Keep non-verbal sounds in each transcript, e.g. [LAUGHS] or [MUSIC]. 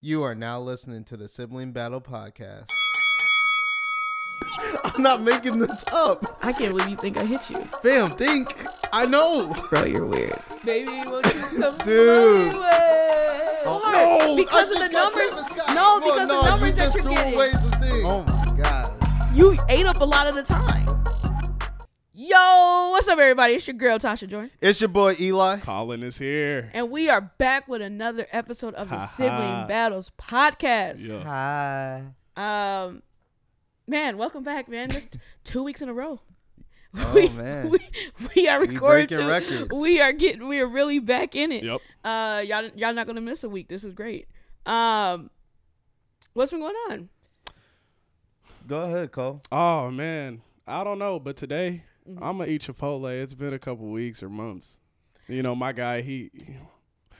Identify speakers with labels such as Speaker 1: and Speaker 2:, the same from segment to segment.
Speaker 1: You are now listening to the Sibling Battle Podcast. [LAUGHS] I'm not making this up.
Speaker 2: I can't believe you think I hit you.
Speaker 1: Fam, think. I know.
Speaker 2: Bro, you're weird. Baby, won't you come
Speaker 1: Dude.
Speaker 2: my way?
Speaker 1: No,
Speaker 2: because of
Speaker 1: I
Speaker 2: the
Speaker 1: just got
Speaker 2: numbers.
Speaker 1: Travis Scott.
Speaker 2: No,
Speaker 1: Come on,
Speaker 2: because
Speaker 1: no,
Speaker 2: the numbers
Speaker 1: you
Speaker 2: that
Speaker 1: just
Speaker 2: you're
Speaker 1: threw
Speaker 2: getting.
Speaker 1: away the thing. Oh my god.
Speaker 2: You ate up a lot of the time. Yo, what's up, everybody? It's your girl, Tasha Jordan.
Speaker 1: It's your boy Eli.
Speaker 3: Colin is here.
Speaker 2: And we are back with another episode of the
Speaker 3: Ha ha.
Speaker 2: Sibling Battles podcast.
Speaker 3: Yeah.
Speaker 1: Hi.
Speaker 2: Um, man, welcome back, man.
Speaker 1: [LAUGHS]
Speaker 2: Just two weeks in a row.
Speaker 1: Oh,
Speaker 2: [LAUGHS] we,
Speaker 1: man.
Speaker 2: we we are
Speaker 1: We
Speaker 2: recording.
Speaker 1: breaking
Speaker 2: two-
Speaker 1: records.
Speaker 2: We are getting. We are really back in it.
Speaker 3: Yep.
Speaker 2: Uh, y'all y'all not gonna miss a week. This is great. Um, what's been going on?
Speaker 1: Go ahead, Cole.
Speaker 3: Oh man, I don't know, but today I'm gonna eat Chipotle. It's been a couple weeks or months. You know, my guy, he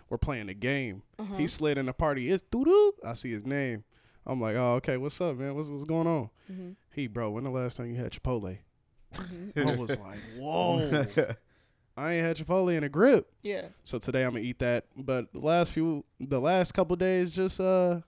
Speaker 3: we're playing a game.
Speaker 2: Uh-huh.
Speaker 3: He slid in the party. It's doo doo. I see his name. I'm like, oh okay, what's up, man? What's what's going on?
Speaker 2: Mm-hmm.
Speaker 3: He, bro, when the last time you had Chipotle?
Speaker 1: [LAUGHS]
Speaker 3: I was like,
Speaker 1: Oh.
Speaker 3: whoa, I ain't had Chipotle in a grip.
Speaker 2: Yeah.
Speaker 3: So today I'm gonna eat that. But the last few, the last couple days, just uh,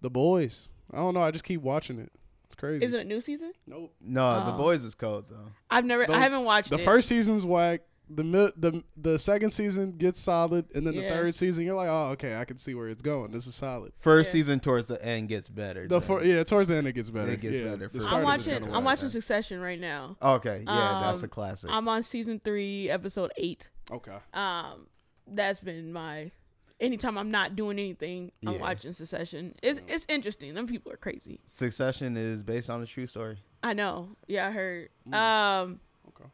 Speaker 3: the boys. I don't know. I just keep watching it. It's crazy.
Speaker 2: Isn't it new season?
Speaker 3: Nope.
Speaker 1: no, the
Speaker 2: Oh.
Speaker 1: boys is cold though.
Speaker 2: I've never. I
Speaker 3: The-
Speaker 2: haven't watched
Speaker 3: The
Speaker 2: it.
Speaker 3: first season's whack. The mid, the the second season gets solid, and then the
Speaker 2: Yeah.
Speaker 3: third season, you're like, oh, okay, I can see where it's going. This is solid.
Speaker 1: First
Speaker 2: Yeah.
Speaker 1: season towards the end gets better.
Speaker 3: The
Speaker 1: though.
Speaker 3: four, yeah, towards the end it gets better.
Speaker 1: It gets
Speaker 3: Yeah,
Speaker 1: better for
Speaker 3: the start
Speaker 1: started
Speaker 2: I'm
Speaker 3: of it's
Speaker 2: watching.
Speaker 3: kinda
Speaker 1: kinda
Speaker 2: I'm
Speaker 3: whack.
Speaker 1: like
Speaker 2: watching
Speaker 1: that.
Speaker 2: Succession right now.
Speaker 1: Okay, yeah, that's a
Speaker 2: Um,
Speaker 1: classic.
Speaker 2: I'm on season three, episode eight.
Speaker 3: Okay.
Speaker 2: Um, that's been my. Anytime I'm not doing anything, I'm
Speaker 1: Yeah.
Speaker 2: watching Succession. It's it's interesting. Them people are crazy.
Speaker 1: Succession is based on a true story.
Speaker 2: I know. Yeah, I heard.
Speaker 1: Mm.
Speaker 2: Um,
Speaker 3: Mm. Okay.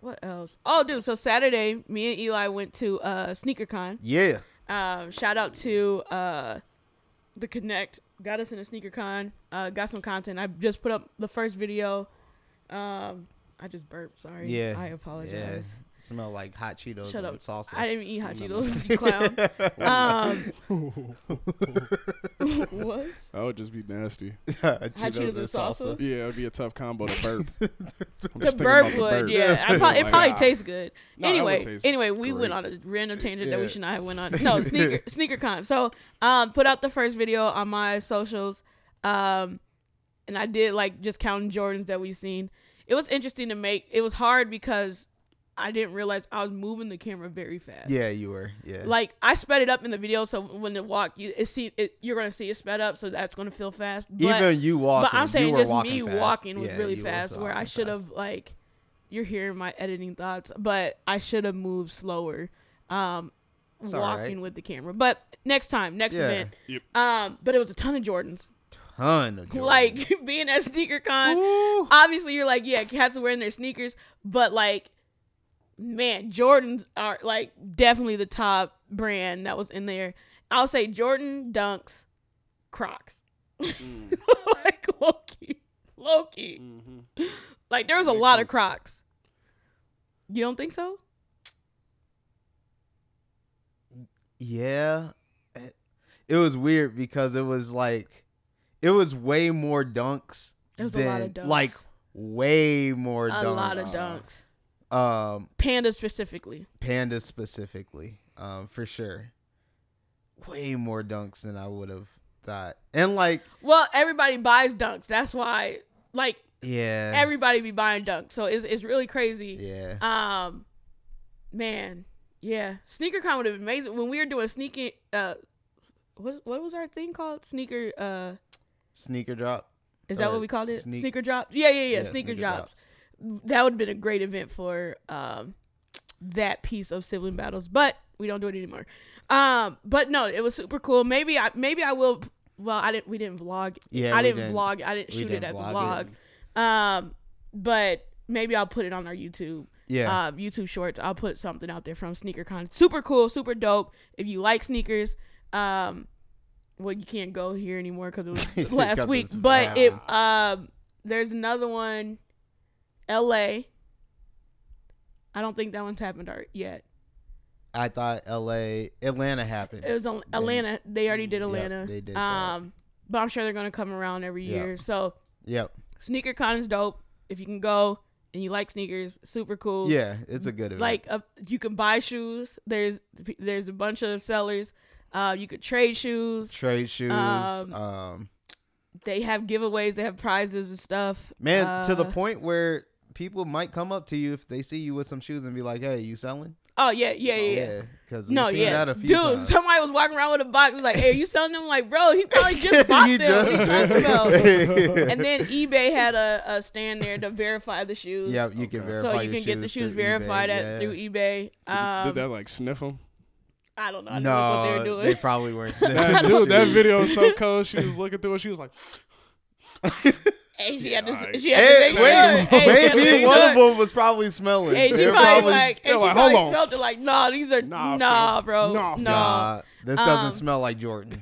Speaker 2: what else? Oh, dude. So Saturday, me and Eli went to uh, SneakerCon.
Speaker 1: Yeah.
Speaker 2: Um, shout out to uh, the Connect. Got us in a sneaker con. Uh, got some content. I just put up the first video. Um, I just burped. Sorry.
Speaker 1: Yeah.
Speaker 2: I apologize.
Speaker 1: Yeah. Smell like hot Cheetos
Speaker 2: Oh, Shut
Speaker 1: and
Speaker 2: up.
Speaker 1: salsa. [LAUGHS]
Speaker 2: I didn't even eat hot Cheetos, you clown. Um, [LAUGHS] what?
Speaker 3: That would just be
Speaker 1: [LAUGHS]
Speaker 3: nasty.
Speaker 1: hot
Speaker 2: Cheetos and salsa?
Speaker 3: Yeah, it'd be a tough combo to
Speaker 1: [LAUGHS]
Speaker 3: burp.
Speaker 2: The burp would, yeah.
Speaker 3: [LAUGHS]
Speaker 2: I prob- it
Speaker 3: Like,
Speaker 2: probably
Speaker 3: ah.
Speaker 2: tastes good.
Speaker 3: No, that would
Speaker 2: anyway,
Speaker 3: taste
Speaker 2: anyway, we went on
Speaker 3: great.
Speaker 2: a random tangent that
Speaker 1: Yeah.
Speaker 2: we should not have went
Speaker 3: [LAUGHS]
Speaker 2: on. No, sneaker sneaker con. So, um, put out the first video on my socials, um, and I did like just counting Jordans that we seen. It was interesting to make. It was hard because I didn't realize I was moving the camera very fast.
Speaker 1: Yeah, you were. Yeah.
Speaker 2: Like I sped it up in the video, so when it walk, you it see it, you're gonna see it sped up, so that's gonna feel fast. But,
Speaker 1: even you walking.
Speaker 2: but I'm
Speaker 1: you
Speaker 2: saying
Speaker 1: were
Speaker 2: just
Speaker 1: walking
Speaker 2: me
Speaker 1: fast.
Speaker 2: walking was
Speaker 1: Yeah,
Speaker 2: really
Speaker 1: you were
Speaker 2: fast, where I
Speaker 1: walking
Speaker 2: should [LAUGHS]
Speaker 1: fast.
Speaker 2: have like, you're hearing my editing thoughts, but I should have moved slower, um,
Speaker 1: It's all
Speaker 2: walking
Speaker 1: right.
Speaker 2: with the camera. But next time, next
Speaker 1: Yeah.
Speaker 2: event,
Speaker 3: Yep.
Speaker 2: um, but it was a ton of Jordans. [LAUGHS]
Speaker 1: ton of Jordans.
Speaker 2: Like [LAUGHS] being at sneaker con,
Speaker 1: Woo.
Speaker 2: obviously you're like, yeah, cats are wearing their sneakers, but like, man, Jordans are like definitely the top brand that was in there. I'll say Jordan Dunks, Crocs, [LAUGHS] like Loki, Loki.
Speaker 1: Mm-hmm.
Speaker 3: hmm
Speaker 2: Like there was a
Speaker 3: Makes
Speaker 2: lot of
Speaker 3: sense.
Speaker 2: Crocs. You don't think so?
Speaker 1: Yeah. It- It was weird because it was like it was way more dunks.
Speaker 2: It was a
Speaker 1: than,
Speaker 2: lot of dunks.
Speaker 1: Like way more
Speaker 2: a
Speaker 1: dunks.
Speaker 2: lot of dunks.
Speaker 1: Um
Speaker 2: Panda specifically.
Speaker 1: Panda specifically, um, for sure. Way more dunks than I would have thought. And like,
Speaker 2: Well, everybody buys dunks. That's why, like,
Speaker 1: yeah,
Speaker 2: everybody be buying dunks. So it's it's really crazy.
Speaker 1: yeah,
Speaker 2: Um, man, yeah, sneaker con would have been amazing when we were doing sneaking. Uh, what what was our thing called? Sneaker. Uh,
Speaker 1: sneaker drop.
Speaker 2: is that
Speaker 1: Uh,
Speaker 2: what we called it?
Speaker 1: sneak-
Speaker 2: sneaker drops. Yeah, yeah, yeah. sneaker, drops. That would have been a great event for um that piece of sibling battles, but we don't do it anymore. Um, but no, it was super cool. Maybe I maybe I will. Well, I didn't. We didn't vlog.
Speaker 1: Yeah,
Speaker 2: I
Speaker 1: we
Speaker 2: didn't,
Speaker 1: didn't-
Speaker 2: vlog. I didn't
Speaker 1: we
Speaker 2: shoot
Speaker 1: didn't
Speaker 2: it as a
Speaker 1: vlog
Speaker 2: vlog. Um, but maybe I'll put it on our YouTube
Speaker 1: Yeah,
Speaker 2: uh, YouTube Shorts. I'll put something out there from SneakerCon. Super cool, super dope. If you like sneakers, um, well, you can't go here anymore because it
Speaker 1: [LAUGHS]
Speaker 2: was last
Speaker 1: 'Cause
Speaker 2: week.
Speaker 1: it's
Speaker 2: But it um, there's another one, L.A. I don't think that one's happened ar- yet.
Speaker 1: I thought L.A. Atlanta happened.
Speaker 2: It was on
Speaker 1: They-
Speaker 2: Atlanta. They already did
Speaker 1: Yep,
Speaker 2: Atlanta.
Speaker 1: they did that.
Speaker 2: Um, but I'm sure they're gonna come around every
Speaker 1: Yeah.
Speaker 2: year. So
Speaker 1: yep.
Speaker 2: SneakerCon is dope. If you can go and you like sneakers, super cool.
Speaker 1: Yeah, it's a good event.
Speaker 2: like uh, you can buy shoes there's there's a bunch of sellers Uh, you could trade shoes.
Speaker 1: Trade shoes.
Speaker 2: Um,
Speaker 1: Um,
Speaker 2: They have giveaways. They have prizes and stuff.
Speaker 1: man, to the
Speaker 2: Uh,
Speaker 1: point where people might come up to you if they see you with some shoes and be like, "Hey, you selling?"
Speaker 2: Oh yeah, yeah, yeah. yeah.
Speaker 1: because
Speaker 2: No,
Speaker 1: seen
Speaker 2: yeah,
Speaker 1: that a few
Speaker 2: dude.
Speaker 1: times. [LAUGHS]
Speaker 2: Somebody was walking around with a box. Was like, "Hey, are you selling them?" Like, bro, he probably just bought
Speaker 1: You
Speaker 2: them. What are you
Speaker 1: [LAUGHS]
Speaker 2: talking about?
Speaker 1: just- [LAUGHS]
Speaker 2: and then eBay had a, a stand there to verify the shoes.
Speaker 1: yeah, you can
Speaker 3: So
Speaker 1: verify.
Speaker 2: So you
Speaker 1: your
Speaker 2: can get the shoes
Speaker 1: through eBay,
Speaker 2: verified at
Speaker 1: yeah.
Speaker 2: through eBay.
Speaker 3: Did
Speaker 2: Um,
Speaker 3: that like
Speaker 2: [LAUGHS]
Speaker 3: sniff them?
Speaker 2: I don't know. I don't know what they were
Speaker 1: No,
Speaker 2: doing.
Speaker 1: they probably weren't. sniffing
Speaker 3: Nah,
Speaker 1: the
Speaker 3: dude, that
Speaker 1: shoes.
Speaker 3: video was so cold. She was looking through it. She was like,
Speaker 2: [LAUGHS] Hey, she
Speaker 3: Yeah,
Speaker 2: had to.
Speaker 3: alright.
Speaker 1: Hey,
Speaker 2: She had to.
Speaker 1: wait, [LAUGHS]
Speaker 2: make sure. Hey, she had to
Speaker 1: maybe
Speaker 2: make
Speaker 1: one of
Speaker 2: sure.
Speaker 1: them was probably smelling.
Speaker 2: Hey, she
Speaker 1: They're
Speaker 2: probably, like. Hey,
Speaker 3: they're
Speaker 2: she
Speaker 3: like,
Speaker 2: probably
Speaker 3: hold on.
Speaker 2: smelled it. Like, nah, these are
Speaker 3: Nah,
Speaker 2: nah,
Speaker 3: fam.
Speaker 2: bro,
Speaker 3: Nah,
Speaker 2: nah.
Speaker 3: fam.
Speaker 1: nah, this
Speaker 2: um,
Speaker 1: doesn't smell like
Speaker 2: [LAUGHS]
Speaker 1: Jordan.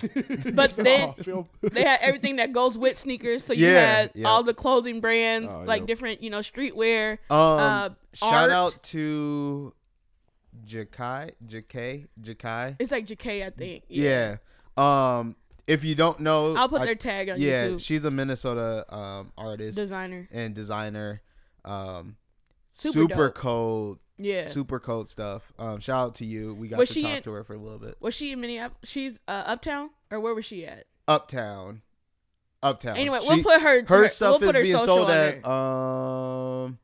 Speaker 1: [LAUGHS]
Speaker 2: But then
Speaker 3: [LAUGHS] "Oh, Phil."
Speaker 2: they had everything that goes with sneakers. So you
Speaker 1: Yeah,
Speaker 2: had
Speaker 1: yeah.
Speaker 2: all the clothing brands,
Speaker 3: Oh,
Speaker 2: like
Speaker 3: yep.
Speaker 2: different, you know, streetwear.
Speaker 1: Um,
Speaker 2: Uh,
Speaker 1: shout
Speaker 2: art.
Speaker 1: out to Jakai, Jakai, Jakai.
Speaker 2: It's like JK, I think.
Speaker 1: Yeah. Um, if you don't know,
Speaker 2: I'll put
Speaker 1: I-
Speaker 2: their tag on
Speaker 1: Yeah,
Speaker 2: YouTube.
Speaker 1: she's a Minnesota um artist
Speaker 2: Designer.
Speaker 1: and designer. Um,
Speaker 2: Super
Speaker 1: super,
Speaker 2: dope.
Speaker 1: cold,
Speaker 2: Yeah.
Speaker 1: super cold stuff. Um, shout out to you. We got
Speaker 2: Was
Speaker 1: to
Speaker 2: she
Speaker 1: talk
Speaker 2: in-
Speaker 1: to her for a little bit.
Speaker 2: Was she in Minneapolis? She's uh, uptown, or where was she at?
Speaker 1: Uptown, Uptown.
Speaker 2: Anyway,
Speaker 1: She-
Speaker 2: we'll put her.
Speaker 1: her stuff
Speaker 2: we'll
Speaker 1: is
Speaker 2: put her
Speaker 1: being
Speaker 2: social
Speaker 1: sold
Speaker 2: on
Speaker 1: at uh,
Speaker 2: there.
Speaker 1: um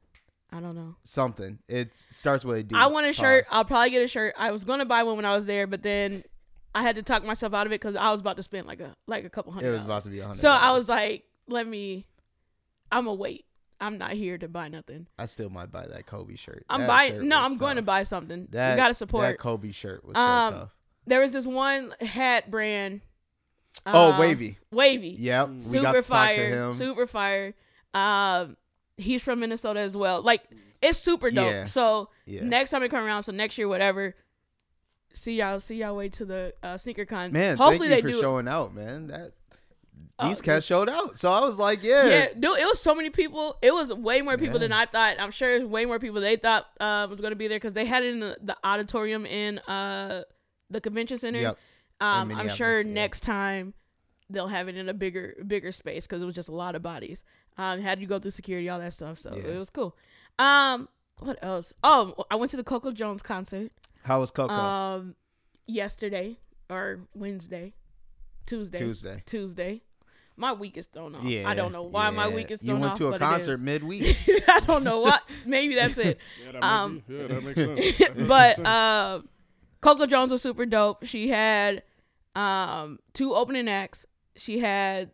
Speaker 2: I don't know.
Speaker 1: something. It starts with a D.
Speaker 2: I want a
Speaker 1: Pause.
Speaker 2: shirt. I'll probably get a shirt. I was gonna buy one when I was there, but then I had to talk myself out of it because I was about to spend like a like a couple
Speaker 1: It
Speaker 2: hundred.
Speaker 1: was about
Speaker 2: dollars.
Speaker 1: to be a hundred.
Speaker 2: so I
Speaker 1: dollars.
Speaker 2: was like, let me. I'm gonna wait. I'm not here to buy nothing.
Speaker 1: I still might buy that Kobe shirt.
Speaker 2: I'm
Speaker 1: That shirt
Speaker 2: buying. No,
Speaker 1: was
Speaker 2: I'm going to
Speaker 1: tough.
Speaker 2: buy something.
Speaker 1: That
Speaker 2: you gotta
Speaker 1: that
Speaker 2: support.
Speaker 1: Kobe shirt was
Speaker 2: Um,
Speaker 1: so tough.
Speaker 2: there was this one hat brand.
Speaker 1: Oh,
Speaker 2: um,
Speaker 1: wavy.
Speaker 2: Wavy.
Speaker 1: Yep.
Speaker 3: Mm.
Speaker 1: we got to
Speaker 2: super
Speaker 1: talk to
Speaker 2: fire,
Speaker 1: him.
Speaker 2: super fire. Um, he's from Minnesota as well. Like it's super dope.
Speaker 1: Yeah.
Speaker 2: So
Speaker 1: yeah.
Speaker 2: next time it come around, so next year, whatever. See y'all, see y'all way to the uh, sneaker con.
Speaker 1: man,
Speaker 2: hopefully
Speaker 1: thank you
Speaker 2: they
Speaker 1: for
Speaker 2: do.
Speaker 1: showing out, man. That
Speaker 2: Oh,
Speaker 1: these cats showed out. So I was like, yeah.
Speaker 2: Yeah, dude, it was so many people. It was way more people
Speaker 1: Yeah.
Speaker 2: than I thought. I'm sure it's way more people they thought uh, was gonna be there because they had it in the, the auditorium in uh the convention center.
Speaker 1: Yep.
Speaker 2: Um, I'm
Speaker 1: Minneapolis,
Speaker 2: sure
Speaker 1: yeah.
Speaker 2: next time they'll have it in a bigger bigger space because it was just a lot of bodies. Um, had you go through security, all that stuff. So
Speaker 1: Yeah.
Speaker 2: it was cool. Um, what else? Oh, I went to the Coco Jones concert.
Speaker 1: How was Coco?
Speaker 2: Um, yesterday or Wednesday, Tuesday,
Speaker 1: Tuesday.
Speaker 2: Tuesday. My week is thrown off.
Speaker 1: Yeah.
Speaker 2: I don't know why my
Speaker 1: yeah.
Speaker 2: week is
Speaker 1: You
Speaker 2: thrown
Speaker 1: went
Speaker 2: off.
Speaker 1: to a
Speaker 2: but it
Speaker 1: concert
Speaker 2: [LAUGHS] is.
Speaker 1: midweek.
Speaker 2: I don't know what. Maybe that's
Speaker 1: [LAUGHS]
Speaker 2: it.
Speaker 3: yeah, that
Speaker 2: Um,
Speaker 3: might be- yeah, that makes
Speaker 2: [LAUGHS]
Speaker 3: sense. That makes
Speaker 2: but
Speaker 3: sense.
Speaker 2: uh, Coco Jones was super dope. She had um two opening acts. She had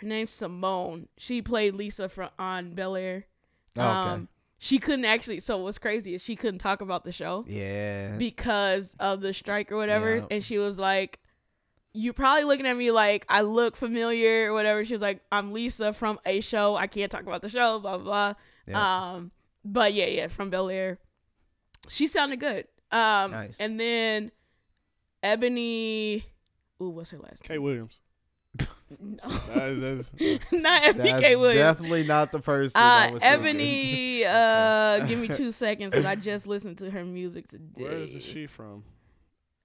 Speaker 2: her name's Simone. She played Lisa from on Bel Air.
Speaker 1: Oh, okay.
Speaker 2: Um, she couldn't actually. So what's crazy is she couldn't talk about the show
Speaker 1: yeah.
Speaker 2: because of the strike or whatever.
Speaker 1: Yeah.
Speaker 2: And she was like, You're probably looking at me like I look familiar or whatever. She was like, I'm Lisa from a show. I can't talk about the show, blah, blah, blah.
Speaker 1: Yeah.
Speaker 2: Um, but yeah, yeah, from Bel Air. She sounded good. Um,
Speaker 1: Nice.
Speaker 2: And then Ebony. Ooh, what's her last
Speaker 3: K. Williams.
Speaker 2: name? [LAUGHS]
Speaker 3: [LAUGHS] That
Speaker 2: No.
Speaker 3: is,
Speaker 2: Not [LAUGHS] Ebony
Speaker 1: That's
Speaker 2: K. Williams.
Speaker 1: definitely not the person. I
Speaker 2: Uh,
Speaker 1: was thinking.
Speaker 2: Ebony, uh, give me two seconds because I just listened to her music today.
Speaker 3: where is she from?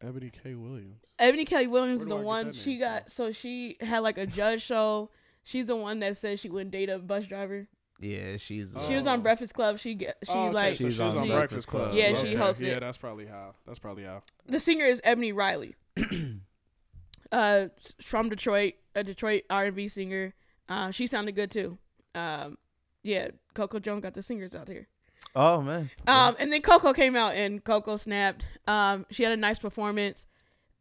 Speaker 3: Ebony K. Williams.
Speaker 2: Ebony Kelly Williams
Speaker 3: Where
Speaker 2: is
Speaker 3: do
Speaker 2: the
Speaker 3: I get
Speaker 2: one
Speaker 3: that
Speaker 2: she
Speaker 3: name from?
Speaker 2: got. So she had like a judge show. She's the one that said she wouldn't date a bus driver.
Speaker 1: [LAUGHS] Yeah, she's.
Speaker 2: She was on
Speaker 3: Oh.
Speaker 2: Breakfast Club. She get she
Speaker 3: Oh, okay,
Speaker 2: like
Speaker 3: so she was on
Speaker 2: she-
Speaker 3: Breakfast Club.
Speaker 2: Yeah,
Speaker 3: okay.
Speaker 2: she hosted
Speaker 3: Yeah,
Speaker 2: it.
Speaker 3: that's probably how. That's probably how.
Speaker 2: the singer is Ebony
Speaker 3: [CLEARS THROAT]
Speaker 2: Riley, uh, s- from Detroit, a Detroit R and B singer. Uh, she sounded good too. Um, yeah, Coco Jones got the singers out here.
Speaker 1: Oh man.
Speaker 2: Um, and then Coco came out and Coco snapped. Um, she had a nice performance.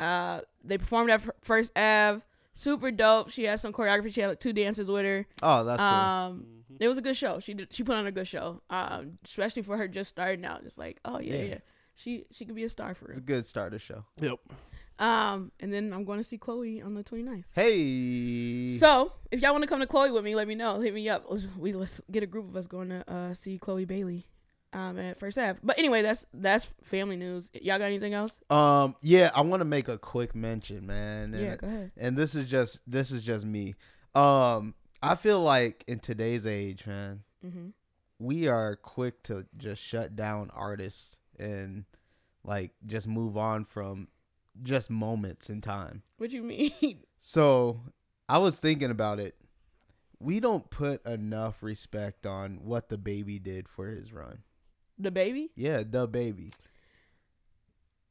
Speaker 2: Uh, they performed at F- First Ave, super dope. She had some choreography. She had like two dances with her.
Speaker 1: oh, that's cool.
Speaker 2: Um,
Speaker 3: Mhm.
Speaker 2: it was a good show. She did, she put on a good show. Um, especially for her just starting out, just like oh yeah yeah,
Speaker 1: Yeah.
Speaker 2: she she could be a star for
Speaker 1: it's a
Speaker 2: real.
Speaker 1: good starter show.
Speaker 3: Yep.
Speaker 2: Um, and then I'm going to see Chloe on the 29th.
Speaker 1: Hey.
Speaker 2: So if y'all want to come to Chloe with me, let me know. Hit me up. Let's, we let's get a group of us going to uh, see Chloe Bailey. Um, at first half. But anyway, that's that's family news. Y'all got anything else?
Speaker 1: Um, yeah, I want to make a quick mention, man. And,
Speaker 2: yeah, go ahead.
Speaker 1: and this is just this is just me. Um, I feel like in today's age, man,
Speaker 2: hmm
Speaker 1: we are quick to just shut down artists and like just move on from just moments in time.
Speaker 2: What you mean? [LAUGHS]
Speaker 1: So I was thinking about it. We don't put enough respect on what the baby did for his run.
Speaker 2: the baby?
Speaker 1: Yeah, the baby.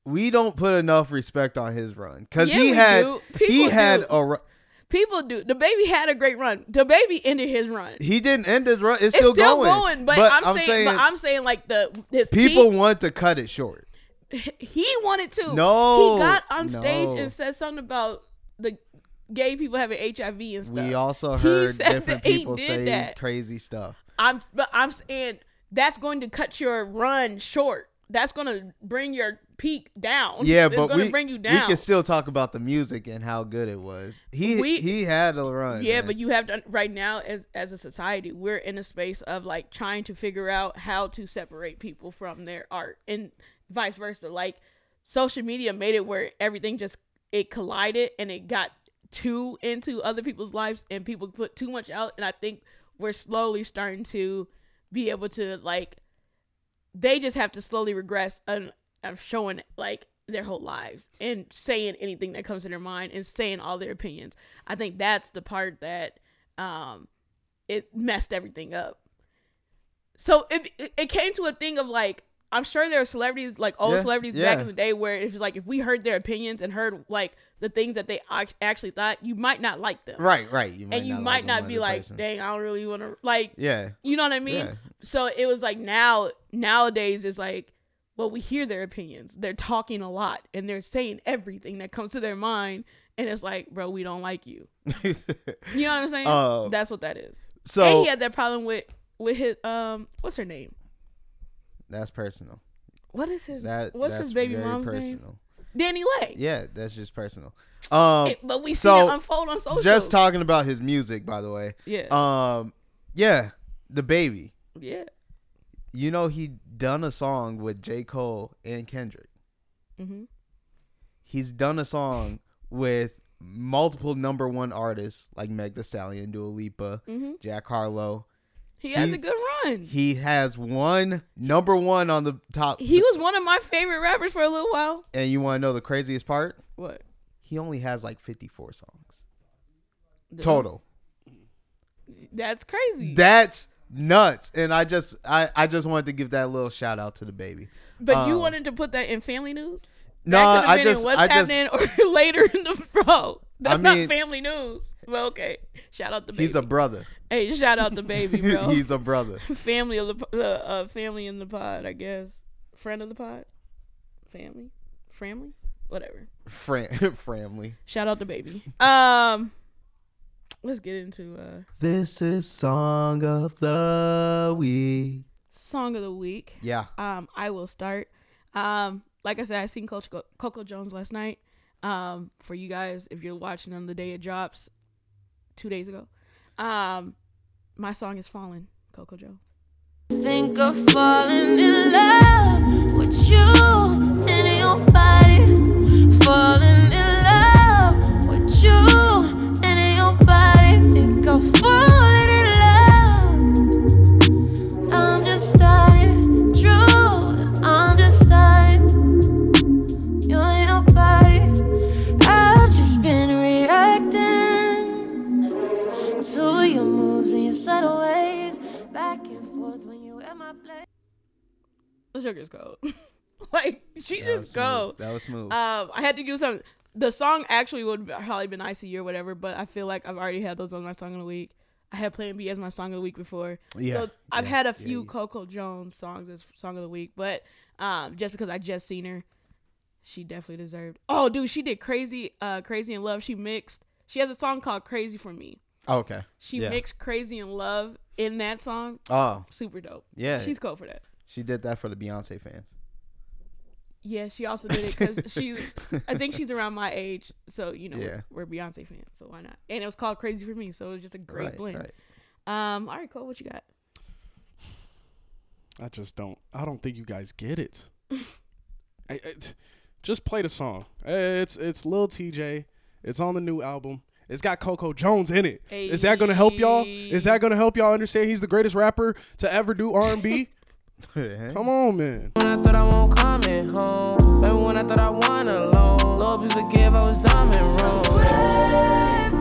Speaker 1: we don't put enough respect on his run because
Speaker 2: Yeah,
Speaker 1: he
Speaker 2: we
Speaker 1: had
Speaker 2: do.
Speaker 1: he
Speaker 2: People
Speaker 1: had
Speaker 2: do.
Speaker 1: a ru-
Speaker 2: People do. The baby had a great run. The baby ended his run.
Speaker 1: he didn't end his run. It's,
Speaker 2: it's still, going, but, I'm, saying,
Speaker 1: saying
Speaker 2: but I'm saying like the his
Speaker 1: people want to cut it short.
Speaker 2: peak- [LAUGHS] he wanted to.
Speaker 1: No,
Speaker 2: he got on stage
Speaker 1: no.
Speaker 2: and said something about the gay people having HIV and stuff.
Speaker 1: We also
Speaker 2: He
Speaker 1: heard
Speaker 2: said
Speaker 1: different
Speaker 2: that he
Speaker 1: people
Speaker 2: did
Speaker 1: say
Speaker 2: that.
Speaker 1: crazy stuff.
Speaker 2: I'm but I'm saying that's going to cut your run short. That's going to bring your peak down.
Speaker 1: Yeah,
Speaker 2: it's
Speaker 1: but
Speaker 2: gonna
Speaker 1: we
Speaker 2: bring you
Speaker 1: we
Speaker 2: down.
Speaker 1: can still talk about the music and how good it was. He
Speaker 2: We-
Speaker 1: he had a run.
Speaker 2: yeah,
Speaker 1: man.
Speaker 2: but you have to right now as as a society, we're in a space of like trying to figure out how to separate people from their art and vice versa. Like social media made it where everything just it collided and it got too into other people's lives and people put too much out and I think we're slowly starting to be able to like they just have to slowly regress and of showing like their whole lives and saying anything that comes to their mind and saying all their opinions. I think that's the part that um it messed everything up. So it it- it came to a thing of like I'm sure there are celebrities like old
Speaker 1: Yeah,
Speaker 2: celebrities
Speaker 1: yeah.
Speaker 2: back in the day where it was like if we heard their opinions and heard like the things that they ac- actually thought, you might not like them.
Speaker 1: right, right. You might
Speaker 2: And you
Speaker 1: not
Speaker 2: might
Speaker 1: like him
Speaker 2: not
Speaker 1: as
Speaker 2: be
Speaker 1: a
Speaker 2: like,
Speaker 1: person.
Speaker 2: dang, I don't really want to like
Speaker 1: yeah, [LAUGHS]
Speaker 2: you know what I mean?
Speaker 1: Yeah.
Speaker 2: So it was like now nowadays it's like well we hear their opinions. They're talking a lot and they're saying everything that comes to their mind and it's like bro we don't like you. You know what I'm saying?
Speaker 1: Oh.
Speaker 2: That's what that is. and
Speaker 1: so
Speaker 2: he had that problem with with his um what's her name?
Speaker 1: that's personal.
Speaker 2: What is his
Speaker 1: That
Speaker 2: what's
Speaker 1: that's
Speaker 2: his baby
Speaker 1: very
Speaker 2: mom's
Speaker 1: personal.
Speaker 2: name? Danny Lay.
Speaker 1: Yeah, that's just personal. Um,
Speaker 2: It- but we
Speaker 1: so,
Speaker 2: seen it unfold on social.
Speaker 1: just talking about his music, by the way.
Speaker 2: yeah.
Speaker 1: Um, yeah, the baby.
Speaker 2: yeah.
Speaker 1: You know he done a song with J Cole and Kendrick.
Speaker 2: hmm
Speaker 1: He's done a song with multiple number one artists like Meg The Stallion, Dua Lipa,
Speaker 2: hmm
Speaker 1: Jack Harlow.
Speaker 2: He has a
Speaker 1: He's-
Speaker 2: good run.
Speaker 1: He has one number one on the top.
Speaker 2: He was one of my favorite rappers for a little while.
Speaker 1: and you want to know the craziest part?
Speaker 2: What?
Speaker 1: He only has like fifty four songs
Speaker 2: The-
Speaker 1: total.
Speaker 2: That's crazy.
Speaker 1: That's nuts. And I just I I just wanted to give that little shout out to the baby.
Speaker 2: But you
Speaker 1: Um,
Speaker 2: wanted to put that in family news?
Speaker 1: No,
Speaker 2: that could've
Speaker 1: I
Speaker 2: been
Speaker 1: just
Speaker 2: in what's
Speaker 1: I just
Speaker 2: happening or [LAUGHS] later in the bro. That's
Speaker 1: mean-
Speaker 2: not family news. Well, okay. Shout out the baby.
Speaker 1: he's a brother.
Speaker 2: hey, shout out
Speaker 1: [LAUGHS]
Speaker 2: the baby, bro.
Speaker 1: he's a brother.
Speaker 2: family of the p- uh, uh, family in the pod, I guess. Friend of the pod, family, family, whatever.
Speaker 1: Fran- [LAUGHS] family.
Speaker 2: Shout out
Speaker 1: [LAUGHS]
Speaker 2: the baby. Um, let's get into uh
Speaker 1: This is song of the week.
Speaker 2: song of the week.
Speaker 1: Yeah.
Speaker 2: Um, I will start. Um, like I said, I seen Coach Co- Coco Jones last night. Um, for you guys, if you're watching on the day it drops, two days ago. Um, my song is "Fallen," Coco Jones.
Speaker 4: Think of falling in love with you and your body. Falling in love with you and your body. Think of falling in love. I'm just starting, true. I'm just starting. You and your body. I've just been reacting to your moves and your subtle ways. Back and forth when you at my place.
Speaker 2: The sugar's cold. [LAUGHS] like she
Speaker 1: That was
Speaker 2: just
Speaker 1: smooth.
Speaker 2: go.
Speaker 1: That was smooth.
Speaker 2: Um, I had to do some. The song actually would have probably been ICU or whatever, but I feel like I've already had those on my song of the week. I had Plan B as my song of the week before.
Speaker 1: Yeah,
Speaker 2: So I've
Speaker 1: yeah,
Speaker 2: had a
Speaker 1: yeah,
Speaker 2: few
Speaker 1: yeah.
Speaker 2: Coco Jones songs as song of the week, but um, just because I just seen her, she definitely deserved. Oh, dude, she did crazy, uh, crazy in love. She mixed. She has a song called "Crazy for Me."
Speaker 1: Oh, okay.
Speaker 2: She
Speaker 1: yeah.
Speaker 2: mixed "Crazy in Love" in that song.
Speaker 1: Oh,
Speaker 2: Super dope.
Speaker 1: yeah.
Speaker 2: She's cool for that.
Speaker 1: she did that for the Beyonce fans.
Speaker 2: Yeah, she also did it because she, I think she's around my age, so you know
Speaker 1: Yeah.
Speaker 2: we're, we're Beyonce fans, so why not? And it was called Crazy for Me, so it was just a great
Speaker 1: Right,
Speaker 2: blend.
Speaker 1: right.
Speaker 2: Um, all right, Cole, what you got?
Speaker 3: I just don't. I don't think you guys
Speaker 2: [LAUGHS]
Speaker 3: get it. I, it's- just play the song. It's it's Lil TJ. It's on the new album. It's got Coco Jones in it. Is that gonna help y'all? Is that gonna help y'all understand he's the greatest rapper to ever do R
Speaker 2: [LAUGHS]
Speaker 3: and B?
Speaker 1: [LAUGHS]
Speaker 3: Come on, man.
Speaker 5: When I thought I won't come at home. Baby, when I thought I won alone. Love used to give, I was dumb and wrong. I'm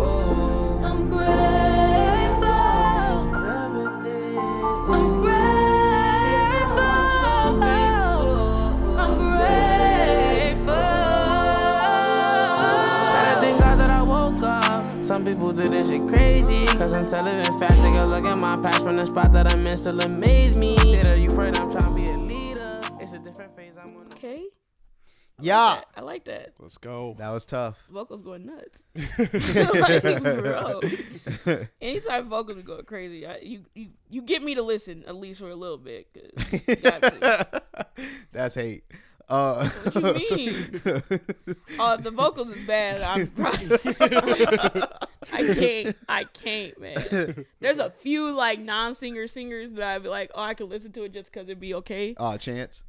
Speaker 5: so grateful.
Speaker 4: I'm grateful.
Speaker 5: for Everything.
Speaker 4: I'm grateful.
Speaker 5: Oh, oh, Some people do this shit crazy. Cause I'm still living fast. Take a look at my past from the spot that I'm in. Still amaze me. Shit, Are you afraid I'm trying to be a leader? It's a different phase I'm on.
Speaker 2: Okay.
Speaker 1: Yeah.
Speaker 2: I like that.
Speaker 3: Let's go.
Speaker 1: That was tough. [LAUGHS]
Speaker 2: Vocals going nuts. like, bro. Anytime vocals are going crazy, I, you, you you get me to listen at least for a little bit. [LAUGHS] 'cause you
Speaker 1: [LAUGHS]
Speaker 2: got to.
Speaker 1: That's hate. Uh,
Speaker 2: What
Speaker 1: [LAUGHS]
Speaker 2: you mean? Oh, if the vocals is bad. I'm probably, I can't. I can't, man. There's a few like non-singer singers that I'd be like, oh, I could listen to it just because it'd be okay.
Speaker 1: oh, chance.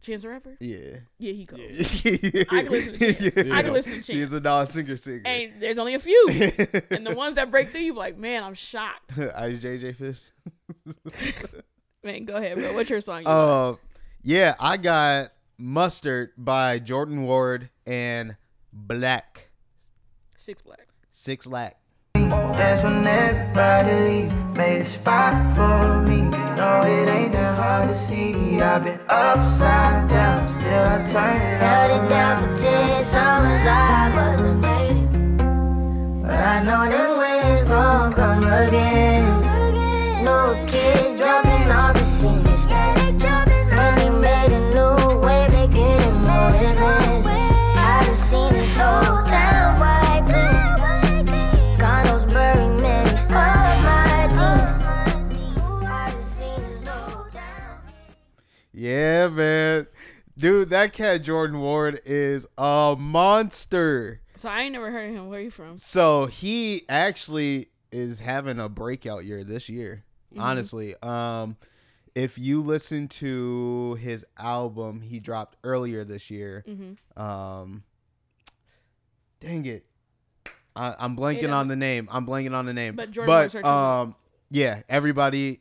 Speaker 2: Chance the Rapper?
Speaker 1: Yeah.
Speaker 2: Yeah, he cold.
Speaker 1: I
Speaker 2: can listen to
Speaker 1: [LAUGHS]
Speaker 2: Chance. I can listen to Chance.
Speaker 1: He's a non singer singer. [LAUGHS]
Speaker 2: And there's only a few. and the ones that break through, you be like, man, I'm shocked.
Speaker 1: I was JJ Fish.
Speaker 2: Man, go ahead, bro. What's your song? You like?
Speaker 1: Uh, yeah, I got Mustard by Jordan Ward and Black.
Speaker 2: Six Black.
Speaker 1: Six Lack.
Speaker 6: That's when everybody leave. Made a spot for me. No, it ain't that hard to see. I've been upside down, still I turn it out.
Speaker 7: Held it down for ten summers, I wasn't ready.
Speaker 6: But I know them waves gon' come again.
Speaker 7: New kids dropping all the senior stats. And they made a new way, they getting more advanced. I done seen this whole town wide clean. Condos, bury memories of my teens. I done seen this whole town.
Speaker 1: Yeah, man. Dude, that cat Jordan Ward is a monster.
Speaker 2: So I ain't never heard of him. Where you from?
Speaker 1: So he actually is having a breakout year this year.
Speaker 2: Mm-hmm.
Speaker 1: Honestly, um, if you listen to his album he dropped earlier this year, um, dang it, I, I'm blanking on the name. I'm blanking on the name.
Speaker 2: But Jordan Ward's
Speaker 1: but
Speaker 2: searching
Speaker 1: um, yeah, everybody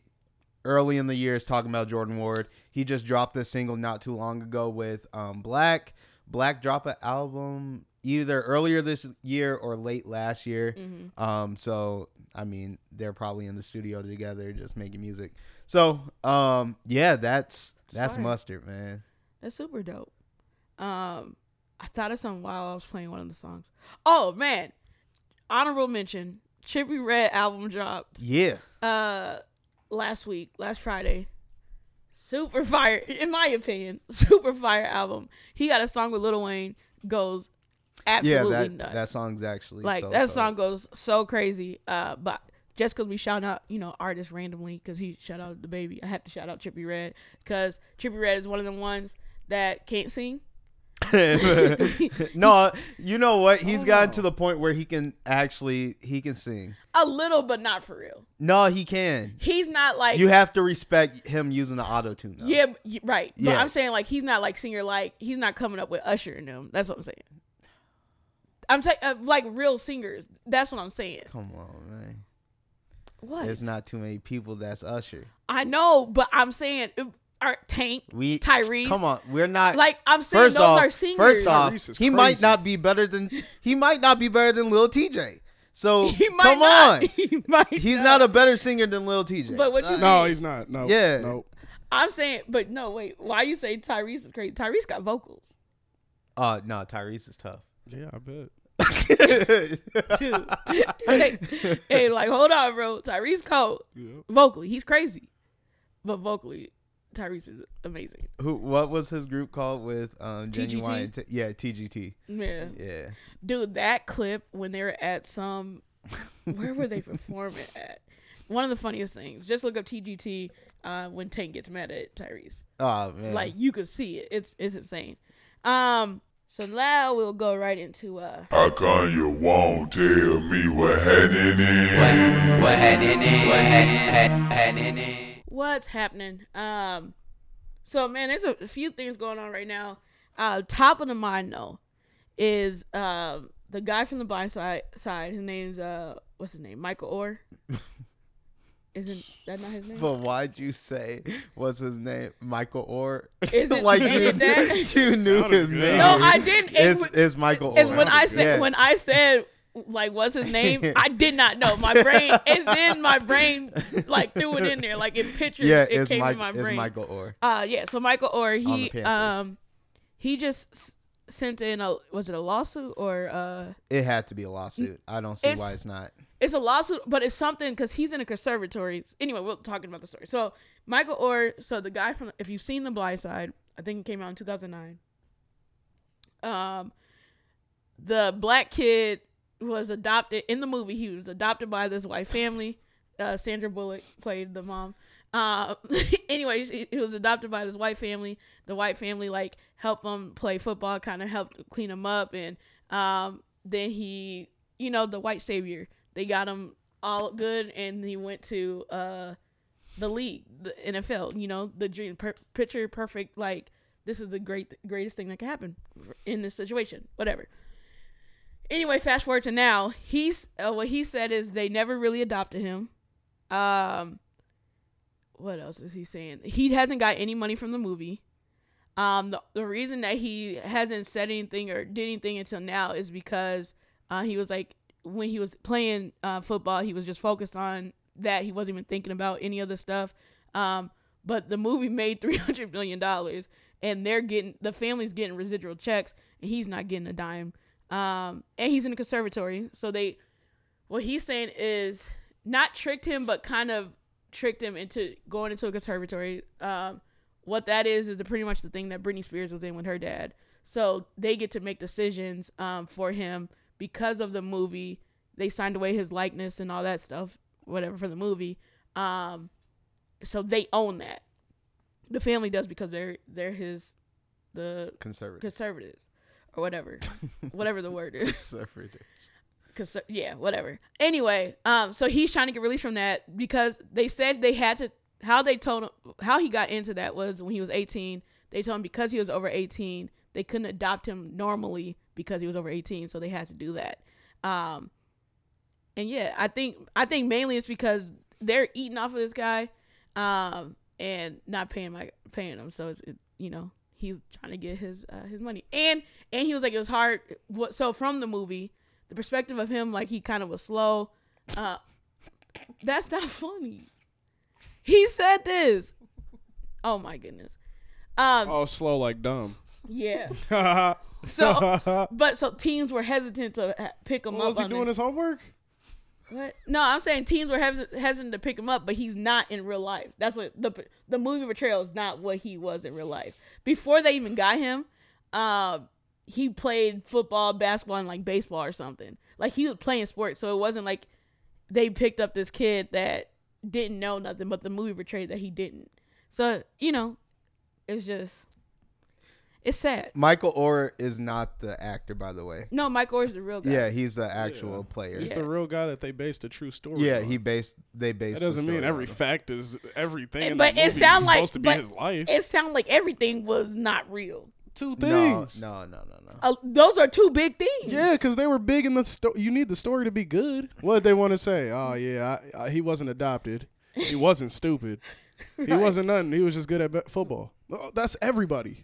Speaker 1: early in the year is talking about Jordan Ward. He just dropped this single not too long ago with um, Black. Black dropped an album either earlier this year or late last year.
Speaker 2: Mm-hmm.
Speaker 1: Um, so I mean, they're probably in the studio together just making music. So um, yeah, that's that's
Speaker 2: Fire.
Speaker 1: mustard, man.
Speaker 2: That's super dope. Um, I thought of something while I was playing one of the songs. Oh man, honorable mention: Chippy Red album dropped
Speaker 1: Yeah,
Speaker 2: uh last week, last Friday. Super fire, [LAUGHS] in my opinion, [LAUGHS] super fire album. He got a song with Lil Wayne goes absolutely
Speaker 1: yeah. That
Speaker 2: nuts.
Speaker 1: that song's actually
Speaker 2: like
Speaker 1: so
Speaker 2: that
Speaker 1: dope.
Speaker 2: song goes so crazy. Uh, but just because we shout out, you know, artists randomly, because he shout out the baby, I have to shout out Trippy Red, because Trippy Red is one of the ones that can't sing.
Speaker 1: [LAUGHS]
Speaker 2: [LAUGHS]
Speaker 1: no, you know what? He's
Speaker 2: Oh,
Speaker 1: gotten to the point where he can actually he can sing.
Speaker 2: A little, but not for real.
Speaker 1: No, he can.
Speaker 2: He's not like
Speaker 1: You have to respect him using the auto tune. though.
Speaker 2: yeah, b- right. But
Speaker 1: Yeah.
Speaker 2: I'm saying like he's not like singer like he's not coming up with Usher and them. That's what I'm saying. I'm saying uh, like real singers. That's what I'm saying.
Speaker 1: Come on, man.
Speaker 2: What?
Speaker 1: There's not too many people that's Usher.
Speaker 2: I know, but I'm saying uh, our Tank,
Speaker 1: We
Speaker 2: Tyrese.
Speaker 1: Come on, we're not
Speaker 2: Like I'm saying,
Speaker 1: first
Speaker 2: those
Speaker 1: off.
Speaker 2: are singers.
Speaker 1: First off,
Speaker 3: Tyrese is
Speaker 1: he might
Speaker 3: crazy.
Speaker 1: not be better than he might not be better than Lil TJ. So
Speaker 2: [LAUGHS] He might
Speaker 1: come
Speaker 2: not.
Speaker 1: on,
Speaker 2: He might
Speaker 1: he's
Speaker 2: not.
Speaker 1: not a better singer than Lil TJ.
Speaker 2: But what you
Speaker 3: No, he's not. No.
Speaker 1: Yeah.
Speaker 3: No.
Speaker 2: I'm saying, but no, wait. Why you say Tyrese is crazy? Tyrese got vocals
Speaker 1: uh, no, Tyrese is
Speaker 2: [LAUGHS]
Speaker 1: tough. [LAUGHS]
Speaker 3: Yeah, I bet.
Speaker 2: too. [LAUGHS] hey, hey, like hold on, bro. Tyrese cold vocally. He's crazy, but vocally, Tyrese is amazing.
Speaker 1: Who? What was his group called with um,
Speaker 2: TGT?
Speaker 1: Genuine? T- yeah, TGT.
Speaker 2: Yeah,
Speaker 1: Yeah.
Speaker 2: dude. That clip when they were at some, where were they performing at? One of the funniest things. Just look up TGT uh, when Tank gets mad at Tyrese.
Speaker 1: Oh man.
Speaker 2: Like you could see it. It's it's insane. Um. So now we'll go right into uh.
Speaker 8: How come you won't tell me what heading in?
Speaker 2: what's happening um so man there's a few things going on right now uh top of the mind though is um the guy from the blind side side his name's uh what's his name michael
Speaker 1: [LAUGHS]
Speaker 2: orr isn't that not his name
Speaker 1: But why'd you say what's his name? Michael
Speaker 2: [LAUGHS]
Speaker 1: Orr? [LAUGHS]
Speaker 2: Is it-
Speaker 1: like
Speaker 2: ain't
Speaker 1: you, [LAUGHS]
Speaker 2: it that?
Speaker 1: you knew
Speaker 3: Sounded
Speaker 1: his
Speaker 3: good.
Speaker 1: name.
Speaker 2: no i didn't it,
Speaker 1: It's,
Speaker 2: w-
Speaker 1: it's Michael Orr.
Speaker 2: it's when i said
Speaker 1: Yeah.
Speaker 2: when i said like what's his name
Speaker 1: [LAUGHS]
Speaker 2: i did not know my brain and then my brain
Speaker 1: [LAUGHS]
Speaker 2: like threw it in there like it pictured
Speaker 1: yeah,
Speaker 2: it
Speaker 1: it's,
Speaker 2: came
Speaker 1: Mike,
Speaker 2: in my
Speaker 1: it's
Speaker 2: brain
Speaker 1: Michael Orr.
Speaker 2: Uh yeah, so Michael Orr, he
Speaker 1: Panthers.
Speaker 2: um he just s- sent in a was it a lawsuit or uh
Speaker 1: It had to be a lawsuit. I don't see
Speaker 2: It's-
Speaker 1: why it's not.
Speaker 2: it's a lawsuit, but it's something because he's in a conservatory. Anyway, we're talking about the story. So Michael Orr, so the guy from if you've seen The Blind Side, I think it came out in 2009. Um, the black kid was adopted in the movie. He was adopted by this white family. Uh, Sandra Bullock played the mom. Uh, [LAUGHS] anyway, he, he was adopted by this white family. The white family like helped him play football, kind of helped clean him up, and um, then he, you know, the white savior. They got him all good, and he went to uh, the league, the NFL. You know, the dream per- picture perfect. Like this is the great greatest thing that can happen in this situation. Whatever anyway, fast forward to now. He's uh, what he said is they never really adopted him. Um, what else is he saying? He hasn't got any money from the movie. Um, the, the reason that he hasn't said anything or did anything until now is because uh, he was like when he was playing uh, football, he was just focused on that. He wasn't even thinking about any other stuff. Um, but the movie [LAUGHS] made three hundred million dollars, and they're getting the family's getting residual checks, and he's not getting a dime. Um, and he's in a conservatory, so they what he's saying is not tricked him, but kind of tricked him into going into a conservatory. Um, what that is is pretty much the thing that Britney Spears was in with her dad. So they get to make decisions um, for him because of the movie. They signed away his likeness and all that stuff, whatever for the movie. Um, so they own that. The family does because they're they're his the
Speaker 1: Conservative.
Speaker 2: conservatives or whatever, whatever the word
Speaker 1: [LAUGHS]
Speaker 2: is.
Speaker 1: Conservative.
Speaker 2: Cause yeah, whatever. Anyway, um, so he's trying to get released from that because they said they had to. How they told him how he got into that was when he was 18. They told him because he was over 18, they couldn't adopt him normally because he was over 18, so they had to do that. Um, and yeah, I think I think mainly it's because they're eating off of this guy, um, and not paying my paying him. So it's it, you know he's trying to get his uh, his money, and and he was like it was hard. What so from the movie the perspective of him, like he kind of was slow. Uh, that's not funny. He said this. Oh my goodness. Um,
Speaker 3: Oh, slow
Speaker 2: [LAUGHS]
Speaker 3: like dumb. [LAUGHS]
Speaker 2: yeah.
Speaker 3: what
Speaker 2: So,
Speaker 3: [LAUGHS]
Speaker 2: but so teams were hesitant to ha- pick him up.
Speaker 3: was he
Speaker 2: on
Speaker 3: doing
Speaker 2: it.
Speaker 3: his homework?
Speaker 2: What? No, I'm saying teams were hes- hesitant to pick him up, but he's not in real life. That's what the the movie portrayal is not what he was in real life. Before they even got him, uh, he played football, basketball, and like baseball or something. Like he was playing sports, so it wasn't like they picked up this kid that didn't know nothing, but the movie portrayed that he didn't. So you know, it's just it's sad.
Speaker 1: Michael Orr is not the actor, by the way.
Speaker 2: No, Mike Orr's the real guy.
Speaker 1: Yeah, he's the actual player.
Speaker 3: He's
Speaker 1: Yeah,
Speaker 3: the real guy that they based a true story. on.
Speaker 1: he based. They based.
Speaker 3: That
Speaker 1: the
Speaker 3: doesn't mean
Speaker 1: story
Speaker 3: every
Speaker 1: on him.
Speaker 3: fact is everything. in
Speaker 2: but
Speaker 3: that
Speaker 2: it
Speaker 3: movie is
Speaker 2: sound like-
Speaker 3: supposed to be
Speaker 2: but
Speaker 3: his life.
Speaker 2: It sounded like everything was not real.
Speaker 3: Two things.
Speaker 1: No, no, no, no, no.
Speaker 2: Uh, those are two big things.
Speaker 3: Yeah, because they were big in the story. You need the story to be good. What did they want
Speaker 2: [LAUGHS]
Speaker 3: to say? Oh yeah, I, I, he wasn't adopted. He wasn't stupid. He wasn't nothing. He was just good at ba- football. Oh, that's
Speaker 2: [LAUGHS]
Speaker 3: everybody.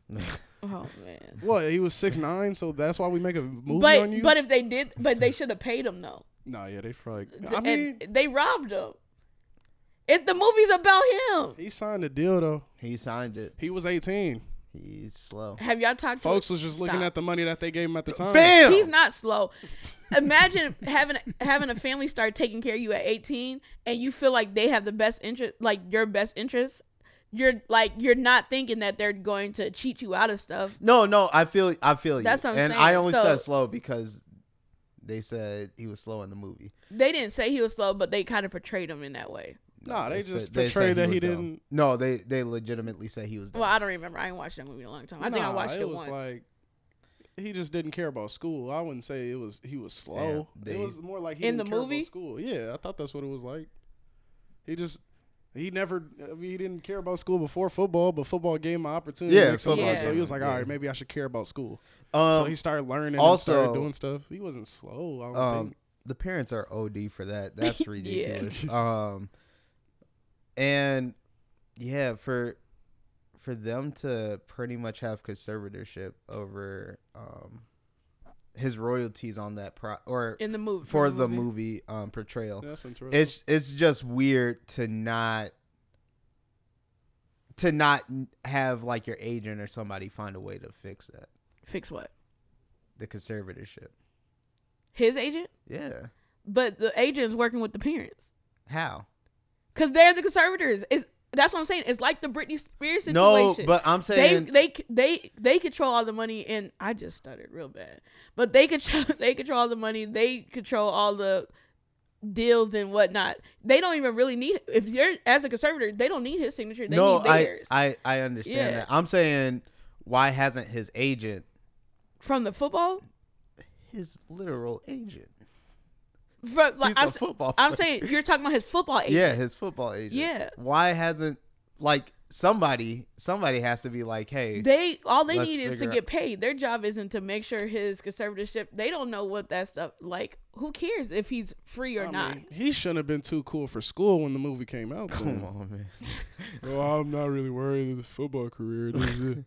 Speaker 2: Oh man.
Speaker 3: What he was six nine, so that's why we make a movie on you.
Speaker 2: But but if they did, but they should have paid him though.
Speaker 3: nah, yeah, they probably. I
Speaker 2: and
Speaker 3: mean,
Speaker 2: they robbed him. If the movie's about him,
Speaker 3: he signed a deal though.
Speaker 1: He signed it.
Speaker 3: He was eighteen.
Speaker 1: He's [LAUGHS] slow.
Speaker 2: have y'all talked?
Speaker 3: Folks
Speaker 2: to
Speaker 3: was just looking
Speaker 2: Stop.
Speaker 3: at the money that they gave him at the time.
Speaker 1: Bam.
Speaker 2: He's not
Speaker 3: [LAUGHS]
Speaker 2: slow. Imagine having having a family start taking care of you at 18, and you feel like they have the best interest, like your best interest. You're like you're not thinking that they're going to cheat you out of stuff.
Speaker 1: no, no. I feel. I feel you.
Speaker 2: That's what I'm
Speaker 1: and
Speaker 2: saying.
Speaker 1: I only
Speaker 2: So-
Speaker 1: said slow because they said he was slow in the movie.
Speaker 2: They didn't say he was slow, but they kind of portrayed him in that way.
Speaker 3: Nah, they, just
Speaker 1: said- they said
Speaker 3: portrayed that
Speaker 1: was
Speaker 3: he
Speaker 1: dumb.
Speaker 3: didn't.
Speaker 1: No, they they legitimately say he was. Dumb.
Speaker 2: Well, I don't remember. I ain't watched that movie in a long time. I think I
Speaker 3: Nah,
Speaker 2: watched it,
Speaker 3: was
Speaker 2: once.
Speaker 3: Like he just didn't care about school. I wouldn't say it was he was slow.
Speaker 1: they-
Speaker 3: it was more like he
Speaker 2: In
Speaker 3: didn't
Speaker 2: the
Speaker 3: care
Speaker 2: movie?
Speaker 3: about school. Yeah, I thought that's what it was like. He just he never I mean, he didn't care about school before football, but football gave him an opportunity.
Speaker 1: Yeah,
Speaker 3: to make something.
Speaker 2: football
Speaker 3: So
Speaker 2: gave
Speaker 3: he was
Speaker 1: him-
Speaker 3: like, all
Speaker 1: yeah.
Speaker 3: right, maybe I should care about school.
Speaker 1: um,
Speaker 3: so he started learning.
Speaker 1: also-
Speaker 3: and started doing stuff. He wasn't slow. I don't
Speaker 1: um
Speaker 3: think.
Speaker 1: the parents are OD for
Speaker 2: [LAUGHS]
Speaker 1: that. That's ridiculous. Um and yeah, for for them to pretty much have conservatorship over um his royalties on that pro or
Speaker 2: in the movie
Speaker 1: for the movie um portrayal.
Speaker 3: That's interesting.
Speaker 1: It's it's just weird to not to not have like your agent or somebody find a way to fix that.
Speaker 2: Fix what?
Speaker 1: the conservatorship.
Speaker 2: His agent,
Speaker 1: Yeah.
Speaker 2: but the agent is working with the parents
Speaker 1: How?
Speaker 2: because they're the conservators. Is that's what I'm saying. It's like the Britney Spears situation.
Speaker 1: No, but I'm
Speaker 2: they
Speaker 1: saying
Speaker 2: they they they control all the money and I just stuttered real bad. But they control [LAUGHS] they control all the money. They control all the deals and whatnot. They don't even really need if you're as a conservator, they don't need his signature. They
Speaker 1: no,
Speaker 2: need
Speaker 1: I,
Speaker 2: theirs
Speaker 1: I I understand
Speaker 2: Yeah.
Speaker 1: that. I'm saying why hasn't his agent
Speaker 2: from the football.
Speaker 1: his literal agent?
Speaker 2: From
Speaker 1: He's
Speaker 2: like I'm,
Speaker 1: a
Speaker 2: sa-
Speaker 1: football
Speaker 2: I'm
Speaker 1: player.
Speaker 2: saying you're talking about his football agent.
Speaker 1: Yeah, his football agent.
Speaker 2: Yeah.
Speaker 1: Why hasn't like somebody somebody has to be like, hey,
Speaker 2: They all they
Speaker 1: Let's
Speaker 2: need is to
Speaker 1: figure out-
Speaker 2: get paid. Their job isn't to make sure his conservatorship. They don't know what that stuff like. Who cares if he's free or
Speaker 3: I
Speaker 2: not?
Speaker 3: mean, he shouldn't have been too cool for school when the movie came out.
Speaker 1: come
Speaker 3: then.
Speaker 1: on, man.
Speaker 3: Well, I'm not really worried of the football career. This is [LAUGHS] it.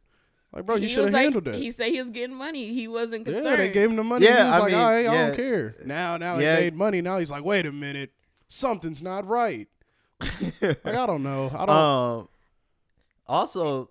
Speaker 3: like, bro, you
Speaker 2: He
Speaker 3: should
Speaker 2: was
Speaker 3: have
Speaker 2: like-
Speaker 3: handled that.
Speaker 2: He said he was getting money. He wasn't concerned.
Speaker 3: Yeah, they gave him the money.
Speaker 1: Yeah,
Speaker 3: he was
Speaker 1: I
Speaker 3: like,
Speaker 1: mean,
Speaker 3: all right, I
Speaker 1: yeah.
Speaker 3: don't care. Now, now
Speaker 1: Yeah.
Speaker 3: he made money. Now he's like, wait a minute, something's
Speaker 1: [LAUGHS]
Speaker 3: not right. like, I don't know. I don't.
Speaker 1: Um also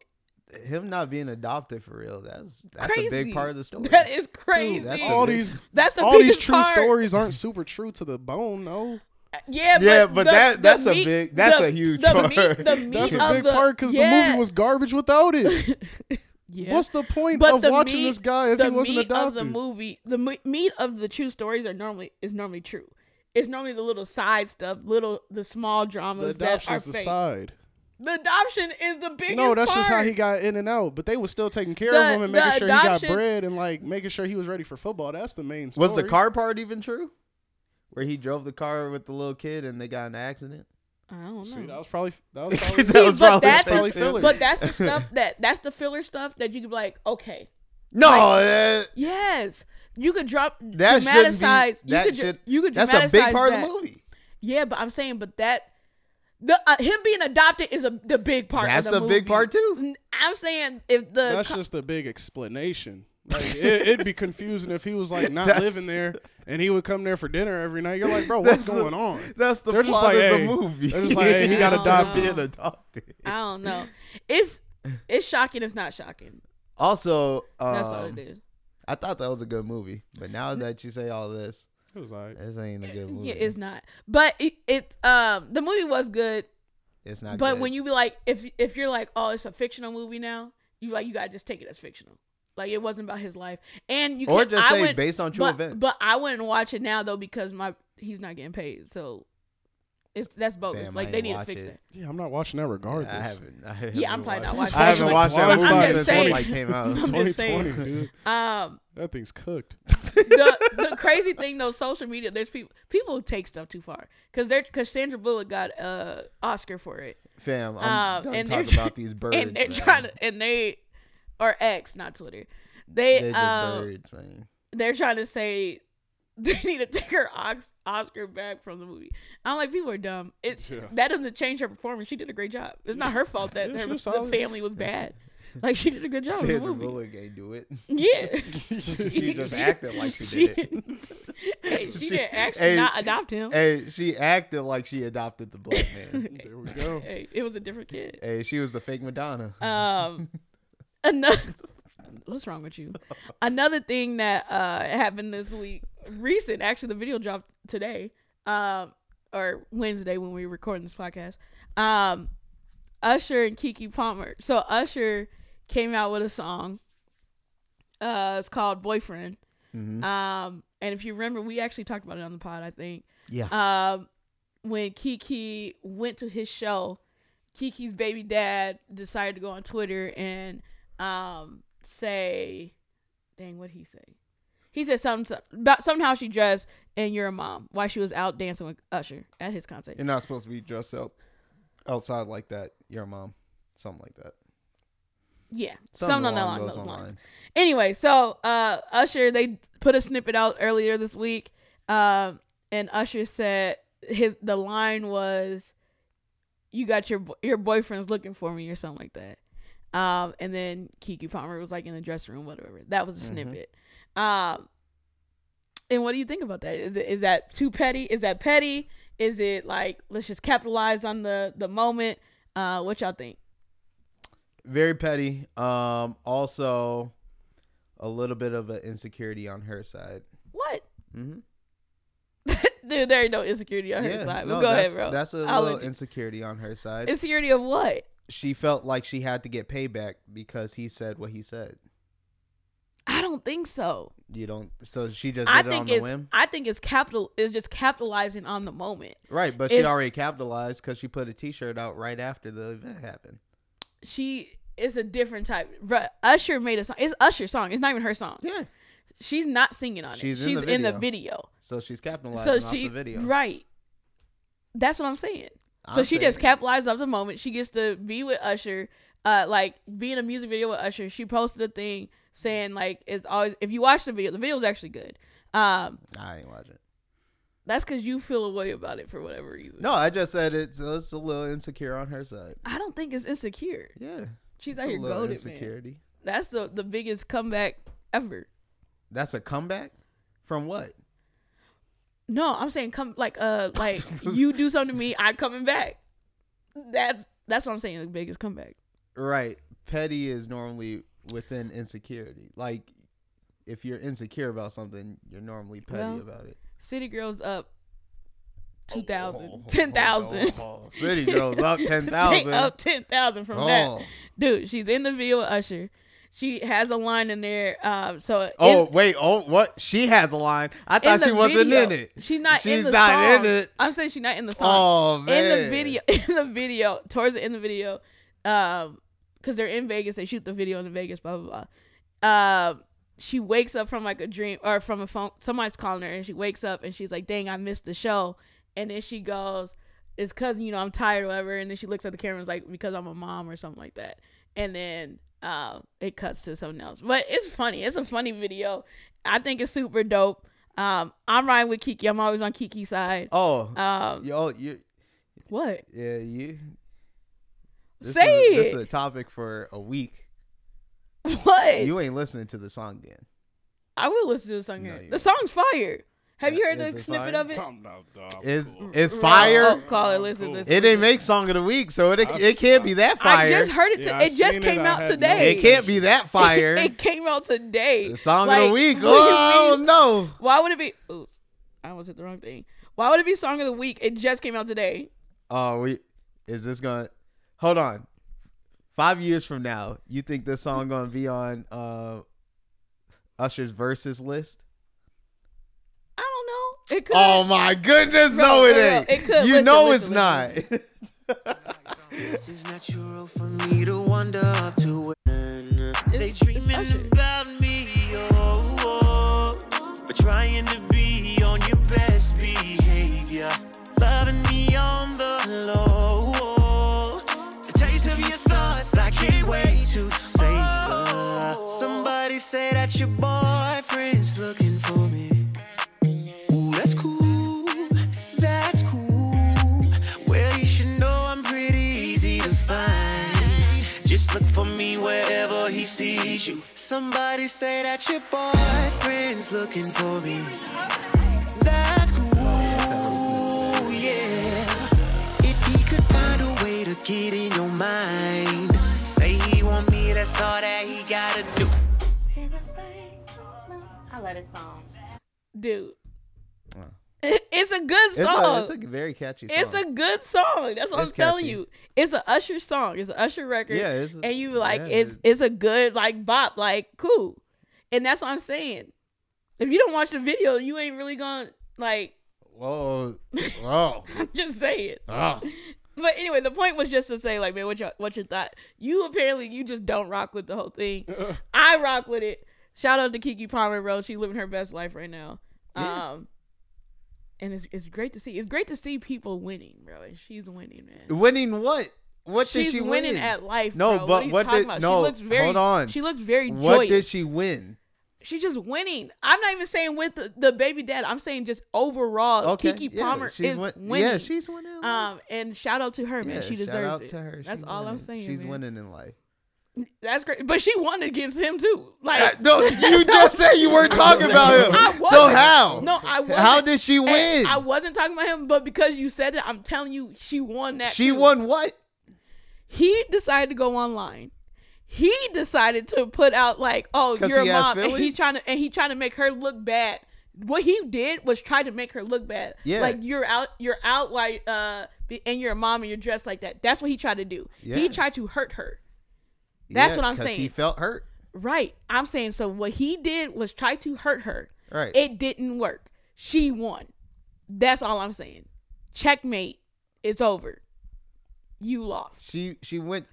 Speaker 1: him not being adopted for real, that's that's
Speaker 2: crazy.
Speaker 1: a big part of the story.
Speaker 2: That is crazy.
Speaker 1: that's
Speaker 2: that's,
Speaker 1: a
Speaker 3: all
Speaker 1: big-
Speaker 3: these,
Speaker 2: the
Speaker 3: all these
Speaker 2: biggest
Speaker 3: true
Speaker 2: part.
Speaker 3: stories aren't super true to the bone. No,
Speaker 2: Yeah, but,
Speaker 1: Yeah, but
Speaker 2: the-
Speaker 1: that-
Speaker 2: the
Speaker 1: that's a
Speaker 2: meat-
Speaker 1: big- that's
Speaker 2: the-
Speaker 1: a huge
Speaker 2: the
Speaker 1: part. [LAUGHS]
Speaker 2: Meat, the meat
Speaker 3: that's a
Speaker 2: of
Speaker 3: big
Speaker 2: the,
Speaker 3: part because the
Speaker 2: yeah.
Speaker 3: movie was garbage without it.
Speaker 2: [LAUGHS] Yeah.
Speaker 3: What's the [LAUGHS] point
Speaker 2: But
Speaker 3: of
Speaker 2: the
Speaker 3: watching
Speaker 2: meat-
Speaker 3: this guy if
Speaker 2: the
Speaker 3: he wasn't
Speaker 2: meat
Speaker 3: adopted?
Speaker 2: Of the movie, the me- meat of the true stories are normally is normally true. It's normally the little side stuff, little the small
Speaker 3: the
Speaker 2: dramas that are
Speaker 3: adoption's the
Speaker 2: fake.
Speaker 3: side.
Speaker 2: The adoption is the [LAUGHS] biggest.
Speaker 3: No, that's
Speaker 2: part.
Speaker 3: just how he got in and out. But they was still taking care
Speaker 2: The-
Speaker 3: of him and
Speaker 2: the
Speaker 3: making sure he
Speaker 2: adoption-
Speaker 3: got bread and like making sure he was ready for football. That's the main story.
Speaker 1: Was the car part even true? Where he drove the car with the little kid and they got in an
Speaker 2: [LAUGHS]
Speaker 1: accident?
Speaker 2: I don't know.
Speaker 3: See, that was probably
Speaker 1: [LAUGHS]
Speaker 3: that was
Speaker 1: That
Speaker 3: probably
Speaker 2: See,
Speaker 1: was
Speaker 2: but
Speaker 1: probably
Speaker 2: that's
Speaker 1: fake
Speaker 3: probably
Speaker 1: too.
Speaker 3: filler.
Speaker 2: But that's the stuff that that's the filler stuff that you could be like, okay,
Speaker 1: No,
Speaker 2: Like-
Speaker 1: that,
Speaker 2: yes, you could drop
Speaker 1: that shouldn't
Speaker 2: dramatize.
Speaker 1: be. That
Speaker 2: you could dr-
Speaker 1: should,
Speaker 2: you could
Speaker 1: That's a big
Speaker 2: dramatize
Speaker 1: part
Speaker 2: that.
Speaker 1: of the movie.
Speaker 2: Yeah, but I'm saying, but that the uh, him being adopted is a the big part.
Speaker 1: That's
Speaker 2: of the
Speaker 1: a big
Speaker 2: movie.
Speaker 1: part too.
Speaker 2: N- [LAUGHS] I'm saying if the
Speaker 3: [LAUGHS] that's
Speaker 2: co-
Speaker 3: just a big explanation. Like it, it'd be confusing if he was like not
Speaker 1: That's-
Speaker 3: living there and he would come there for dinner every night. You're
Speaker 1: [LAUGHS]
Speaker 3: like, bro, what's
Speaker 1: That's the-
Speaker 3: going on?
Speaker 1: That's the
Speaker 3: They're
Speaker 1: plot
Speaker 3: just like,
Speaker 1: of
Speaker 3: hey.
Speaker 1: the movie.
Speaker 3: They're just like,
Speaker 1: [LAUGHS]
Speaker 3: hey, he got
Speaker 2: I don't
Speaker 1: adopted.
Speaker 2: know.
Speaker 1: Being adopted.
Speaker 2: I don't know. It's it's shocking. It's not shocking.
Speaker 1: Also,
Speaker 2: That's all
Speaker 1: um,
Speaker 2: it is.
Speaker 1: I thought that was a good movie, but now that you say all this,
Speaker 3: It was like
Speaker 1: this ain't a good movie.
Speaker 2: Yeah, it's not. But it, it um the movie was good.
Speaker 1: It's not.
Speaker 2: but
Speaker 1: good.
Speaker 2: when you be like if if you're like oh it's a fictional movie now you like you gotta just take it as fictional. Like it wasn't about his life, and you
Speaker 1: Or
Speaker 2: can't-
Speaker 1: just
Speaker 2: I
Speaker 1: say
Speaker 2: wouldn't-
Speaker 1: based on true
Speaker 2: but,
Speaker 1: events.
Speaker 2: But I wouldn't watch it now though because my he's not getting paid, so it's that's bogus.
Speaker 1: Fam, I
Speaker 2: like they
Speaker 1: ain't
Speaker 2: need to
Speaker 1: watch
Speaker 2: fix
Speaker 1: it.
Speaker 2: that.
Speaker 3: yeah, I'm not watching that
Speaker 1: I
Speaker 3: regardless.
Speaker 1: haven't. I haven't
Speaker 2: Yeah, I'm probably not
Speaker 1: watched
Speaker 2: watching.
Speaker 1: it. I haven't
Speaker 3: Like,
Speaker 1: watched that
Speaker 3: Blind
Speaker 1: movie
Speaker 3: Side
Speaker 1: since
Speaker 3: is
Speaker 1: it
Speaker 3: saying-
Speaker 1: like came
Speaker 2: [LAUGHS]
Speaker 1: out.
Speaker 2: [LAUGHS] I'm just saying.
Speaker 3: 2020, dude.
Speaker 2: Um,
Speaker 3: That
Speaker 2: [LAUGHS]
Speaker 3: thing's cooked.
Speaker 2: the the crazy thing though, social media. There's people people take stuff too far because they're because Sandra Bullock got a Oscar for it,
Speaker 1: Fam, I'm
Speaker 2: Um,
Speaker 1: done
Speaker 2: and they're
Speaker 1: talking
Speaker 2: tr-
Speaker 1: about these birds.
Speaker 2: [LAUGHS] and they're
Speaker 1: man.
Speaker 2: trying to and they or X, not Twitter. They
Speaker 1: They're just
Speaker 2: um,
Speaker 1: birds,
Speaker 2: [LAUGHS]
Speaker 1: man. [LAUGHS]
Speaker 2: they're trying to say [LAUGHS] they need to take her Ox- Oscar back from the movie. I'm like, people are dumb. It
Speaker 3: Yeah.
Speaker 2: that doesn't change her performance. She did a great job. It's not her fault that
Speaker 3: [LAUGHS] Yeah,
Speaker 2: her
Speaker 3: she was
Speaker 2: the
Speaker 3: solid.
Speaker 2: family was bad. Like she did a good job
Speaker 1: Sandra
Speaker 2: in the movie.
Speaker 1: Bullock ain't do
Speaker 2: [LAUGHS]
Speaker 1: it.
Speaker 2: Yeah,
Speaker 1: [LAUGHS] She just acted like
Speaker 2: [LAUGHS]
Speaker 1: she did it.
Speaker 2: Hey, she,
Speaker 1: She-
Speaker 2: didn't actually
Speaker 1: hey,
Speaker 2: not adopt him. Hey.
Speaker 1: Hey, she acted like she adopted the black
Speaker 2: [LAUGHS]
Speaker 1: man.
Speaker 3: There we go.
Speaker 2: it was a
Speaker 1: [LAUGHS]
Speaker 2: different kid.
Speaker 1: hey, she was the fake Madonna.
Speaker 2: Um, another. [LAUGHS] What's wrong with you? Another thing that uh happened this week, recent actually, the video dropped today, um, or Wednesday when we were recording this podcast. Um, Usher and Kiki Palmer. So Usher came out with a song. Uh, it's called Boyfriend. Um, and if you remember, we actually talked about it on the pod, I think.
Speaker 1: Yeah.
Speaker 2: Um, when Kiki went to his show, Kiki's baby dad decided to go on Twitter and um say, dang, what he say? He said something about somehow she dressed and you're a mom while she was out dancing with Usher at his concert.
Speaker 1: You're not supposed to be dressed out outside like that. Your mom, something like that.
Speaker 2: Yeah, something, on that
Speaker 1: along
Speaker 2: line. Those
Speaker 1: those
Speaker 2: lines.
Speaker 1: lines.
Speaker 2: Anyway, so uh, Usher, they put a snippet out earlier this week, um, and Usher said his the line was, "You got your bo- your boyfriend's looking for me" or something like that. Um, and then Kiki Palmer was like in the dressing room, whatever. That was a snippet. Um, and what do you think about that? Is it, is that too petty? Is that petty? Is it like let's just capitalize on the the moment? Uh, what y'all think?
Speaker 1: Very petty. Um, also, a little bit of an insecurity on her side.
Speaker 2: What?
Speaker 1: Mm-hmm.
Speaker 2: [LAUGHS] Dude, there ain't no insecurity on her side. But go
Speaker 1: that's,
Speaker 2: ahead, bro.
Speaker 1: That's a
Speaker 2: I'll
Speaker 1: little
Speaker 2: let you-
Speaker 1: insecurity on her side.
Speaker 2: insecurity of what?
Speaker 1: she felt like she had to get payback because he said what he said.
Speaker 2: I don't think so.
Speaker 1: You don't. So she just did
Speaker 2: I
Speaker 1: it on
Speaker 2: think
Speaker 1: the
Speaker 2: it's
Speaker 1: whim,
Speaker 2: I think it's capital is just capitalizing on the moment.
Speaker 1: right? But she
Speaker 2: it's-
Speaker 1: already capitalized because she put a T-shirt out right after the event happened.
Speaker 2: She is a different type. Bruh, Usher made a song. It's Usher's song. It's not even her song.
Speaker 1: Yeah.
Speaker 2: She's not singing on
Speaker 1: She's in
Speaker 2: it. She's
Speaker 1: the
Speaker 2: in the
Speaker 1: video.
Speaker 2: video.
Speaker 1: So she's capitalizing
Speaker 2: So
Speaker 1: off
Speaker 2: she
Speaker 1: the video.
Speaker 2: right. That's what I'm saying. So
Speaker 1: I'm
Speaker 2: she just
Speaker 1: saying-
Speaker 2: capitalized off the moment. She gets to be with Usher, uh, like be in a music video with Usher. She posted a thing saying like it's always if you watch the video, the video was actually good. Um,
Speaker 1: I ain't watching.
Speaker 2: that's because you feel a way about it for whatever reason.
Speaker 1: No, I just said it's it's a little insecure on her side.
Speaker 2: I don't think it's insecure.
Speaker 1: Yeah.
Speaker 2: She's
Speaker 1: it's
Speaker 2: out
Speaker 1: a
Speaker 2: here
Speaker 1: little
Speaker 2: goaded, man.
Speaker 1: insecurity.
Speaker 2: That's the the biggest comeback ever.
Speaker 1: That's a comeback from what?
Speaker 2: No, I'm saying come like
Speaker 1: [LAUGHS]
Speaker 2: uh like you do something to me, I'm coming back. That's that's what I'm saying. The biggest comeback.
Speaker 1: Right. Petty is normally within insecurity. Like if you're insecure about something, you're normally petty
Speaker 2: Well,
Speaker 1: about it.
Speaker 2: City girls up two
Speaker 1: Oh,
Speaker 2: thousand,
Speaker 1: oh,
Speaker 2: ten thousand.
Speaker 1: oh, oh. [LAUGHS] City girls
Speaker 2: [LAUGHS]
Speaker 1: up ten thousand. Oh.
Speaker 2: up ten thousand from that. Dude, she's in the video with Usher. She has a line in there. Um, so in-
Speaker 1: Oh wait, oh what? She has a line. I
Speaker 2: in
Speaker 1: thought
Speaker 2: the
Speaker 1: she wasn't
Speaker 2: video.
Speaker 1: in it.
Speaker 2: She's not in
Speaker 1: She's
Speaker 2: the
Speaker 1: not in
Speaker 2: song.
Speaker 1: it.
Speaker 2: I'm saying she's not in the song.
Speaker 1: Oh man.
Speaker 2: in the video, [LAUGHS] in the video, towards the end of the video, um, because they're in Vegas, they shoot the video in Vegas, blah blah blah. Um, she wakes up from like a dream or from a phone. Somebody's calling her, and she wakes up and she's like, "Dang, I missed the show." And then she goes, "It's cause you know I'm tired, or whatever." And then she looks at the camera, and is like, "Because I'm a mom or something like that." And then uh, it cuts to something else, but it's funny. It's a funny video. I think it's super dope. Um, I'm riding with Kiki. I'm always on Kiki's side.
Speaker 1: Oh,
Speaker 2: Um,
Speaker 1: yo, you,
Speaker 2: what?
Speaker 1: yeah, you. This
Speaker 2: Say
Speaker 1: is a, This
Speaker 2: it.
Speaker 1: is a topic for a week.
Speaker 2: [LAUGHS] What?
Speaker 1: You ain't listening to the song then.
Speaker 2: I will listen to the song.
Speaker 1: No,
Speaker 2: here.
Speaker 1: you
Speaker 2: the song's fire. Have
Speaker 1: Yeah,
Speaker 2: you heard
Speaker 1: is
Speaker 2: the
Speaker 1: it
Speaker 2: snippet
Speaker 1: fire?
Speaker 2: of it?
Speaker 3: Something about dog.
Speaker 1: It's
Speaker 3: cool.
Speaker 1: it's
Speaker 2: No,
Speaker 1: fire.
Speaker 2: oh, call it. Listen,
Speaker 3: Cool.
Speaker 2: listen.
Speaker 1: It didn't make song of the week, so it it can't be that
Speaker 2: I
Speaker 1: fire.
Speaker 2: just heard it. To,
Speaker 3: Yeah, I
Speaker 2: it just
Speaker 3: seen
Speaker 2: came
Speaker 3: it. I
Speaker 2: out
Speaker 3: had no
Speaker 2: today.
Speaker 1: It can't be [LAUGHS] that
Speaker 3: [LAUGHS]
Speaker 1: fire.
Speaker 2: it came out today.
Speaker 1: the song of
Speaker 2: Like,
Speaker 1: the [LAUGHS] week.
Speaker 2: what do you
Speaker 1: Oh
Speaker 2: mean?
Speaker 1: no.
Speaker 2: Why would it be? Oops, I almost hit the wrong thing. Why would it be song of the week? It just came out today.
Speaker 1: Oh, we is this gonna? Hold on. Five years from now, you think this song gonna be on uh, Usher's verses list?
Speaker 2: I don't know. It could.
Speaker 1: [LAUGHS] Oh my goodness,
Speaker 2: No,
Speaker 1: no, it
Speaker 2: no, no,
Speaker 1: ain't.
Speaker 2: it could.
Speaker 1: You
Speaker 2: Listen,
Speaker 1: know
Speaker 2: listen,
Speaker 1: it's
Speaker 9: This is natural for me to wonder up to when they
Speaker 2: It's- it's Usher.
Speaker 9: dreaming about me. Oh, oh, but trying to be on your best behavior, loving me on the low. oh. The taste of your thoughts, I can't wait to savor. Somebody say that your boyfriend's looking for me. Ooh, that's cool. That's cool. Well, you should know I'm pretty easy to find. Just look for me wherever he sees you. Somebody say that your boyfriend's looking for me. That's cool. Yeah. If he could find a way to get in your mind, say he want me. That's all that he gotta do.
Speaker 10: I love this song.
Speaker 2: dude.
Speaker 1: Wow.
Speaker 2: [LAUGHS] It's a good song.
Speaker 1: not. [LAUGHS] it's, a, it's a very catchy song.
Speaker 2: It's a good song. That's what
Speaker 1: It's
Speaker 2: I'm telling
Speaker 1: catchy.
Speaker 2: you. It's a Usher song. It's an Usher record.
Speaker 1: Yeah, it's a-
Speaker 2: and you like
Speaker 1: yeah,
Speaker 2: it's
Speaker 1: it-
Speaker 2: it's a good like bop like cool, and that's what I'm saying. If you don't watch the video, you ain't really gonna like. [LAUGHS]
Speaker 1: whoa, [LAUGHS] whoa,
Speaker 2: I'm just saying.
Speaker 1: oh.
Speaker 2: But anyway, the point was just to say like, man, what your what your thought? You apparently you just don't rock with the whole
Speaker 1: [LAUGHS]
Speaker 2: thing. I rock with it. Shout out to Kiki Palmer, bro. She's living her best life right now.
Speaker 1: Yeah.
Speaker 2: Um, and it's it's great to see. It's great to see people winning, bro. And she's winning, man.
Speaker 1: Winning what? What
Speaker 2: she's
Speaker 1: did she win?
Speaker 2: winning at life.
Speaker 1: No, but
Speaker 2: bro. what, are you
Speaker 1: what
Speaker 2: talking
Speaker 1: did-
Speaker 2: about?
Speaker 1: no,
Speaker 2: she looks very,
Speaker 1: hold on.
Speaker 2: She looks very joyous.
Speaker 1: what did she win?
Speaker 2: She's just winning. I'm not even saying with the, the baby dad. I'm saying just overall.
Speaker 1: Okay,
Speaker 2: Kiki
Speaker 1: yeah,
Speaker 2: Palmer
Speaker 1: she's
Speaker 2: is
Speaker 1: win-
Speaker 2: winning.
Speaker 1: Yeah, she's winning. at life.
Speaker 2: um and shout out to her, man.
Speaker 1: Yeah,
Speaker 2: she
Speaker 1: shout
Speaker 2: deserves
Speaker 1: out
Speaker 2: it.
Speaker 1: To her.
Speaker 2: That's
Speaker 1: She's
Speaker 2: all I'm
Speaker 1: winning.
Speaker 2: saying.
Speaker 1: She's
Speaker 2: man.
Speaker 1: winning in life.
Speaker 2: That's great. But she won against him too.
Speaker 1: [LAUGHS] Uh,
Speaker 2: Like
Speaker 1: no,
Speaker 2: [LAUGHS]
Speaker 1: you just said you [LAUGHS] weren't talking about him.
Speaker 2: I wasn't.
Speaker 1: So how?
Speaker 2: No, I wasn't.
Speaker 1: How did she
Speaker 2: Hey,
Speaker 1: win?
Speaker 2: I wasn't talking about him, but because you said it, I'm telling you, she won that.
Speaker 1: she
Speaker 2: too.
Speaker 1: won what?
Speaker 2: He decided to go online. he decided to put out like, "Oh,
Speaker 1: 'Cause
Speaker 2: you're
Speaker 1: he
Speaker 2: a
Speaker 1: has
Speaker 2: mom," and he
Speaker 1: feelings?
Speaker 2: trying to and he trying to make her look bad. What he did was try to make her look bad.
Speaker 1: Yeah.
Speaker 2: like you're out, you're out, like uh, be- and you're a mom and you're dressed like that. That's what he tried to do.
Speaker 1: Yeah.
Speaker 2: He tried to hurt her. That's what I'm
Speaker 1: 'cause He
Speaker 2: saying.
Speaker 1: felt hurt.
Speaker 2: Right. I'm saying so. What he did was try to hurt her.
Speaker 1: Right.
Speaker 2: It didn't work. She won. That's all I'm saying. Checkmate. It's over. You lost.
Speaker 1: she she went.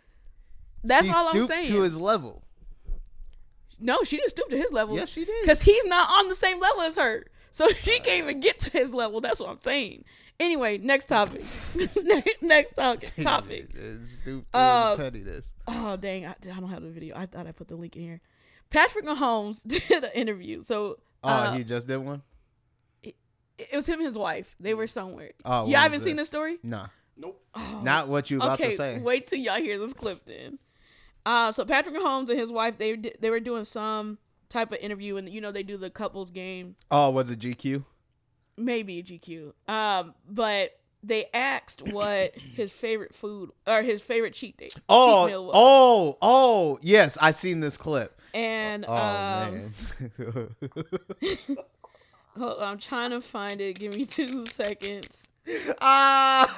Speaker 2: That's
Speaker 1: she
Speaker 2: all I'm
Speaker 1: stooped
Speaker 2: saying.
Speaker 1: to his level.
Speaker 2: no, she didn't stoop to his level.
Speaker 1: Yes, she did.
Speaker 2: Because he's not on the same level as her. So [LAUGHS] she can't even get to his level. That's what I'm saying. Anyway,
Speaker 1: [LAUGHS]
Speaker 2: next topic. [LAUGHS] next topic. topic.
Speaker 1: Stooped to
Speaker 2: Uh,
Speaker 1: pettiness.
Speaker 2: Oh dang! I, I don't have the video. I thought I put the link in here. Patrick Mahomes [LAUGHS] did an interview. So
Speaker 1: Oh,
Speaker 2: uh,
Speaker 1: he just did one.
Speaker 2: it was him and his wife. They were somewhere.
Speaker 1: Oh,
Speaker 2: y'all
Speaker 1: what
Speaker 2: haven't
Speaker 1: is
Speaker 2: seen
Speaker 1: this?
Speaker 2: this story?
Speaker 1: Nah,
Speaker 3: Nope.
Speaker 1: not what you about
Speaker 2: oh, okay,
Speaker 1: to say.
Speaker 2: wait till y'all hear this clip then. Uh, so Patrick Mahomes and his wife they di- they were doing some type of interview, and you know they do the couples game,
Speaker 1: Oh, was it GQ?
Speaker 2: maybe GQ. Um, but they asked
Speaker 1: [COUGHS]
Speaker 2: what his favorite food or his favorite cheat day
Speaker 1: Oh,
Speaker 2: cheat meal was,
Speaker 1: oh, oh, yes, I seen this clip.
Speaker 2: and
Speaker 1: Oh
Speaker 2: um, [LAUGHS]
Speaker 1: man, [LAUGHS]
Speaker 2: hold on, I'm trying to find it. Give me two seconds.
Speaker 1: ah,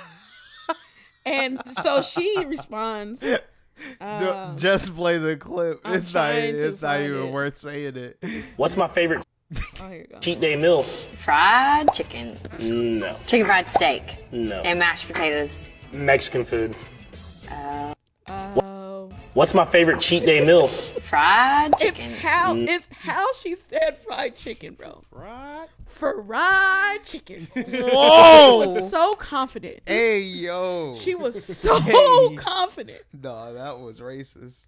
Speaker 2: And so
Speaker 1: [LAUGHS]
Speaker 2: she responds.
Speaker 1: no,
Speaker 2: um,
Speaker 1: just play the clip.
Speaker 2: I'm
Speaker 1: it's not.
Speaker 2: trying to
Speaker 1: It's not
Speaker 2: find
Speaker 1: even
Speaker 2: it.
Speaker 1: worth saying it.
Speaker 10: What's my favorite
Speaker 2: oh, here you go.
Speaker 10: cheat day meal?
Speaker 11: Fried chicken,
Speaker 10: No,
Speaker 11: chicken fried steak,
Speaker 10: no.
Speaker 11: and mashed potatoes.
Speaker 10: Mexican food.
Speaker 2: Oh.
Speaker 10: What's my favorite cheat day meal?
Speaker 11: Fried
Speaker 2: It's
Speaker 11: chicken.
Speaker 2: how
Speaker 1: Mm.
Speaker 2: it's how she said fried chicken, bro.
Speaker 3: Right.
Speaker 1: [LAUGHS]
Speaker 2: Fried chicken.
Speaker 1: Whoa!
Speaker 2: so confident.
Speaker 1: Oh, hey yo,
Speaker 2: [LAUGHS]
Speaker 1: [LAUGHS]
Speaker 2: She was so
Speaker 1: Hey. [LAUGHS]
Speaker 2: confident. [LAUGHS]
Speaker 1: nah, that was racist.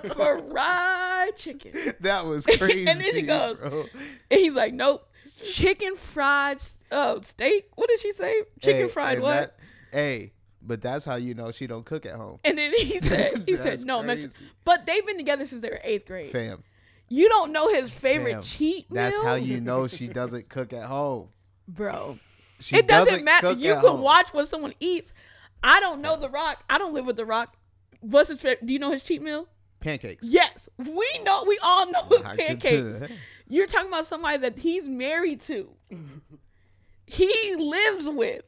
Speaker 2: Fried chicken.
Speaker 1: that was crazy.
Speaker 2: [LAUGHS] And then she goes,
Speaker 1: bro.
Speaker 2: And he's like, nope. Chicken fried uh, steak. What did she say? Chicken
Speaker 1: Hey,
Speaker 2: fried
Speaker 1: and
Speaker 2: what?
Speaker 1: that- hey, but that's how you know she don't cook at home,
Speaker 2: and then
Speaker 1: [LAUGHS]
Speaker 2: he said, he said
Speaker 1: That's
Speaker 2: no Mexican.
Speaker 1: crazy.
Speaker 2: But they've been together since they were eighth grade.
Speaker 1: fam.
Speaker 2: You don't know his favorite
Speaker 1: Fam,
Speaker 2: cheat
Speaker 1: That's
Speaker 2: meal,
Speaker 1: how you
Speaker 2: [LAUGHS]
Speaker 1: know she doesn't cook at home.
Speaker 2: bro.
Speaker 1: She
Speaker 2: it doesn't, matter.
Speaker 1: cook
Speaker 2: You
Speaker 1: at
Speaker 2: can
Speaker 1: home.
Speaker 2: watch what someone eats. I don't know The Rock. I don't live with The Rock. What's his? fa- Do you know his cheat meal?
Speaker 1: pancakes.
Speaker 2: Yes, we know. We all know [LAUGHS] his
Speaker 1: I could do
Speaker 2: pancakes.
Speaker 1: that.
Speaker 2: You're talking about somebody that he's
Speaker 1: [LAUGHS]
Speaker 2: married to. he lives with.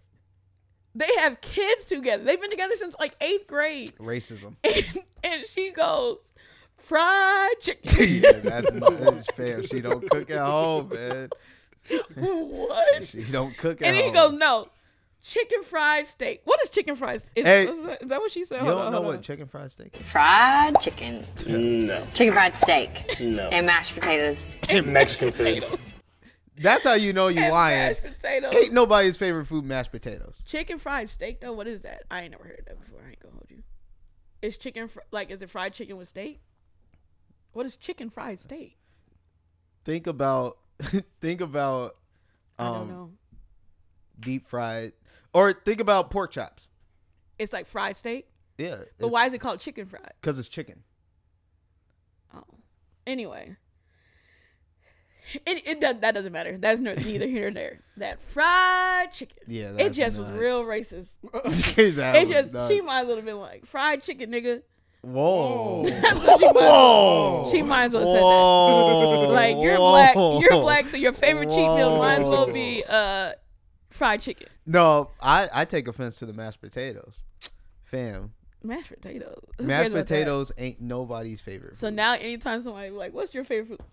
Speaker 2: They have kids together. They've been together since like eighth grade. [LAUGHS]
Speaker 1: Racism.
Speaker 2: And, and she goes, fried chicken.
Speaker 1: [LAUGHS] Yeah, that's not that's fair. She don't cook at home, man.
Speaker 2: [LAUGHS] what?
Speaker 1: She don't cook at
Speaker 2: And then he
Speaker 1: home.
Speaker 2: goes, no, chicken fried steak. What is chicken fried? Is,
Speaker 1: Hey.
Speaker 2: is, that, is that what she said?
Speaker 1: you
Speaker 2: Hold
Speaker 1: don't
Speaker 2: on,
Speaker 1: know
Speaker 2: hold
Speaker 1: what
Speaker 2: on.
Speaker 1: chicken fried steak is?
Speaker 11: Fried chicken,
Speaker 10: No,
Speaker 11: chicken fried steak,
Speaker 10: no.
Speaker 11: and mashed potatoes.
Speaker 10: Mexican food.
Speaker 2: potatoes.
Speaker 1: That's how you know you
Speaker 2: And
Speaker 1: lying.
Speaker 2: mashed potatoes.
Speaker 1: Ain't nobody's favorite food mashed potatoes.
Speaker 2: Chicken fried steak though. What is that? I ain't never heard of that before. I ain't gonna hold you. Is chicken fr- like is it fried chicken with steak? What is chicken fried steak?
Speaker 1: Think about [LAUGHS] think about
Speaker 2: I don't
Speaker 1: um
Speaker 2: know.
Speaker 1: deep fried or think about pork chops.
Speaker 2: It's like fried steak,
Speaker 1: Yeah.
Speaker 2: but why is it called chicken fried?
Speaker 1: Because it's chicken.
Speaker 2: Oh, anyway, it, it does that doesn't matter. That's no, neither
Speaker 1: [LAUGHS]
Speaker 2: here nor there. That fried chicken.
Speaker 1: Yeah,
Speaker 2: it
Speaker 1: that's
Speaker 2: just was
Speaker 1: [LAUGHS]
Speaker 2: real
Speaker 1: nuts.
Speaker 2: racist.
Speaker 1: that
Speaker 2: It
Speaker 1: was
Speaker 2: just she
Speaker 1: nuts.
Speaker 2: might as well have been like fried chicken, nigga.
Speaker 1: Whoa.
Speaker 2: That's what she might.
Speaker 1: Whoa.
Speaker 2: [LAUGHS] She might as well have said that.
Speaker 1: Whoa.
Speaker 2: Like you're black, you're black, so your favorite cheat meal might as well be uh, fried chicken,
Speaker 1: No, I, I take offense to the mashed potatoes. Fam,
Speaker 2: mashed potatoes, Who cares
Speaker 1: mashed
Speaker 2: about that?
Speaker 1: potatoes ain't nobody's favorite.
Speaker 2: So now, anytime somebody be like, "What's your favorite food?"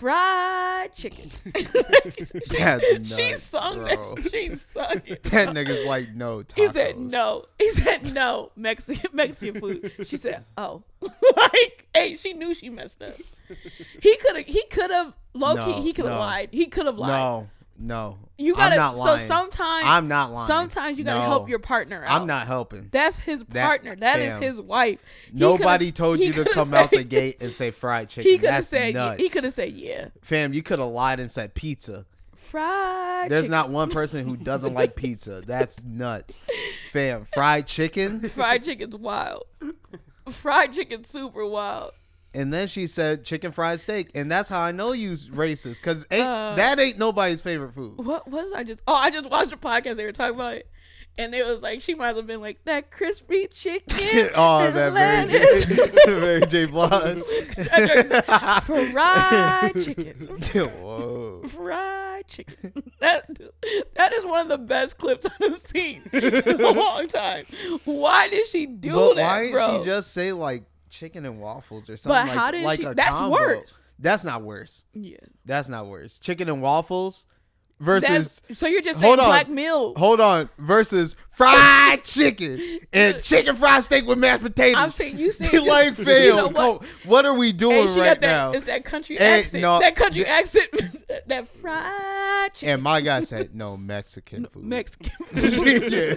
Speaker 2: Fried chicken. [LAUGHS]
Speaker 1: That's
Speaker 2: she
Speaker 1: nuts,
Speaker 2: sung
Speaker 1: bro.
Speaker 2: that. She sung
Speaker 1: [LAUGHS] [LAUGHS]
Speaker 2: it.
Speaker 1: that nigga's like, no, tacos.
Speaker 2: [LAUGHS] He said no. He said no. Mexican [LAUGHS] Mexican food. She said, "Oh, [LAUGHS] like hey, she knew she
Speaker 1: [LAUGHS]
Speaker 2: messed up. He could have. He could have. Low
Speaker 1: No,
Speaker 2: key, he could have
Speaker 1: no.
Speaker 2: lied. He could have lied.
Speaker 1: No, no.
Speaker 2: You gotta.
Speaker 1: I'm not lying.
Speaker 2: So sometimes
Speaker 1: I'm not lying.
Speaker 2: Sometimes you gotta
Speaker 1: No.
Speaker 2: help your partner out.
Speaker 1: I'm not helping.
Speaker 2: That's his
Speaker 1: That-
Speaker 2: partner. That is
Speaker 1: fam.
Speaker 2: his wife. He
Speaker 1: Nobody
Speaker 2: could've-
Speaker 1: told
Speaker 2: he
Speaker 1: you to
Speaker 2: could've
Speaker 1: come out the
Speaker 2: [LAUGHS] said-
Speaker 1: gate and say fried chicken.
Speaker 2: He could have
Speaker 1: That's
Speaker 2: said.
Speaker 1: nuts.
Speaker 2: He could have said yeah.
Speaker 1: Fam, you could have lied and said pizza.
Speaker 2: Fried.
Speaker 1: There's
Speaker 2: chicken.
Speaker 1: not one person who doesn't like pizza. That's nuts. Fam, fried chicken?
Speaker 2: [LAUGHS] fried chicken's wild. [LAUGHS] fried chicken super wild.
Speaker 1: And then she said chicken fried steak, and that's how I know you's racist, cause ain't,
Speaker 2: Uh,
Speaker 1: that ain't nobody's favorite food.
Speaker 2: What? What did I just? Oh, I just watched a podcast. They were talking about it, And it was like she might have been like that crispy chicken.
Speaker 1: [LAUGHS] oh,
Speaker 2: and
Speaker 1: that Mary J. [LAUGHS] Mary J. Blige.
Speaker 2: [LAUGHS] lettuce." [LAUGHS] fried chicken.
Speaker 1: Whoa.
Speaker 2: Fried chicken. That that is one of the best clips I've seen in
Speaker 1: [LAUGHS]
Speaker 2: a long time. Why did she do
Speaker 1: but
Speaker 2: that,
Speaker 1: why didn't
Speaker 2: bro?
Speaker 1: she just say like chicken and waffles or something? like,
Speaker 2: how did
Speaker 1: like
Speaker 2: she-
Speaker 1: a
Speaker 2: that's
Speaker 1: combo?
Speaker 2: worse.
Speaker 1: That's not worse.
Speaker 2: yeah.
Speaker 1: That's not worse. Chicken and waffles versus.
Speaker 2: That's- so you're just saying
Speaker 1: Hold on.
Speaker 2: black meal.
Speaker 1: Hold on. Versus fried chicken
Speaker 2: [LAUGHS]
Speaker 1: and chicken fried steak with mashed potatoes.
Speaker 2: I'm
Speaker 1: [LAUGHS]
Speaker 2: saying you said
Speaker 1: like
Speaker 2: [LAUGHS] you
Speaker 1: fail.
Speaker 2: know what?
Speaker 1: Co- what are we doing
Speaker 2: And she
Speaker 1: right
Speaker 2: got that,
Speaker 1: now?
Speaker 2: It's that country
Speaker 1: Hey,
Speaker 2: accent.
Speaker 1: no,
Speaker 2: that country
Speaker 1: th-
Speaker 2: accent. [LAUGHS] that- that fried chicken.
Speaker 1: And my
Speaker 2: [LAUGHS]
Speaker 1: guy said, "No Mexican food."
Speaker 2: Mexican
Speaker 1: [LAUGHS] yeah,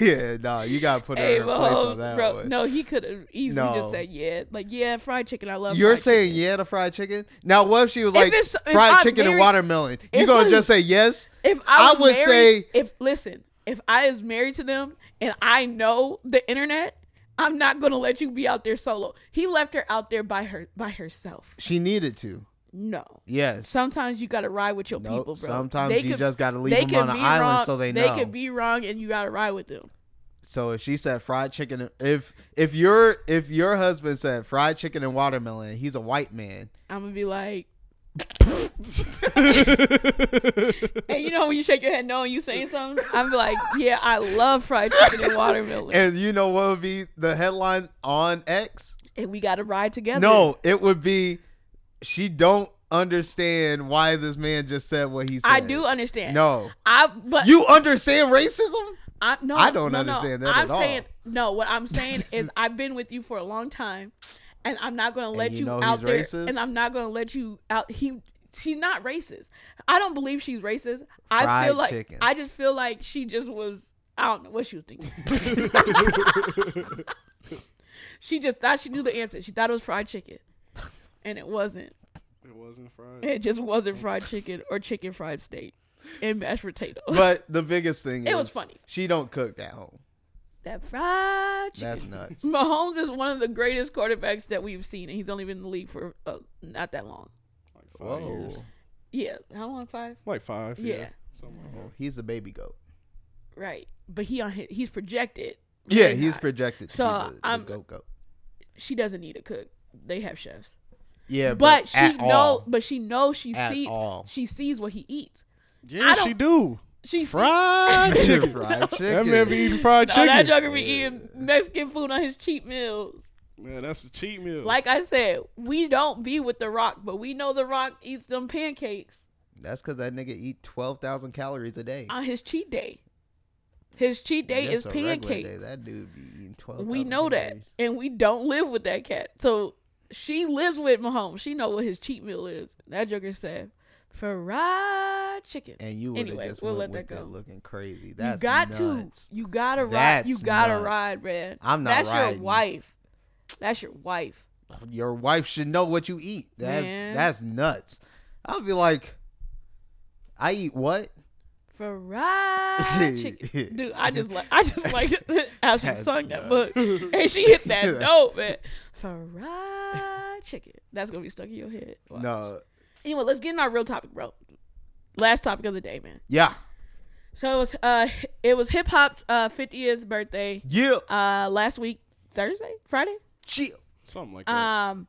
Speaker 1: yeah, nah, you gotta put her
Speaker 2: [LAUGHS] Hey,
Speaker 1: in her place on
Speaker 2: Mahomes,
Speaker 1: that
Speaker 2: bro.
Speaker 1: one.
Speaker 2: No, he could have easily
Speaker 1: No.
Speaker 2: just said yeah, like yeah, fried chicken. I love.
Speaker 1: You're
Speaker 2: fried
Speaker 1: saying
Speaker 2: chicken.
Speaker 1: yeah to fried chicken? Now, what if she was
Speaker 2: If
Speaker 1: like
Speaker 2: it's- if
Speaker 1: fried
Speaker 2: I'm
Speaker 1: chicken and
Speaker 2: married-
Speaker 1: watermelon? You
Speaker 2: if
Speaker 1: gonna
Speaker 2: I'm-
Speaker 1: just say yes?
Speaker 2: If I,
Speaker 1: I
Speaker 2: was
Speaker 1: would
Speaker 2: married-
Speaker 1: say-
Speaker 2: if listen, if I is married to them and I know the internet, I'm not gonna let you be out there solo. He left her out there by her by herself.
Speaker 1: She needed to.
Speaker 2: No.
Speaker 1: Yes.
Speaker 2: Sometimes you gotta ride with your
Speaker 1: Nope,
Speaker 2: people, bro.
Speaker 1: sometimes
Speaker 2: They
Speaker 1: you just gotta leave
Speaker 2: they
Speaker 1: them
Speaker 2: could
Speaker 1: on an
Speaker 2: be
Speaker 1: island
Speaker 2: wrong-
Speaker 1: so they
Speaker 2: They
Speaker 1: know.
Speaker 2: could be wrong, and you gotta ride with them.
Speaker 1: so if she said fried chicken, if if your if your husband said fried chicken and watermelon, he's a white man.
Speaker 2: I'm gonna
Speaker 1: [LAUGHS]
Speaker 2: be like. and you know when you shake your head no and you saying something, I'm like, yeah, I love fried
Speaker 1: [LAUGHS]
Speaker 2: chicken and watermelon,
Speaker 1: And you know what would be the headline on X?
Speaker 2: and we gotta ride together.
Speaker 1: No, it would be she don't understand why this man just said what he said.
Speaker 2: I do understand.
Speaker 1: No.
Speaker 2: I but
Speaker 1: You understand
Speaker 2: [LAUGHS]
Speaker 1: racism?
Speaker 2: I no,
Speaker 1: I don't
Speaker 2: no, no.
Speaker 1: understand that
Speaker 2: I'm
Speaker 1: at all.
Speaker 2: saying no. What
Speaker 1: [LAUGHS]
Speaker 2: I'm saying is I've been with you for a long time, and I'm not going to let
Speaker 1: you
Speaker 2: you,
Speaker 1: know
Speaker 2: out
Speaker 1: he's
Speaker 2: there.
Speaker 1: racist?
Speaker 2: And I'm not going to let you out. He she's not racist. I don't believe she's racist. I
Speaker 1: Fried
Speaker 2: feel like
Speaker 1: chicken.
Speaker 2: I just feel like she just was. I don't know what she
Speaker 1: [LAUGHS]
Speaker 2: was thinking. [LAUGHS] she just thought she knew the answer. She thought it was fried chicken, and it wasn't.
Speaker 3: It wasn't fried.
Speaker 2: It just wasn't fried chicken or chicken fried steak and mashed potatoes.
Speaker 1: But the biggest thing is
Speaker 2: It was funny.
Speaker 1: She don't cook at home.
Speaker 2: that fried chicken.
Speaker 1: That's nuts.
Speaker 2: Mahomes is one of the greatest quarterbacks that we've seen, and he's only been in the league for uh, not that long.
Speaker 3: Like five years.
Speaker 2: Yeah, how long? Five.
Speaker 3: Like five. Yeah.
Speaker 2: Yeah.
Speaker 3: Something like
Speaker 1: Well, he's the baby goat.
Speaker 2: Right, but he on his, he's projected.
Speaker 1: Yeah,
Speaker 2: really
Speaker 1: he's
Speaker 2: high.
Speaker 1: projected to
Speaker 2: So,
Speaker 1: be the, the
Speaker 2: I'm-
Speaker 1: goat goat.
Speaker 2: She doesn't need a cook. They have chefs.
Speaker 1: Yeah,
Speaker 2: But,
Speaker 1: but,
Speaker 2: she
Speaker 1: at
Speaker 2: know. [LAUGHS]
Speaker 1: all.
Speaker 2: But she knows she
Speaker 1: At
Speaker 2: sees.
Speaker 1: all.
Speaker 2: She sees what he eats.
Speaker 3: Yeah,
Speaker 2: I
Speaker 3: she
Speaker 2: don't-
Speaker 3: do.
Speaker 2: [LAUGHS] She
Speaker 1: Fried
Speaker 3: Fried chicken. That man be
Speaker 1: chicken.
Speaker 3: eating fried
Speaker 2: Sees, no,
Speaker 3: chicken.
Speaker 2: that joker be eating Mexican food on his cheat meals.
Speaker 3: man, that's a cheat meal.
Speaker 2: Like I said, we don't be with the Rock, but we know the Rock eats them pancakes
Speaker 1: That's because that nigga eat twelve thousand calories a day.
Speaker 2: on his cheat day. His cheat day
Speaker 1: That's
Speaker 2: is
Speaker 1: a regular
Speaker 2: pancakes.
Speaker 1: day. That dude be eating twelve.
Speaker 2: we know that, and we don't live with that cat. So she lives with Mahomes. She know what his cheat meal is. That joker said, fried chicken.
Speaker 1: And you would have
Speaker 2: Anyway,
Speaker 1: just
Speaker 2: we'll
Speaker 1: went
Speaker 2: let
Speaker 1: with
Speaker 2: that
Speaker 1: the
Speaker 2: go.
Speaker 1: looking crazy. That's
Speaker 2: you got
Speaker 1: nuts.
Speaker 2: to. You gotta ride. You
Speaker 1: That's
Speaker 2: gotta
Speaker 1: nuts.
Speaker 2: ride, man.
Speaker 1: I'm not
Speaker 2: That's
Speaker 1: riding.
Speaker 2: your wife. That's your wife.
Speaker 1: Your wife should know what you eat. That's
Speaker 2: Man.
Speaker 1: that's nuts. I'll be like, I eat what? [LAUGHS]
Speaker 2: Fried chicken, dude. I just like I just like [LAUGHS] how she
Speaker 1: That's
Speaker 2: sung that book,
Speaker 1: nuts.
Speaker 2: and she hit
Speaker 1: [LAUGHS]
Speaker 2: that note, man. Fried chicken. That's gonna be stuck in your head. Watch.
Speaker 1: No.
Speaker 2: Anyway, let's get in our real topic, bro. Last topic of the day, man.
Speaker 1: Yeah.
Speaker 2: So it was uh it was hip hop's uh 50th birthday
Speaker 1: Yeah.
Speaker 2: uh last week Thursday Friday
Speaker 1: Chill.
Speaker 3: something like that.
Speaker 2: um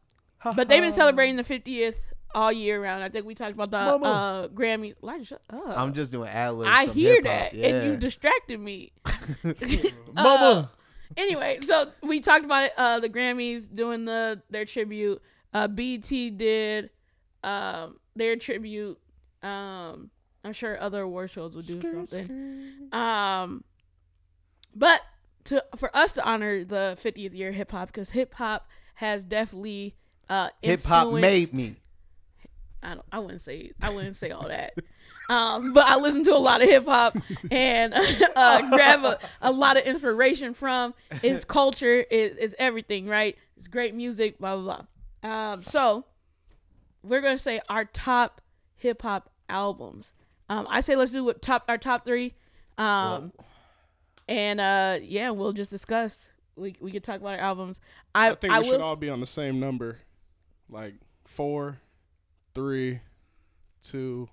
Speaker 2: but they've been celebrating the 50th all year round. I think we talked about the
Speaker 1: Mama.
Speaker 2: uh Grammy. Elijah, shut up.
Speaker 1: I'm just doing ad libs.
Speaker 2: I hear that and you distracted me. uh,
Speaker 1: Mama.
Speaker 2: anyway, so we talked about it, uh the Grammys doing the their tribute. Uh BT did um their tribute. Um I'm sure other award shows will do something. Um but to for us to honor the 50th year hip hop cuz hip hop has definitely uh
Speaker 1: Hip hop made
Speaker 2: influenced-
Speaker 1: me.
Speaker 2: I don't, I wouldn't say I wouldn't say all that. Um, but I listen to a lot of hip hop and [LAUGHS] uh, grab a, a lot of inspiration from its
Speaker 3: [LAUGHS]
Speaker 2: culture, it, it's everything, right? It's great music, blah blah blah. Um, so we're gonna say our top hip hop albums. Um, I say let's do what top our top three, um, and uh, yeah, we'll just discuss. We we could talk about our albums. I
Speaker 3: I think we
Speaker 2: I
Speaker 3: should
Speaker 2: will,
Speaker 3: all be on the same number, like four, three, two,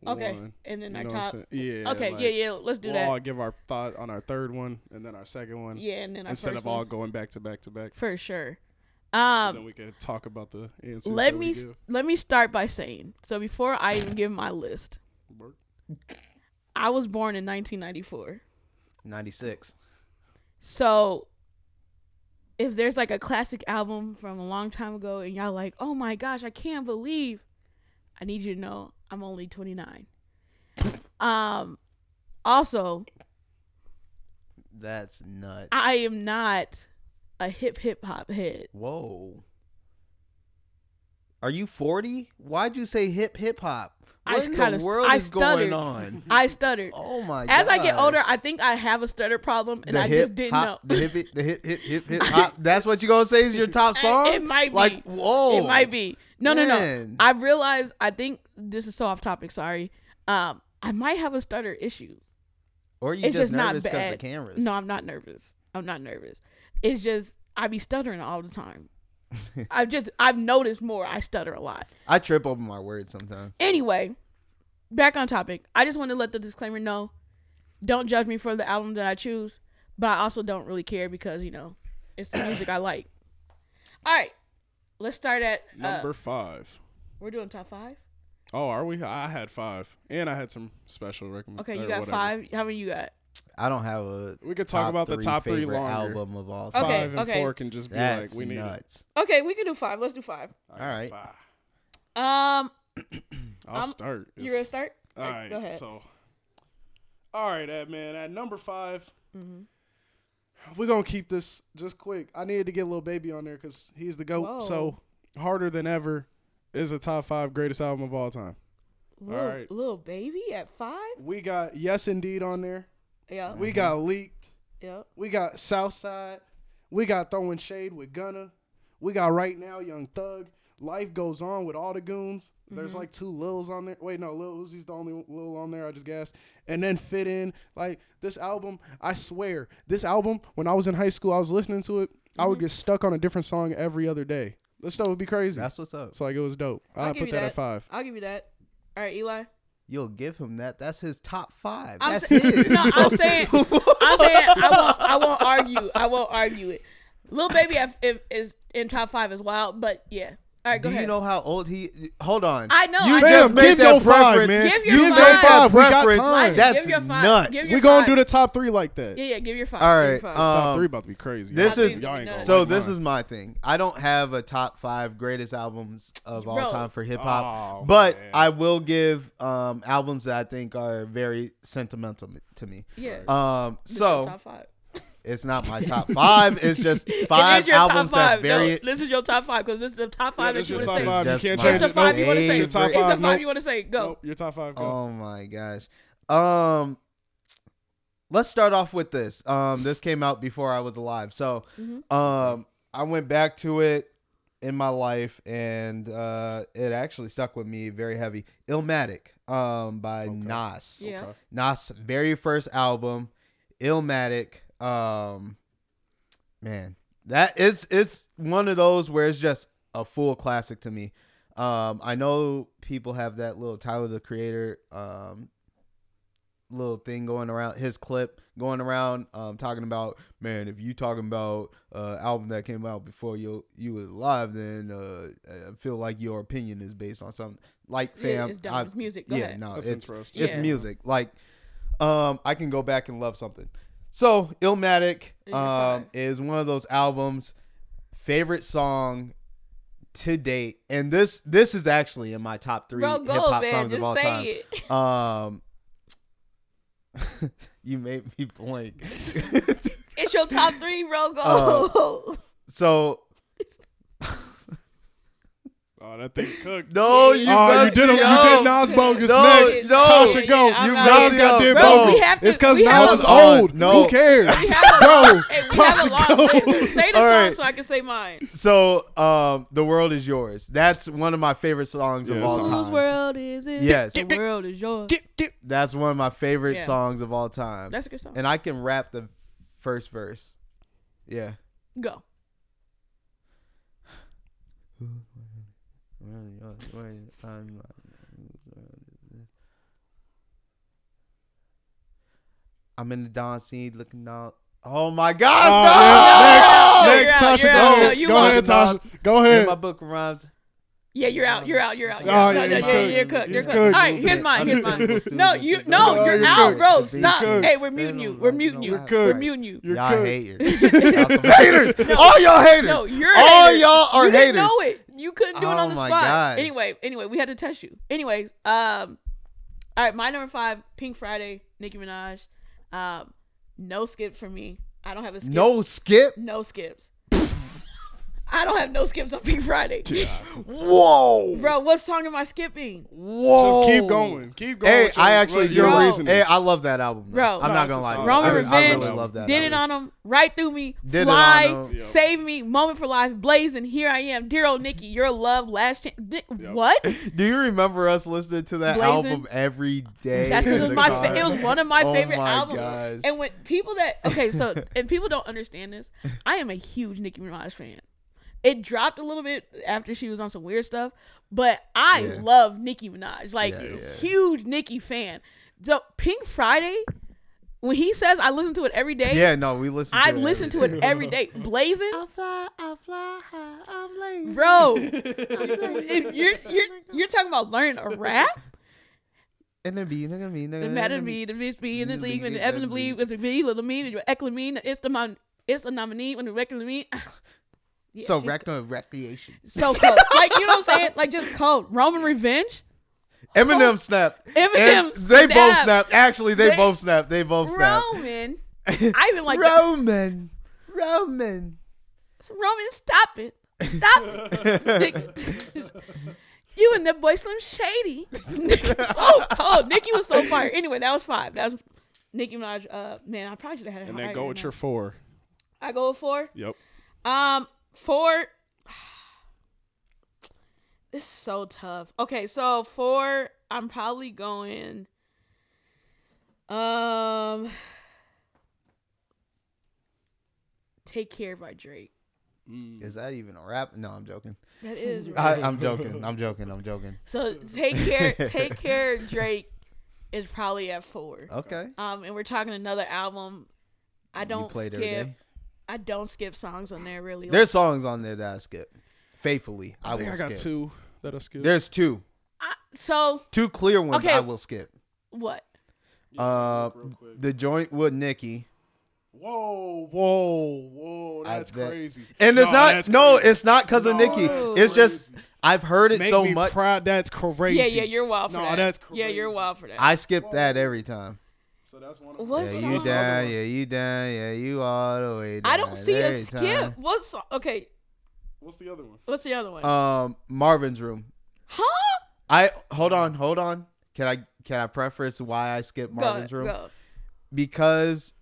Speaker 3: one.
Speaker 2: Okay,
Speaker 3: one.
Speaker 2: and then
Speaker 3: You
Speaker 2: our
Speaker 3: know what I'm
Speaker 2: top-
Speaker 3: saying? Yeah.
Speaker 2: okay, yeah, yeah, let's do
Speaker 3: we'll
Speaker 2: that.
Speaker 3: all give our thought on our third one and then our second one.
Speaker 2: Yeah, and then our
Speaker 3: instead
Speaker 2: first
Speaker 3: of all
Speaker 2: one.
Speaker 3: going back to back to back.
Speaker 2: for sure.
Speaker 3: so
Speaker 2: Um,
Speaker 3: then we can talk about the answers.
Speaker 2: let
Speaker 3: that
Speaker 2: me
Speaker 3: we
Speaker 2: s uh,
Speaker 3: give.
Speaker 2: let me start by saying so before I even give my list,
Speaker 3: Word.
Speaker 2: I was born in 1994.
Speaker 1: 96.
Speaker 2: So if there's like a classic album from a long time ago and y'all like, oh my gosh, I can't believe, I need you to know I'm only 29. Um, also
Speaker 1: That's nuts.
Speaker 2: I am not a hip hip hop head.
Speaker 1: Whoa. Are you 40? Why'd you say hip hip hop?
Speaker 2: I
Speaker 1: What in
Speaker 2: kind of
Speaker 1: the world
Speaker 2: I
Speaker 1: is
Speaker 2: stuttered.
Speaker 1: going on?
Speaker 2: I stuttered.
Speaker 1: [LAUGHS] Oh my
Speaker 2: As I get
Speaker 1: gosh.
Speaker 2: older, I think I have a stutter problem, [LAUGHS] and
Speaker 1: the
Speaker 2: I
Speaker 1: hip,
Speaker 2: just didn't
Speaker 1: hop,
Speaker 2: know.
Speaker 1: The
Speaker 2: [LAUGHS]
Speaker 1: hip, the hip, hip, hip, hip, hop. That's what you gonna say is your top song?
Speaker 2: It might be.
Speaker 1: Like, whoa.
Speaker 2: It might be. No, no, no.
Speaker 1: Oh, Man.
Speaker 2: I realize. I think this is so off topic. Sorry. Um, I might have a stutter issue.
Speaker 1: Or you
Speaker 2: it's
Speaker 1: just
Speaker 2: just not
Speaker 1: nervous 'cause
Speaker 2: bad.
Speaker 1: the cameras.
Speaker 2: No, I'm not nervous. I'm not nervous. It's just I be stuttering all
Speaker 1: [LAUGHS]
Speaker 2: the time. I've just I've noticed more. I stutter a lot.
Speaker 1: I trip over my words sometimes.
Speaker 2: Anyway, back on topic. I just want to let the disclaimer know. Don't judge me for the album that I choose, but I also don't really care because, you know, it's
Speaker 3: [COUGHS]
Speaker 2: the music I like. All right. Let's start at uh,
Speaker 3: Number five.
Speaker 2: We're doing top 5.
Speaker 3: Oh, are we? I had five, and I had some special recommendations.
Speaker 2: Okay, you got 5. How many you got?
Speaker 1: I don't have a.
Speaker 3: We could talk
Speaker 1: top
Speaker 3: about the
Speaker 1: three
Speaker 3: top three
Speaker 1: favorite
Speaker 3: longer.
Speaker 1: album of all
Speaker 2: Okay,
Speaker 1: time.
Speaker 3: Five and
Speaker 2: okay.
Speaker 3: four can just be
Speaker 1: That's
Speaker 3: like we need. it.
Speaker 1: nuts.
Speaker 2: Okay, we can do 5. Let's do 5.
Speaker 1: All right.
Speaker 3: Five.
Speaker 2: Um
Speaker 3: I'll
Speaker 2: I'm-
Speaker 3: start.
Speaker 2: you
Speaker 3: if-
Speaker 2: ready to start?
Speaker 3: All right,
Speaker 2: Go ahead.
Speaker 3: so. All right, at man, at number 5
Speaker 2: Mm-hmm.
Speaker 3: we we're gonna keep this just quick. I needed to get little baby on there because he's the goat.
Speaker 2: Whoa.
Speaker 3: So harder than ever is a top five greatest album of all time.
Speaker 2: Little,
Speaker 3: right.
Speaker 2: little baby at 5?
Speaker 3: We got yes indeed on there.
Speaker 2: Yeah.
Speaker 3: We got leaked.
Speaker 2: yeah.
Speaker 3: We got Southside. We got throwing shade with Gunna. We got right now Young Thug. Life goes on with all the goons. There's like two Lils on there. Wait, no, Lil Uzi's the only Lil on there. I just guessed. And then fit in like this album. I swear, this album. When I was in high school, I was listening to it. I would get stuck on a different song every other day. This stuff would be crazy.
Speaker 1: That's what's up.
Speaker 3: it's like it was dope. I
Speaker 2: I'll
Speaker 3: put
Speaker 2: give
Speaker 3: that,
Speaker 2: you
Speaker 3: at five.
Speaker 2: I'll give you that. All right, Eli.
Speaker 1: You'll give him that. That's his top five.
Speaker 2: I'm
Speaker 1: That's
Speaker 2: sa-
Speaker 1: his.
Speaker 2: No,
Speaker 1: [LAUGHS]
Speaker 2: I'm saying, I'm saying, I won't, I won't argue. I won't argue it. Lil Baby F- if, is in top five as well, but yeah. All right, go
Speaker 1: Do
Speaker 2: ahead.
Speaker 1: you know how old he? Hold on.
Speaker 2: I know,
Speaker 1: You
Speaker 2: I
Speaker 1: just
Speaker 2: know.
Speaker 1: made
Speaker 3: Give
Speaker 1: that
Speaker 3: your five,
Speaker 1: preference.
Speaker 3: man.
Speaker 2: Give
Speaker 1: you
Speaker 2: your
Speaker 1: made
Speaker 2: five.
Speaker 1: that
Speaker 3: We got
Speaker 1: preference.
Speaker 3: time.
Speaker 1: That's
Speaker 2: Give your five.
Speaker 1: nuts.
Speaker 2: Give your
Speaker 3: We gonna
Speaker 2: five.
Speaker 3: do the top three like that.
Speaker 2: yeah, yeah. Give your five.
Speaker 1: All
Speaker 2: give
Speaker 1: right.
Speaker 2: your five.
Speaker 1: um,
Speaker 3: Top three about to be crazy.
Speaker 1: this
Speaker 2: is-
Speaker 3: y'all ain't gonna
Speaker 2: Oh,
Speaker 1: so
Speaker 3: like
Speaker 1: this
Speaker 3: mine.
Speaker 1: is my thing. I don't have a top five greatest albums of all
Speaker 2: Bro.
Speaker 1: time for hip hop,
Speaker 3: Oh,
Speaker 1: but
Speaker 3: man.
Speaker 1: I will give um, albums that I think are very sentimental m- to me.
Speaker 2: Yeah.
Speaker 1: Um. So
Speaker 2: top five.
Speaker 1: it's not my top five. It's just five
Speaker 2: [LAUGHS] it is your
Speaker 1: albums
Speaker 2: top five.
Speaker 1: that's very.
Speaker 2: no, this is your top five because this is the top five
Speaker 3: this
Speaker 2: that you
Speaker 3: is
Speaker 2: want to
Speaker 3: your
Speaker 2: say.
Speaker 3: top five. You
Speaker 1: It's
Speaker 3: can't
Speaker 1: just
Speaker 3: change
Speaker 2: my five
Speaker 3: it.
Speaker 2: you
Speaker 3: Nope.
Speaker 2: wanna say.
Speaker 3: Your top
Speaker 1: It's the
Speaker 2: It's the
Speaker 3: five.
Speaker 2: five
Speaker 3: Nope.
Speaker 2: you want to say. Go.
Speaker 3: Nope. Your top five. Go.
Speaker 1: Oh my gosh. Um. Let's start off with this. Um. This came out before I was alive, so um. I went back to it in my life, and uh, it actually stuck with me very heavy. Illmatic, um, by Nas.
Speaker 2: Yeah. Okay.
Speaker 1: Nas' very first album, Illmatic. Um, man, that is it's one of those where it's just a full classic to me. Um, I know people have that little Tyler the Creator um little thing going around his clip going around um talking about man if you talking about uh album that came out before you you was alive then uh i feel like your opinion is based on something like
Speaker 2: Yeah,
Speaker 1: fam
Speaker 2: it's dumb.
Speaker 1: I-
Speaker 2: It's music. Go
Speaker 1: yeah
Speaker 2: ahead.
Speaker 1: no
Speaker 3: That's
Speaker 1: it's
Speaker 3: interesting.
Speaker 1: it's
Speaker 2: Yeah.
Speaker 1: music like um i can go back and love something so illmatic
Speaker 2: You're
Speaker 1: um
Speaker 2: fine.
Speaker 1: is one of those albums favorite song to date and this this is actually in my top three
Speaker 2: Bro,
Speaker 1: hip
Speaker 2: go,
Speaker 1: hop
Speaker 2: man.
Speaker 1: songs of all
Speaker 2: Just
Speaker 1: time
Speaker 2: say it. [LAUGHS]
Speaker 1: um, [LAUGHS] you made me blank. [LAUGHS]
Speaker 2: It's your top three, bro.
Speaker 1: Uh,
Speaker 2: Go.
Speaker 1: so
Speaker 3: Oh, that thing's cooked.
Speaker 1: no,
Speaker 2: Yeah,
Speaker 1: you.
Speaker 2: yeah.
Speaker 3: Oh, you
Speaker 1: messed
Speaker 3: did
Speaker 1: me
Speaker 3: you
Speaker 1: up.
Speaker 3: did Nas bogus
Speaker 1: No,
Speaker 3: next.
Speaker 1: no.
Speaker 3: Tasha, go.
Speaker 2: Yeah, I'm
Speaker 3: you
Speaker 2: not-
Speaker 3: Nas got
Speaker 1: Bro,
Speaker 3: did
Speaker 1: we
Speaker 3: bogus.
Speaker 2: have to-
Speaker 3: it's because
Speaker 2: we have
Speaker 3: Nas is
Speaker 1: a- Hold on.
Speaker 3: old.
Speaker 1: No.
Speaker 3: Who cares?
Speaker 2: [LAUGHS] We have a
Speaker 3: Go.
Speaker 2: long, hey, we have a
Speaker 3: Tasha,
Speaker 2: long,
Speaker 3: go.
Speaker 2: hey, say the
Speaker 1: All
Speaker 2: song
Speaker 1: right.
Speaker 2: so I can say mine.
Speaker 1: So, um, the world is yours. That's one of my favorite songs
Speaker 3: Yeah,
Speaker 1: of all
Speaker 3: song.
Speaker 2: Whose
Speaker 1: time.
Speaker 2: world is it?
Speaker 1: Yes.
Speaker 2: The world is yours.
Speaker 1: That's one of my favorite
Speaker 2: Yeah.
Speaker 1: songs of all time.
Speaker 2: That's a good song.
Speaker 1: and I can rap the first verse. Yeah.
Speaker 2: Go.
Speaker 1: Oh, I'm in the Don scene looking out. Oh my gosh!
Speaker 3: Oh,
Speaker 1: no!
Speaker 3: yeah, next- next,
Speaker 2: You're
Speaker 3: Tasha,
Speaker 2: out,
Speaker 3: go
Speaker 2: you're out.
Speaker 3: ahead.
Speaker 2: You
Speaker 3: Go
Speaker 2: lost.
Speaker 3: ahead, Tasha. Go ahead.
Speaker 1: In my book of rhymes.
Speaker 2: Yeah, you're out. You're out. You're out.
Speaker 3: Oh,
Speaker 2: You're out.
Speaker 3: yeah,
Speaker 2: no,
Speaker 3: he's
Speaker 2: no, yeah,
Speaker 3: cooked.
Speaker 2: you're cooked. You're
Speaker 3: He's
Speaker 2: cooked. All
Speaker 3: cooked.
Speaker 2: right, here's mine. Here's mine. No, you. No,
Speaker 3: Oh,
Speaker 2: you're,
Speaker 3: you're
Speaker 2: out,
Speaker 3: cooked.
Speaker 2: bro.
Speaker 1: You're
Speaker 2: Stop.
Speaker 3: cooked.
Speaker 2: Hey, we're muting
Speaker 1: You're
Speaker 2: you.
Speaker 1: cooked.
Speaker 2: We're muting you.
Speaker 1: You're
Speaker 2: We're
Speaker 3: cooked.
Speaker 2: muting you.
Speaker 3: You're
Speaker 1: y'all
Speaker 2: [LAUGHS]
Speaker 3: cooked.
Speaker 1: haters. Y'all some haters. all y'all haters.
Speaker 2: No, you're a
Speaker 1: all
Speaker 2: hater.
Speaker 1: y'all are
Speaker 2: you
Speaker 1: haters.
Speaker 2: Didn't know it. You couldn't do it
Speaker 1: Oh
Speaker 2: on the
Speaker 1: my
Speaker 2: spot.
Speaker 1: gosh.
Speaker 2: Anyway, anyway, we had to test you. Anyways, um, all right, my number five, Pink Friday, Nicki Minaj. Um, no skip for me. I don't have a skip.
Speaker 1: No skip.
Speaker 2: no skips. I don't have no skips on Pink Friday,
Speaker 1: Whoa.
Speaker 2: bro. What song am I skipping,
Speaker 1: Whoa.
Speaker 3: Just keep going. Keep going.
Speaker 1: Hey,
Speaker 3: with your-
Speaker 1: I actually
Speaker 3: with your
Speaker 1: bro,
Speaker 3: reasoning.
Speaker 1: Hey, I love that album. though.
Speaker 2: Bro.
Speaker 1: I'm
Speaker 2: No,
Speaker 1: not
Speaker 3: it's
Speaker 1: gonna
Speaker 3: a
Speaker 1: lie.
Speaker 3: song.
Speaker 2: Roman
Speaker 1: I really- I
Speaker 2: Revenge,
Speaker 1: really love that.
Speaker 2: Did it
Speaker 1: album.
Speaker 2: on him, right through me.
Speaker 1: Did it
Speaker 2: Fly,
Speaker 1: on 'em.
Speaker 2: save me, moment for life, blazing. Here I am, dear old Nikki, your love, last chance. Th- What?
Speaker 1: Do you remember us listening to that
Speaker 2: Blazing.
Speaker 1: album every day?
Speaker 2: That's
Speaker 1: in [LAUGHS]
Speaker 2: because it was
Speaker 1: the
Speaker 2: my
Speaker 1: car?
Speaker 2: fa- it was one of my
Speaker 1: Oh
Speaker 2: favorite
Speaker 1: my
Speaker 2: albums.
Speaker 1: gosh.
Speaker 2: And when people that okay, so
Speaker 1: [LAUGHS]
Speaker 2: and people don't understand this, I am a huge Nicki Minaj fan. It dropped a little bit after she was on some weird stuff, but I
Speaker 1: Yeah.
Speaker 2: love Nicki Minaj, like
Speaker 1: Yeah, yeah.
Speaker 2: huge Nicki fan. So Pink Friday, when he says I listen to it every day,
Speaker 1: Yeah, no, we listen.
Speaker 2: I
Speaker 1: to
Speaker 2: listen to
Speaker 1: every
Speaker 2: it
Speaker 1: [LAUGHS]
Speaker 2: every day. Blazing,
Speaker 1: fly, I fly high, I'm lazy.
Speaker 2: bro. if you're you're you're talking about learning a rap,
Speaker 1: And then be, nigga, me, nigga,
Speaker 2: The matter
Speaker 1: nigga,
Speaker 2: me, the bitch be in the
Speaker 1: the
Speaker 2: league,
Speaker 1: league,
Speaker 2: and the
Speaker 1: and
Speaker 2: ever
Speaker 1: the
Speaker 2: the
Speaker 1: league.
Speaker 2: believe, it's a V, little mean, and you're eckling mean, it's the mon, it's a nominee, when the record me. [LAUGHS] Yeah,
Speaker 1: So
Speaker 2: she's
Speaker 1: rec- uh,
Speaker 2: [LAUGHS]
Speaker 1: recreation.
Speaker 2: so cold. like, you know what I'm saying? Like, just cold. Roman Revenge?
Speaker 1: Eminem snap.
Speaker 2: Oh, Eminem
Speaker 1: And They both
Speaker 2: snap.
Speaker 1: snap. Actually, they
Speaker 2: They-
Speaker 1: both snap. They both snap. [LAUGHS]
Speaker 2: Roman. I even like that.
Speaker 1: Roman. [LAUGHS] Roman.
Speaker 2: Roman, stop it.
Speaker 1: [LAUGHS]
Speaker 2: Stop it. Nick- [LAUGHS] you and that boy Slim Shady. [LAUGHS] so cold. Nikki was so fire. Anyway, that was five. That was Nicki Minaj. Uh, man, I probably should have had it
Speaker 3: and then
Speaker 2: higher
Speaker 3: go
Speaker 2: than
Speaker 3: with
Speaker 2: that.
Speaker 3: your four.
Speaker 2: I go with four.
Speaker 3: Yep.
Speaker 2: Um, for [SIGHS] this is so tough. Okay, so for I'm probably going. Um, take care by Drake.
Speaker 1: Is that even a rap? No, I'm [LAUGHS] joking.
Speaker 2: That is right.
Speaker 1: I, I'm joking. I'm joking. I'm joking.
Speaker 2: so. Take care,
Speaker 1: [LAUGHS]
Speaker 2: take care. Drake is probably at four.
Speaker 1: Okay.
Speaker 2: Um, and we're talking another album. I don't
Speaker 1: played every
Speaker 2: skip.
Speaker 1: day?
Speaker 2: I don't skip songs on there really.
Speaker 1: There's songs on there that I skip. Faithfully, I,
Speaker 3: I think
Speaker 1: will
Speaker 3: I got
Speaker 1: skip.
Speaker 3: two that I skipped.
Speaker 1: There's two,
Speaker 2: I, so
Speaker 1: two clear ones
Speaker 2: Okay.
Speaker 1: I will skip.
Speaker 2: what?
Speaker 1: Uh, the joint with Nicki,
Speaker 3: Whoa, whoa, whoa!
Speaker 1: I
Speaker 3: That's
Speaker 1: bet.
Speaker 3: crazy.
Speaker 1: and it's
Speaker 3: No,
Speaker 1: not.
Speaker 3: that's
Speaker 1: No,
Speaker 3: crazy.
Speaker 1: it's not because of
Speaker 3: No,
Speaker 1: Nicki.
Speaker 3: that's
Speaker 1: It's just
Speaker 3: crazy.
Speaker 1: I've heard it
Speaker 3: Make
Speaker 1: so
Speaker 3: me
Speaker 1: much.
Speaker 3: proud. That's crazy.
Speaker 2: Yeah, yeah, you're wild for
Speaker 3: No,
Speaker 2: that.
Speaker 3: that's
Speaker 2: Yeah, you're
Speaker 3: crazy.
Speaker 2: wild for that.
Speaker 1: I skip that every time.
Speaker 3: So that's one of
Speaker 2: What
Speaker 1: Yeah,
Speaker 2: song?
Speaker 1: you down. Yeah, you down. Yeah, you all the way down.
Speaker 2: I don't see a
Speaker 1: every
Speaker 2: skip.
Speaker 1: time.
Speaker 2: What song? Okay,
Speaker 3: What's the other one?
Speaker 2: what's the other one?
Speaker 1: Um, Marvin's room.
Speaker 2: huh?
Speaker 1: I hold on, hold on. Can I can I preface why I skip Marvin's
Speaker 2: go,
Speaker 1: room?
Speaker 2: Go.
Speaker 1: Because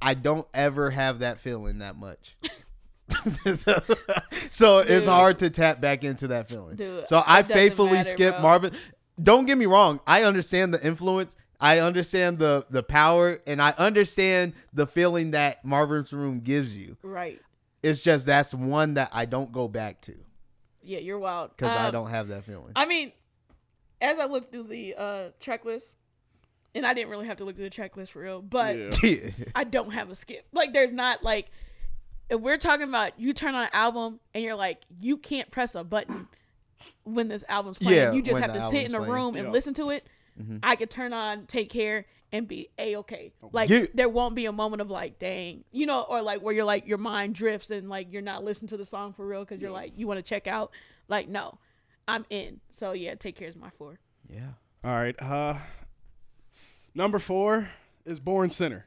Speaker 1: I don't ever have that feeling that much. [LAUGHS] so it's
Speaker 2: Dude.
Speaker 1: hard to tap back into that feeling.
Speaker 2: Dude,
Speaker 1: so I
Speaker 2: it doesn't
Speaker 1: faithfully
Speaker 2: matter,
Speaker 1: skip
Speaker 2: bro.
Speaker 1: Marvin. Don't get me wrong. I understand the influence. I understand the the power, and I understand the feeling that Marvin's room gives you.
Speaker 2: Right.
Speaker 1: It's just that's one that I don't go back to
Speaker 2: Yeah, you're wild.
Speaker 1: because I
Speaker 2: Um,
Speaker 1: don't have that feeling. [LAUGHS]
Speaker 2: I mean, as I looked through the uh, checklist, and I didn't really have to look through the checklist for real, but
Speaker 3: Yeah.
Speaker 2: I don't have a skip. Like, there's not like if we're talking about you turn on an album and you're like you can't press a button when this album's playing.
Speaker 1: Yeah,
Speaker 2: you just
Speaker 1: when
Speaker 2: have
Speaker 1: the
Speaker 2: to sit
Speaker 1: album's
Speaker 2: in a
Speaker 1: playing. Mm-hmm.
Speaker 2: room and
Speaker 3: Yeah.
Speaker 2: listen to it. I could turn on Take Care and be a okay. Like
Speaker 1: Yeah.
Speaker 2: there won't be a moment of like, dang, you know, or like where you're like your mind drifts and like you're not listening to the song for real because you're like you want to check out. Like no, I'm in. So yeah, Take Care is my four.
Speaker 1: yeah.
Speaker 3: All right. Uh, number four is Born Center.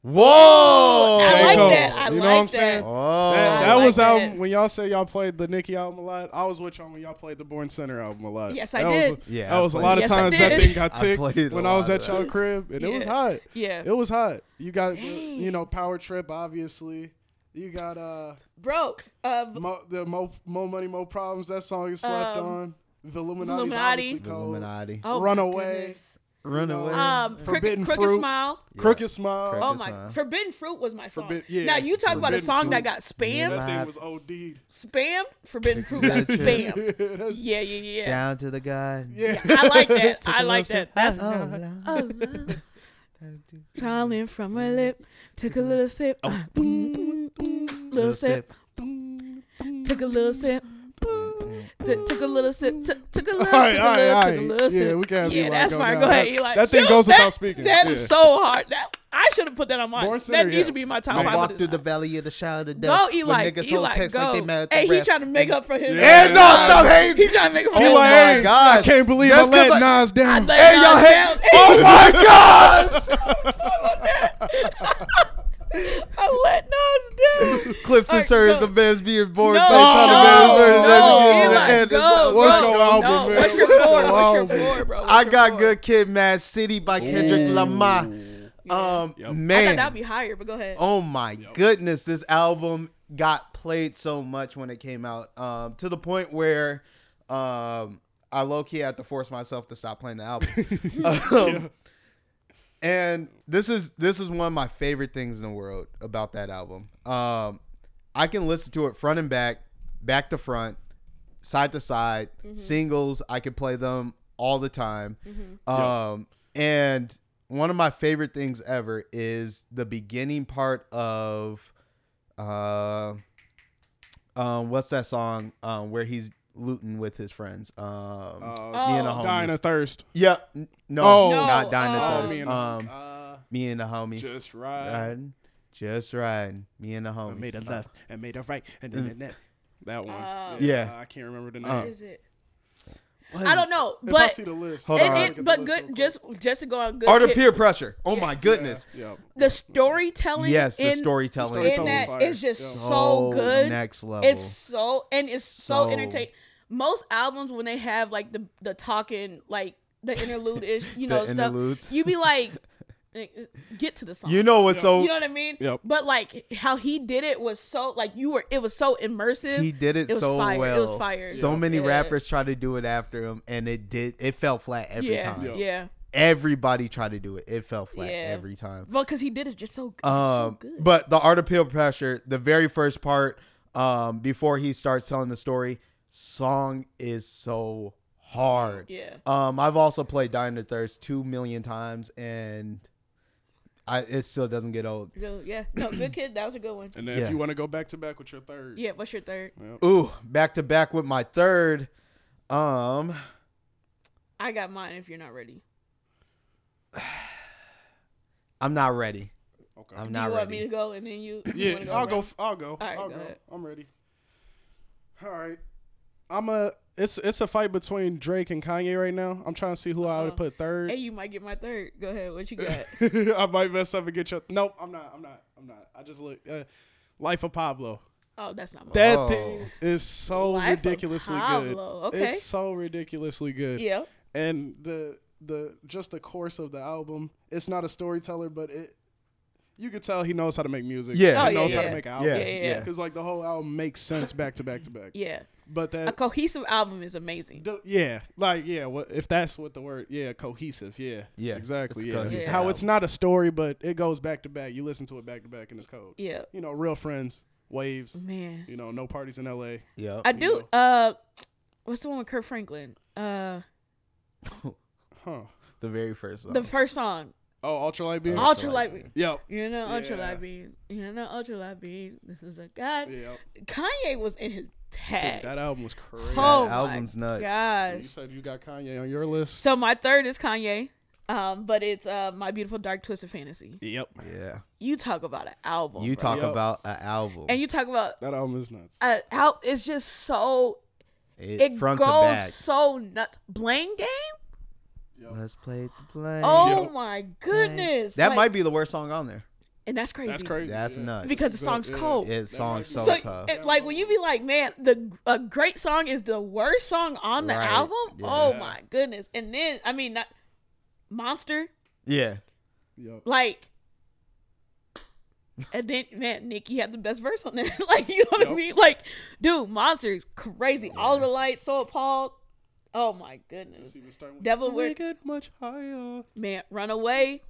Speaker 1: Whoa!
Speaker 2: I
Speaker 3: J.
Speaker 2: like
Speaker 3: Cole.
Speaker 2: that. I
Speaker 3: You know
Speaker 2: like
Speaker 3: what I'm
Speaker 2: that.
Speaker 3: saying?
Speaker 1: Oh,
Speaker 3: that
Speaker 2: I
Speaker 3: that
Speaker 2: like
Speaker 3: was
Speaker 2: that.
Speaker 3: album when y'all say y'all played the Nicki album a lot. I was with y'all when y'all played the Born Center album a lot.
Speaker 2: Yes, I
Speaker 3: That was
Speaker 2: did.
Speaker 3: a-
Speaker 1: Yeah,
Speaker 3: that
Speaker 1: I
Speaker 3: was a
Speaker 1: played
Speaker 3: lot
Speaker 2: it. Yes,
Speaker 3: of
Speaker 2: I
Speaker 3: times
Speaker 2: did.
Speaker 3: that thing got
Speaker 1: I played
Speaker 3: ticked
Speaker 1: a
Speaker 3: when I was
Speaker 1: lot
Speaker 3: at
Speaker 1: of
Speaker 3: y'all
Speaker 1: that.
Speaker 3: crib, and it was
Speaker 2: Yeah.
Speaker 3: hot.
Speaker 2: Yeah.
Speaker 3: it was hot. You got the, you
Speaker 2: Dang.
Speaker 3: know Power Trip, obviously. You got uh
Speaker 2: Broke. Uh,
Speaker 3: Mo, the Mo, Mo Money Mo Problems. That song is slept
Speaker 2: Um,
Speaker 3: on. Villuminati's
Speaker 2: Villuminati.
Speaker 3: obviously
Speaker 1: The
Speaker 3: cold.
Speaker 1: Illuminati.
Speaker 2: oh my
Speaker 3: Runaway.
Speaker 2: goodness.
Speaker 1: Run
Speaker 3: know,
Speaker 1: away.
Speaker 2: Um, crooked,
Speaker 3: Forbidden
Speaker 2: crooked
Speaker 3: Fruit.
Speaker 2: smile.
Speaker 3: Crooked Smile.
Speaker 1: Crooked
Speaker 2: Oh
Speaker 1: That's
Speaker 2: my!
Speaker 1: fine.
Speaker 2: Forbidden fruit was my song.
Speaker 3: Forbid- yeah.
Speaker 2: Now you talk about a
Speaker 3: Forbidden
Speaker 2: song
Speaker 3: Fruit.
Speaker 2: that got spam,
Speaker 3: That
Speaker 1: Yeah.
Speaker 3: thing was OD'd.
Speaker 2: spam.
Speaker 3: [LAUGHS]
Speaker 2: Forbidden fruit got
Speaker 1: That's it.
Speaker 2: spam.
Speaker 3: That's-
Speaker 2: Yeah, yeah, yeah.
Speaker 1: Down to the God.
Speaker 3: yeah.
Speaker 2: [LAUGHS] I like
Speaker 1: [LAUGHS]
Speaker 2: that.
Speaker 3: Took
Speaker 2: I
Speaker 3: a
Speaker 2: like that.
Speaker 3: little sip.
Speaker 2: That's
Speaker 3: [LAUGHS]
Speaker 1: Oh, no.
Speaker 2: oh, love. Crawling from my lip, took a little sip,
Speaker 3: Oh.
Speaker 2: Ah, boom, [LAUGHS] boom, boom, little sip, took a little
Speaker 3: [LAUGHS]
Speaker 2: sip, boom, t- took a little sip, t- took a little, took a
Speaker 3: Alright, alright,
Speaker 2: little, took a little
Speaker 3: alright. Yeah,
Speaker 2: sip.
Speaker 3: we can have
Speaker 2: yeah,
Speaker 3: Eli
Speaker 2: that's
Speaker 3: go
Speaker 2: fine.
Speaker 3: down.
Speaker 2: Go ahead,
Speaker 3: That-
Speaker 2: Eli.
Speaker 3: that thing
Speaker 2: Shoot,
Speaker 3: goes without
Speaker 2: that-
Speaker 3: speaking.
Speaker 2: That is
Speaker 3: Yeah.
Speaker 2: so hard. That I should have put that on
Speaker 3: More
Speaker 2: mine. That
Speaker 3: serious.
Speaker 2: needs to be my top
Speaker 1: I
Speaker 2: five.
Speaker 1: walk
Speaker 2: of
Speaker 1: through
Speaker 2: the-
Speaker 1: the valley of the shadow of
Speaker 2: Go
Speaker 1: death.
Speaker 2: Eli,
Speaker 1: when niggas hold
Speaker 2: Eli,
Speaker 1: text
Speaker 2: go.
Speaker 1: like they mad at the
Speaker 2: hey, he
Speaker 1: ref.
Speaker 2: trying to make up for his.
Speaker 1: Yeah, no, stop hating.
Speaker 2: He trying to make up for
Speaker 1: Eli,
Speaker 2: his.
Speaker 1: hey,
Speaker 2: loss.
Speaker 1: Oh God.
Speaker 3: I can't believe
Speaker 1: That's
Speaker 3: I let
Speaker 1: 'cause I-
Speaker 3: Nas
Speaker 2: I
Speaker 3: down.
Speaker 2: let
Speaker 1: Hey,
Speaker 2: y'all
Speaker 1: y'all
Speaker 2: down.
Speaker 1: hate. Oh
Speaker 2: [LAUGHS]
Speaker 1: my gosh!
Speaker 2: I let Nas
Speaker 1: [LAUGHS]
Speaker 2: down.
Speaker 1: Clifton
Speaker 2: Alright,
Speaker 1: served
Speaker 2: go.
Speaker 1: the man's being born.
Speaker 2: No,
Speaker 1: same time
Speaker 2: no,
Speaker 1: the man's
Speaker 2: no,
Speaker 1: learning
Speaker 2: Eli,
Speaker 1: everything in the end.
Speaker 2: go,
Speaker 3: What's
Speaker 2: go.
Speaker 3: your
Speaker 2: No,
Speaker 3: album, man?
Speaker 2: what's your floor? What's your
Speaker 3: album?
Speaker 2: floor, bro? What's
Speaker 1: I
Speaker 2: your
Speaker 1: got
Speaker 2: floor?
Speaker 1: good kid, Mad City by Kendrick Lamar. Um,
Speaker 2: I thought
Speaker 1: man,
Speaker 2: that'd be higher, but go ahead.
Speaker 1: oh my goodness, this album got played so much when it came out, um, to the point where, um, I low key had to force myself to stop playing the album. Um, And this is this is one of my favorite things in the world about that album. Um, I can listen to it front and back, back to front, side to side,
Speaker 2: Mm-hmm.
Speaker 1: singles. I could play them all the time. Um, and one of my favorite things ever is the beginning part of, uh, um, what's that song? Um, where he's looting with his friends. Um, me and the
Speaker 2: Oh.
Speaker 1: homies.
Speaker 3: Dying of thirst.
Speaker 1: yeah, n- no,
Speaker 3: Uh, Oh.
Speaker 1: not
Speaker 2: No,
Speaker 1: dying
Speaker 2: uh,
Speaker 1: of
Speaker 2: Oh,
Speaker 1: thirst.
Speaker 2: me
Speaker 1: um,
Speaker 3: uh,
Speaker 1: me and the homies.
Speaker 3: just right.
Speaker 1: riding. Just riding. Me and the homies.
Speaker 3: made a
Speaker 1: Uh,
Speaker 3: left and made a right and then that. Mm. Um, That one.
Speaker 2: Uh,
Speaker 1: Yeah.
Speaker 3: I can't remember the name.
Speaker 1: Uh,
Speaker 2: What is it?
Speaker 1: what
Speaker 2: I
Speaker 1: is
Speaker 2: don't
Speaker 1: it?
Speaker 2: know,
Speaker 3: if I
Speaker 2: but
Speaker 3: see
Speaker 2: it,
Speaker 3: the list,
Speaker 1: Hold on.
Speaker 2: it, but good. Just just to go on good.
Speaker 1: Art of
Speaker 2: Kid-
Speaker 1: peer pressure. Oh my goodness.
Speaker 3: yeah.
Speaker 2: the storytelling.
Speaker 1: Yes, the
Speaker 2: in,
Speaker 1: storytelling.
Speaker 3: It's
Speaker 2: in
Speaker 3: on
Speaker 2: that
Speaker 3: fire.
Speaker 2: is just
Speaker 3: Yeah.
Speaker 2: so good.
Speaker 1: oh, Next level.
Speaker 2: It's so and it's so,
Speaker 1: So-
Speaker 2: entertaining. Most albums when they have like the the talking like the interlude is
Speaker 1: [LAUGHS]
Speaker 2: you
Speaker 1: The
Speaker 2: know stuff.
Speaker 1: interludes.
Speaker 2: You
Speaker 1: [LAUGHS]
Speaker 2: be like, eh, get to the song.
Speaker 1: you know what's so
Speaker 2: You know what I mean?
Speaker 3: Yep.
Speaker 2: But like how he did it was so like you were it was so immersive.
Speaker 1: he did it,
Speaker 2: It was
Speaker 1: so
Speaker 2: fire. It
Speaker 1: well.
Speaker 2: was fire.
Speaker 1: So
Speaker 2: Yeah.
Speaker 1: many
Speaker 2: Yeah.
Speaker 1: rappers tried to do it after him, and it did. It fell flat every
Speaker 2: yeah,
Speaker 1: time.
Speaker 3: Yeah.
Speaker 2: yeah.
Speaker 1: Everybody tried to do it. It fell flat
Speaker 2: Yeah.
Speaker 1: every time.
Speaker 2: Well, because he did it just so, good, so
Speaker 1: Um,
Speaker 2: good.
Speaker 1: but the art of peer pressure, the very first part, um, before he starts telling the story, song is so hard.
Speaker 2: Yeah.
Speaker 1: Um, I've also played Dying to Thirst two million times, and I it still doesn't get old.
Speaker 2: Go- yeah. No, good kid. That was a good one.
Speaker 3: And then
Speaker 1: Yeah.
Speaker 3: if you want to go back to back with your third,
Speaker 2: Yeah. What's your third?
Speaker 1: Ooh, back to back with my third. Um,
Speaker 2: I got mine. If you're not ready,
Speaker 1: I'm not ready.
Speaker 3: Okay.
Speaker 1: I'm
Speaker 2: Do
Speaker 1: not
Speaker 2: you want me
Speaker 1: ready.
Speaker 2: to go and then you? you
Speaker 3: yeah,
Speaker 2: wanna go
Speaker 3: I'll
Speaker 2: right?
Speaker 3: go. f- I'll go.
Speaker 2: right,
Speaker 3: I'll
Speaker 2: go
Speaker 3: go.
Speaker 2: ahead.
Speaker 3: I'm ready. All right. I'm a. It's it's a fight between Drake and Kanye right now. I'm trying to see who I would put
Speaker 2: Uh-huh. Hey,
Speaker 3: [LAUGHS] third.
Speaker 2: you might get my third. Go ahead. What you
Speaker 3: [LAUGHS]
Speaker 2: got?
Speaker 3: I might mess up and get your. Nope, I'm not. I'm not. I'm not. I just look. Uh, Life of Pablo.
Speaker 2: oh, that's not mine.
Speaker 3: That
Speaker 1: Oh.
Speaker 3: thing is so
Speaker 2: Life of
Speaker 3: ridiculously good.
Speaker 2: Pablo, okay.
Speaker 3: It's so ridiculously good.
Speaker 2: yeah.
Speaker 3: and the the just the course of the album. It's not a storyteller, but it you could tell he knows how to make music.
Speaker 1: Yeah.
Speaker 2: Oh,
Speaker 3: he knows
Speaker 2: yeah,
Speaker 3: how
Speaker 2: yeah.
Speaker 3: to make an album.
Speaker 1: Yeah, Yeah,
Speaker 2: yeah.
Speaker 3: Because like the whole album makes sense back to back to back.
Speaker 2: Yeah.
Speaker 3: But
Speaker 2: A
Speaker 3: that
Speaker 2: cohesive album is amazing.
Speaker 3: the- yeah, like yeah, what if that's what the word? Yeah, cohesive. Yeah,
Speaker 1: Yeah,
Speaker 3: exactly.
Speaker 1: it's a
Speaker 3: Yeah.
Speaker 1: cohesive
Speaker 2: Yeah.
Speaker 3: how it's not a story, but it goes back to back. You listen to it back to back, and it's cold.
Speaker 2: Yeah. Mm-hmm.
Speaker 3: You know, real friends, waves.
Speaker 2: Man.
Speaker 3: You know, no parties in L.A.
Speaker 1: Yep.
Speaker 2: I do. Uh, what's the one with Kurt Franklin? Uh,
Speaker 3: Huh?
Speaker 1: the very first song.
Speaker 2: the first song,
Speaker 3: Oh, ultralight beam.
Speaker 1: Ultra-
Speaker 2: Ultra
Speaker 1: Light
Speaker 2: Light. Beam.
Speaker 3: yep.
Speaker 2: You know Ultra
Speaker 3: Yeah.
Speaker 2: Light Beam. You know Ultra Light Beam. This is a god.
Speaker 3: Yep.
Speaker 2: Kanye was in his
Speaker 3: Dude,
Speaker 2: bag.
Speaker 3: that album was crazy.
Speaker 2: oh my
Speaker 1: album's nuts.
Speaker 2: gosh.
Speaker 3: You said you got Kanye on your list.
Speaker 2: So my third is Kanye, um, but it's uh, my beautiful dark twisted fantasy.
Speaker 3: yep,
Speaker 1: Yeah.
Speaker 2: You talk about an album,
Speaker 1: You
Speaker 2: bro.
Speaker 1: talk
Speaker 3: Yep.
Speaker 1: about an album.
Speaker 2: and you talk about
Speaker 3: that album is nuts.
Speaker 2: uh, how it's just so
Speaker 1: it,
Speaker 2: it
Speaker 1: front to
Speaker 2: goes
Speaker 1: back.
Speaker 2: so nuts. Blame game.
Speaker 1: Let's play the play.
Speaker 2: Oh
Speaker 3: Yep.
Speaker 2: my goodness.
Speaker 1: that
Speaker 2: Like-
Speaker 1: might be the worst song on there.
Speaker 2: and that's crazy.
Speaker 3: That's crazy.
Speaker 1: That's
Speaker 3: yeah.
Speaker 1: nuts.
Speaker 2: Because the song's
Speaker 3: Yeah.
Speaker 2: cold.
Speaker 1: It song's so,
Speaker 2: So
Speaker 1: tough.
Speaker 2: it- like when you be like, man, the a great song is the worst song on the
Speaker 1: Right.
Speaker 2: album. Oh
Speaker 3: Yeah.
Speaker 2: my goodness! And then I mean, not monster
Speaker 1: yeah.
Speaker 3: Yep.
Speaker 2: like. And then, man, Nicki had the best verse on that. [LAUGHS] like, you know what I
Speaker 3: Yep.
Speaker 2: mean? Like, dude, Monster is crazy. All the lights, so appalled. Oh my goodness.
Speaker 3: Even starting with,
Speaker 2: Devil
Speaker 3: "We
Speaker 2: Wear,
Speaker 3: get much higher.
Speaker 2: man, Runaway.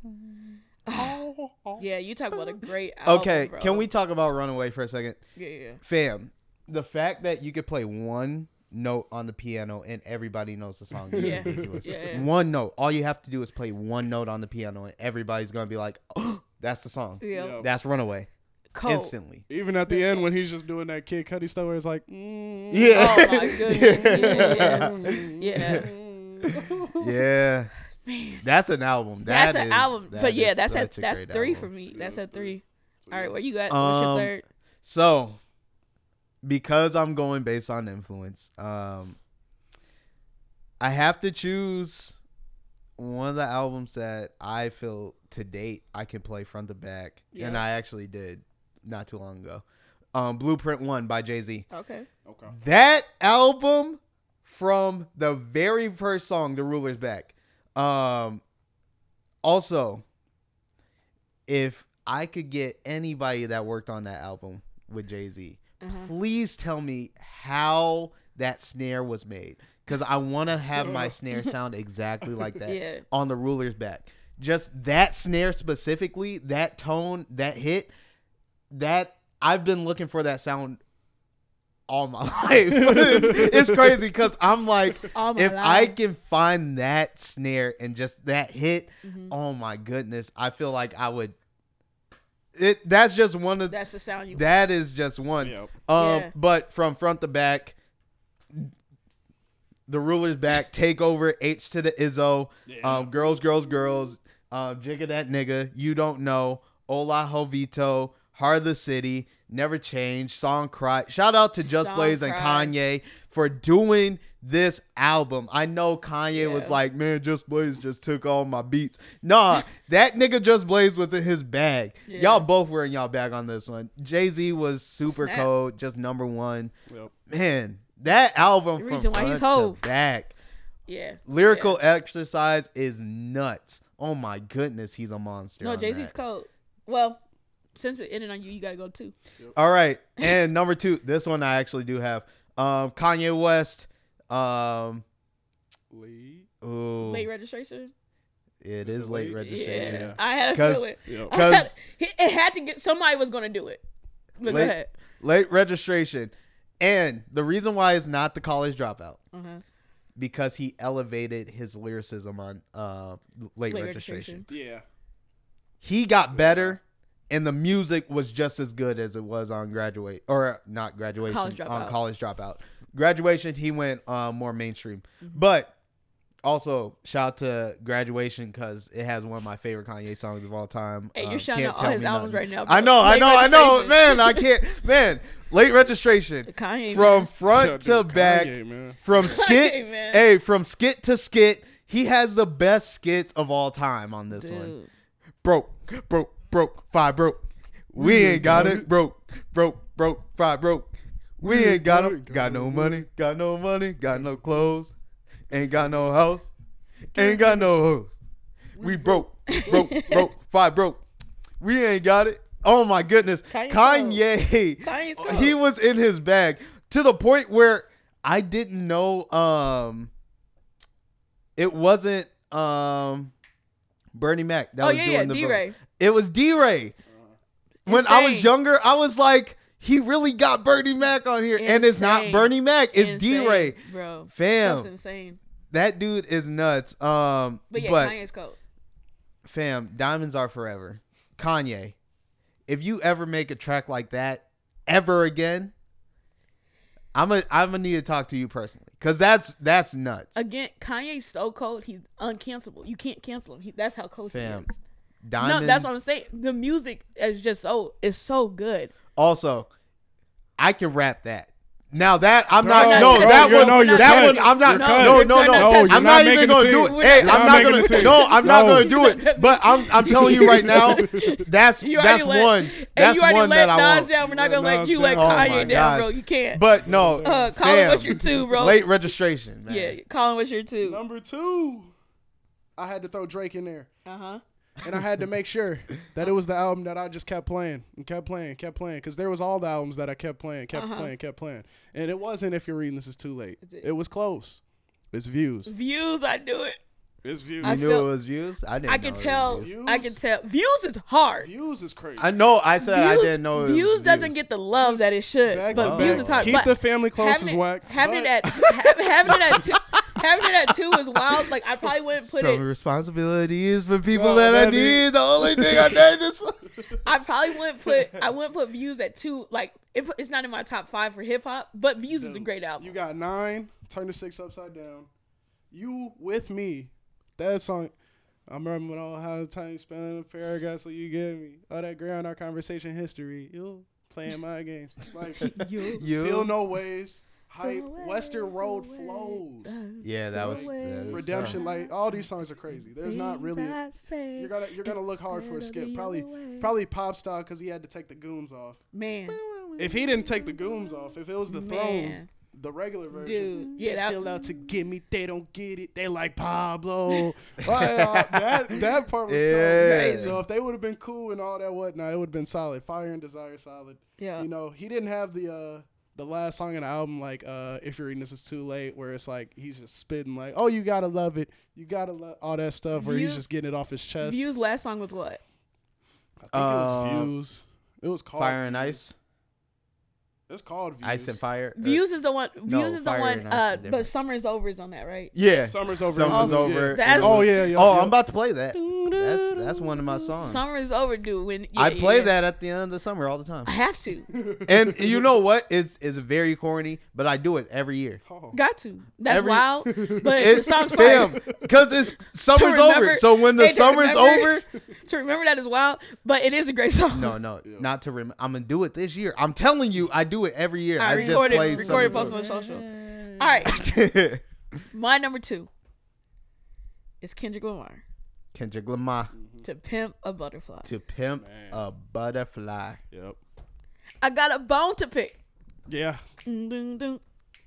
Speaker 3: Oh, oh.
Speaker 2: Yeah, you talk about a great album.
Speaker 1: Okay.
Speaker 2: Oh, bro.
Speaker 1: Can we talk about Runaway for a second?
Speaker 2: Yeah, yeah.
Speaker 1: Fam, the fact that you could play one note on the piano and everybody knows the song. It's
Speaker 2: [LAUGHS] Yeah.
Speaker 1: ridiculous.
Speaker 2: Yeah, yeah.
Speaker 1: One note. All you have to do is play one note on the piano and everybody's gonna be like, oh, that's the song.
Speaker 2: Yeah. Oh. Yep.
Speaker 1: That's Runaway.
Speaker 2: Cold.
Speaker 1: Instantly.
Speaker 3: Even at the end when he's just doing that Kid Cudi stuff, where it's like, mm,
Speaker 1: Yeah.
Speaker 2: Oh my goodness. Yeah.
Speaker 1: [LAUGHS]
Speaker 2: Yeah.
Speaker 1: Yeah.
Speaker 2: Man.
Speaker 1: That's an album.
Speaker 2: That's
Speaker 1: That
Speaker 2: an
Speaker 1: is-
Speaker 2: album.
Speaker 1: that
Speaker 2: but yeah,
Speaker 1: is
Speaker 2: that's a,
Speaker 1: such
Speaker 2: that's
Speaker 1: great
Speaker 2: three
Speaker 1: album.
Speaker 2: for me. That's a three. All right, where you got?
Speaker 1: Um,
Speaker 2: What's your third?
Speaker 1: So, because I'm going based on influence, um, I have to choose one of the albums that I feel to date I can play front to back, and
Speaker 2: Yeah.
Speaker 1: I actually did not too long ago. Um, Blueprint One by Jay Z.
Speaker 2: Okay.
Speaker 3: Okay.
Speaker 1: That album from the very first song, The Ruler's Back. Um also, if I could get anybody that worked on that album with Jay-Z, please tell me how that snare was made. Cause I wanna have my snare sound exactly like that
Speaker 2: Yeah.
Speaker 1: on the ruler's back. Just that snare specifically, that tone, that hit, that I've been looking for that sound all my [LAUGHS] life. it's, it's crazy because I'm like,
Speaker 2: All my
Speaker 1: if
Speaker 2: life.
Speaker 1: I can find that snare and just that hit,
Speaker 2: Mm-hmm.
Speaker 1: oh my goodness, I feel like I would. It that's just one of
Speaker 2: That's the sound you.
Speaker 1: that is just one.
Speaker 3: Yep.
Speaker 1: Um,
Speaker 2: Yeah.
Speaker 1: but from front to back, the ruler's back. Take over H to the Izzo. Um, girls, girls, girls. Um, jigga that nigga. You don't know. Hola Jovito. Heart of the City. Never change. Song cry. Shout out to Just
Speaker 2: Song
Speaker 1: Blaze and
Speaker 2: Cry.
Speaker 1: Kanye for doing this album. I know Kanye was
Speaker 2: Yeah.
Speaker 1: like, man, Just Blaze just took all my beats.
Speaker 2: [LAUGHS]
Speaker 1: Nah, that nigga Just Blaze was in his bag.
Speaker 2: Yeah.
Speaker 1: Y'all both were in y'all bag on this one. Jay Z was super
Speaker 2: Snap.
Speaker 1: cold, just number one.
Speaker 3: Yep.
Speaker 1: Man, that album
Speaker 2: The
Speaker 1: from
Speaker 2: reason why he's
Speaker 1: front to
Speaker 2: Hov.
Speaker 1: back.
Speaker 2: yeah.
Speaker 1: Lyrical exercise is nuts. Oh my goodness, he's a monster.
Speaker 2: Yeah. No,
Speaker 1: on
Speaker 2: Jay Z's
Speaker 1: that.
Speaker 2: cold. Well, since it ended on you, you gotta go too.
Speaker 1: All right. And number two, this one I actually do have. Um, Kanye West. Um,
Speaker 3: Lee.
Speaker 1: ooh,
Speaker 2: Late registration.
Speaker 1: it
Speaker 3: Is
Speaker 1: is
Speaker 3: it
Speaker 1: late
Speaker 3: late?
Speaker 1: registration.
Speaker 2: Yeah.
Speaker 3: Yeah.
Speaker 2: I had a
Speaker 1: 'Cause-
Speaker 2: feeling.
Speaker 3: Yep.
Speaker 2: I had-
Speaker 1: 'cause-
Speaker 2: it it had to get somebody was gonna do it. But go
Speaker 1: Late-
Speaker 2: ahead.
Speaker 1: Late registration. And the reason why is not the college dropout.
Speaker 2: Uh-huh.
Speaker 1: because he elevated his lyricism on uh, late,
Speaker 2: Late
Speaker 1: registration.
Speaker 2: registration.
Speaker 3: Yeah.
Speaker 1: He got better, and the music was just as good as it was on graduate or not graduation
Speaker 2: College
Speaker 1: on
Speaker 2: Dropout.
Speaker 1: college dropout. Graduation, he went uh, more mainstream,
Speaker 2: Mm-hmm.
Speaker 1: but also shout out to graduation because it has one of my favorite Kanye songs of all time.
Speaker 2: Hey, you're
Speaker 1: Um,
Speaker 2: shouting
Speaker 1: Can't
Speaker 2: out all
Speaker 1: Tell
Speaker 2: his
Speaker 1: Me
Speaker 2: albums
Speaker 1: Nothing.
Speaker 2: right now,
Speaker 1: I
Speaker 2: bro.
Speaker 1: know, I
Speaker 2: Late
Speaker 1: know, I know,
Speaker 2: Registration.
Speaker 1: man. I can't, man. Late registration
Speaker 2: Kanye.
Speaker 1: from
Speaker 2: man.
Speaker 1: front
Speaker 3: Shout
Speaker 1: to
Speaker 3: out to
Speaker 1: back,
Speaker 3: Kanye, man.
Speaker 1: from skit,
Speaker 2: Kanye, man.
Speaker 1: hey, from skit to skit, he has the best skits of all time on this one.
Speaker 2: Dude.
Speaker 1: Broke, broke, broke, five broke. We ain't got it. Broke, broke, broke, five broke. We ain't got it. Got no money, got no money, got no clothes, ain't got no house, ain't got no hoes. We broke, broke, [LAUGHS] broke, five broke. We ain't got it. Oh my goodness,
Speaker 2: Kanye cold.
Speaker 1: Kanye.
Speaker 2: Kanye's
Speaker 1: Uh, [LAUGHS] He
Speaker 2: cold.
Speaker 1: was in his bag to the point where I didn't know um it wasn't um Bernie Mac that
Speaker 2: Oh
Speaker 1: was
Speaker 2: yeah,
Speaker 1: doing
Speaker 2: yeah.
Speaker 1: the
Speaker 2: D
Speaker 1: vote.
Speaker 2: Ray.
Speaker 1: It was D-Ray. When I was
Speaker 2: Insane.
Speaker 1: younger, I was like he really got Bernie Mac on here and it's not
Speaker 2: Insane.
Speaker 1: Bernie Mac, it's D-Ray.
Speaker 2: Bro.
Speaker 1: Fam.
Speaker 2: That's insane.
Speaker 1: That dude is nuts. Um but,
Speaker 2: But yeah, Kanye's cold.
Speaker 1: fam, diamonds are forever. Kanye, if you ever make a track like that ever again, I'm a I'm gonna need to talk to you personally because that's that's nuts.
Speaker 2: Again, Kanye's so cold, he's uncancelable. You can't cancel him. He, that's how cold
Speaker 1: Fam,
Speaker 2: he is.
Speaker 1: Diamonds.
Speaker 2: No, that's what I'm saying. The music is just so it's so good.
Speaker 1: also, I can rap that. Now that I'm
Speaker 3: No,
Speaker 1: not
Speaker 2: no,
Speaker 1: no,
Speaker 2: no,
Speaker 1: that
Speaker 2: you're-
Speaker 1: one
Speaker 2: no, you're
Speaker 1: that
Speaker 2: cut.
Speaker 1: one I'm not
Speaker 2: You're
Speaker 1: no
Speaker 2: cut.
Speaker 1: no
Speaker 2: You're
Speaker 1: no
Speaker 2: not
Speaker 1: no,
Speaker 2: touching
Speaker 1: I'm
Speaker 2: it.
Speaker 1: not,
Speaker 3: You're
Speaker 1: even
Speaker 3: not
Speaker 1: gonna
Speaker 3: making
Speaker 1: do
Speaker 3: the
Speaker 1: it.
Speaker 3: team.
Speaker 1: Hey,
Speaker 2: You're
Speaker 1: I'm
Speaker 2: not
Speaker 1: not
Speaker 3: making
Speaker 1: gonna
Speaker 3: the team.
Speaker 1: no I'm not
Speaker 3: No.
Speaker 1: gonna do
Speaker 2: You're not
Speaker 1: it.
Speaker 2: [LAUGHS] touching
Speaker 1: But I'm I'm telling you right
Speaker 2: [LAUGHS]
Speaker 1: now, that's that's
Speaker 2: You already let, [LAUGHS]
Speaker 1: one
Speaker 2: and
Speaker 1: that's
Speaker 2: you already
Speaker 1: one
Speaker 2: let
Speaker 1: that I
Speaker 2: Nas
Speaker 1: want.
Speaker 2: down. We're not
Speaker 3: You
Speaker 2: gonna
Speaker 3: let
Speaker 2: let
Speaker 3: Nas
Speaker 2: you let
Speaker 3: down.
Speaker 1: Oh my
Speaker 2: Kanye down,
Speaker 1: gosh.
Speaker 2: bro. You can't.
Speaker 1: But no,
Speaker 2: uh, Colin,
Speaker 1: fam,
Speaker 2: what's your two, bro?
Speaker 1: late registration, man.
Speaker 2: yeah, Colin, what's your two?
Speaker 3: Number two. I had to throw Drake in there.
Speaker 2: Uh huh.
Speaker 3: and I had to make sure that it was the album that I just kept playing and kept playing, kept playing, because there was all the albums that I kept playing, kept
Speaker 2: Uh-huh.
Speaker 3: playing, kept playing, and it wasn't. If you're reading this, is too late. It was close. It's views.
Speaker 2: Views, Mm-hmm. I do it.
Speaker 3: It's views.
Speaker 1: You knew it was views. I didn't.
Speaker 2: I
Speaker 1: know
Speaker 2: could
Speaker 1: it was
Speaker 2: tell.
Speaker 1: views.
Speaker 2: I could tell. Views is hard.
Speaker 3: Views is crazy.
Speaker 1: I know. I said I
Speaker 2: Views-
Speaker 1: didn't know. It was
Speaker 2: views doesn't get the love that it should.
Speaker 3: Back
Speaker 2: but
Speaker 3: to
Speaker 2: views
Speaker 3: back.
Speaker 2: is hard.
Speaker 3: Keep
Speaker 2: but
Speaker 3: the family close
Speaker 2: having
Speaker 3: is
Speaker 2: it-
Speaker 3: whack,
Speaker 2: Having it
Speaker 3: but-
Speaker 2: at ha- having it
Speaker 3: [LAUGHS]
Speaker 2: at two, having it at two is wild. Like I probably wouldn't put
Speaker 1: Some
Speaker 2: it.
Speaker 1: responsibilities for people
Speaker 3: Oh,
Speaker 1: that I
Speaker 3: that is-
Speaker 1: need. The only thing
Speaker 3: [LAUGHS]
Speaker 1: I need is.
Speaker 2: I probably wouldn't put. I wouldn't put views at two. Like if it's not in my top five for hip hop, but views is a
Speaker 3: Dude,
Speaker 2: great album.
Speaker 3: You got nine. Turn the six upside down. You with me. That song. I remember when all how the time you spent in a paragraph, so you give me all that ground. Our conversation history. You playing my games. Like
Speaker 2: [LAUGHS] [LAUGHS]
Speaker 3: [LAUGHS]
Speaker 2: You-
Speaker 1: You.
Speaker 3: feel no ways. Hype.
Speaker 2: Away,
Speaker 3: Western Road
Speaker 2: away,
Speaker 3: flows.
Speaker 2: uh,
Speaker 1: Yeah, that was, that uh,
Speaker 2: away.
Speaker 1: was tough.
Speaker 3: Redemption. Like all these songs are crazy. There's not really.
Speaker 2: things I say
Speaker 3: You're gonna you're gonna look hard for a
Speaker 2: instead of
Speaker 3: skip.
Speaker 2: the
Speaker 3: Probably
Speaker 2: other way.
Speaker 3: probably pop style because he had to take the goons off.
Speaker 2: man,
Speaker 3: If he didn't take the goons off, if it was the throne,
Speaker 2: Man.
Speaker 3: the regular version,
Speaker 2: dude, yeah,
Speaker 3: they
Speaker 2: that,
Speaker 3: still out to get me. They don't get it. They
Speaker 2: [LAUGHS]
Speaker 3: like Pablo. Uh, that that part was
Speaker 1: Yeah.
Speaker 3: cool. So if they would have been cool and all that whatnot, it would have been solid. Fire and Desire, solid.
Speaker 2: yeah,
Speaker 3: You know, he didn't have the uh the last song in the album like uh If You're Reading This Is Too Late, where it's like he's just spitting like, oh, you gotta love it, you gotta love all that stuff, where he's
Speaker 2: Views-
Speaker 3: just getting it off his chest.
Speaker 2: views last song was what?
Speaker 3: Uh, I think it
Speaker 1: Uh,
Speaker 3: was Views. It was called
Speaker 1: Fire and
Speaker 3: Views.
Speaker 1: ice,
Speaker 3: It's called Views.
Speaker 1: ice and fire. Uh, or-
Speaker 2: Views is the one. Views
Speaker 1: no,
Speaker 2: is the
Speaker 1: Fire
Speaker 2: one.
Speaker 1: and Ice is
Speaker 2: Uh, but
Speaker 1: different.
Speaker 2: summer's over is on that, right?
Speaker 1: Yeah.
Speaker 3: Summer's over.
Speaker 1: Summer's
Speaker 3: Yeah.
Speaker 1: over.
Speaker 2: That's-
Speaker 3: oh yeah, yeah.
Speaker 1: oh,
Speaker 3: yeah.
Speaker 1: I'm about to play that. That's that's one of my songs.
Speaker 2: Summer's over, dude. When yeah,
Speaker 1: I play
Speaker 2: yeah.
Speaker 1: that at the end of the summer all the
Speaker 2: [LAUGHS]
Speaker 1: time.
Speaker 2: I have to.
Speaker 1: and you know what? It's it's very corny, but I do it every year.
Speaker 3: Oh.
Speaker 2: Got to. That's
Speaker 1: Every-
Speaker 3: [LAUGHS]
Speaker 2: wild. But the
Speaker 1: It's
Speaker 2: song's fire.
Speaker 1: fam, because it's
Speaker 2: [LAUGHS] To
Speaker 1: summer's over.
Speaker 2: remember-
Speaker 1: So when the
Speaker 2: hey, to
Speaker 1: summer's
Speaker 2: remember-
Speaker 1: over,
Speaker 2: [LAUGHS] to remember that is wild. But it is a great [LAUGHS] song.
Speaker 1: no, no, not to remember. I'm gonna do it this year. I'm telling you, I do it every year.
Speaker 2: I
Speaker 1: I, just
Speaker 2: recorded-
Speaker 1: play
Speaker 2: recorded
Speaker 1: Summer's
Speaker 2: Post
Speaker 1: Over.
Speaker 2: Malone social. All right, my number two is Kendrick Lamar
Speaker 1: [LAUGHS] Kendrick Lamar
Speaker 2: to pimp a butterfly.
Speaker 1: to pimp a butterfly.
Speaker 3: Yep.
Speaker 2: I got a bone to pick.
Speaker 3: Yeah.
Speaker 2: Dun, dun, dun.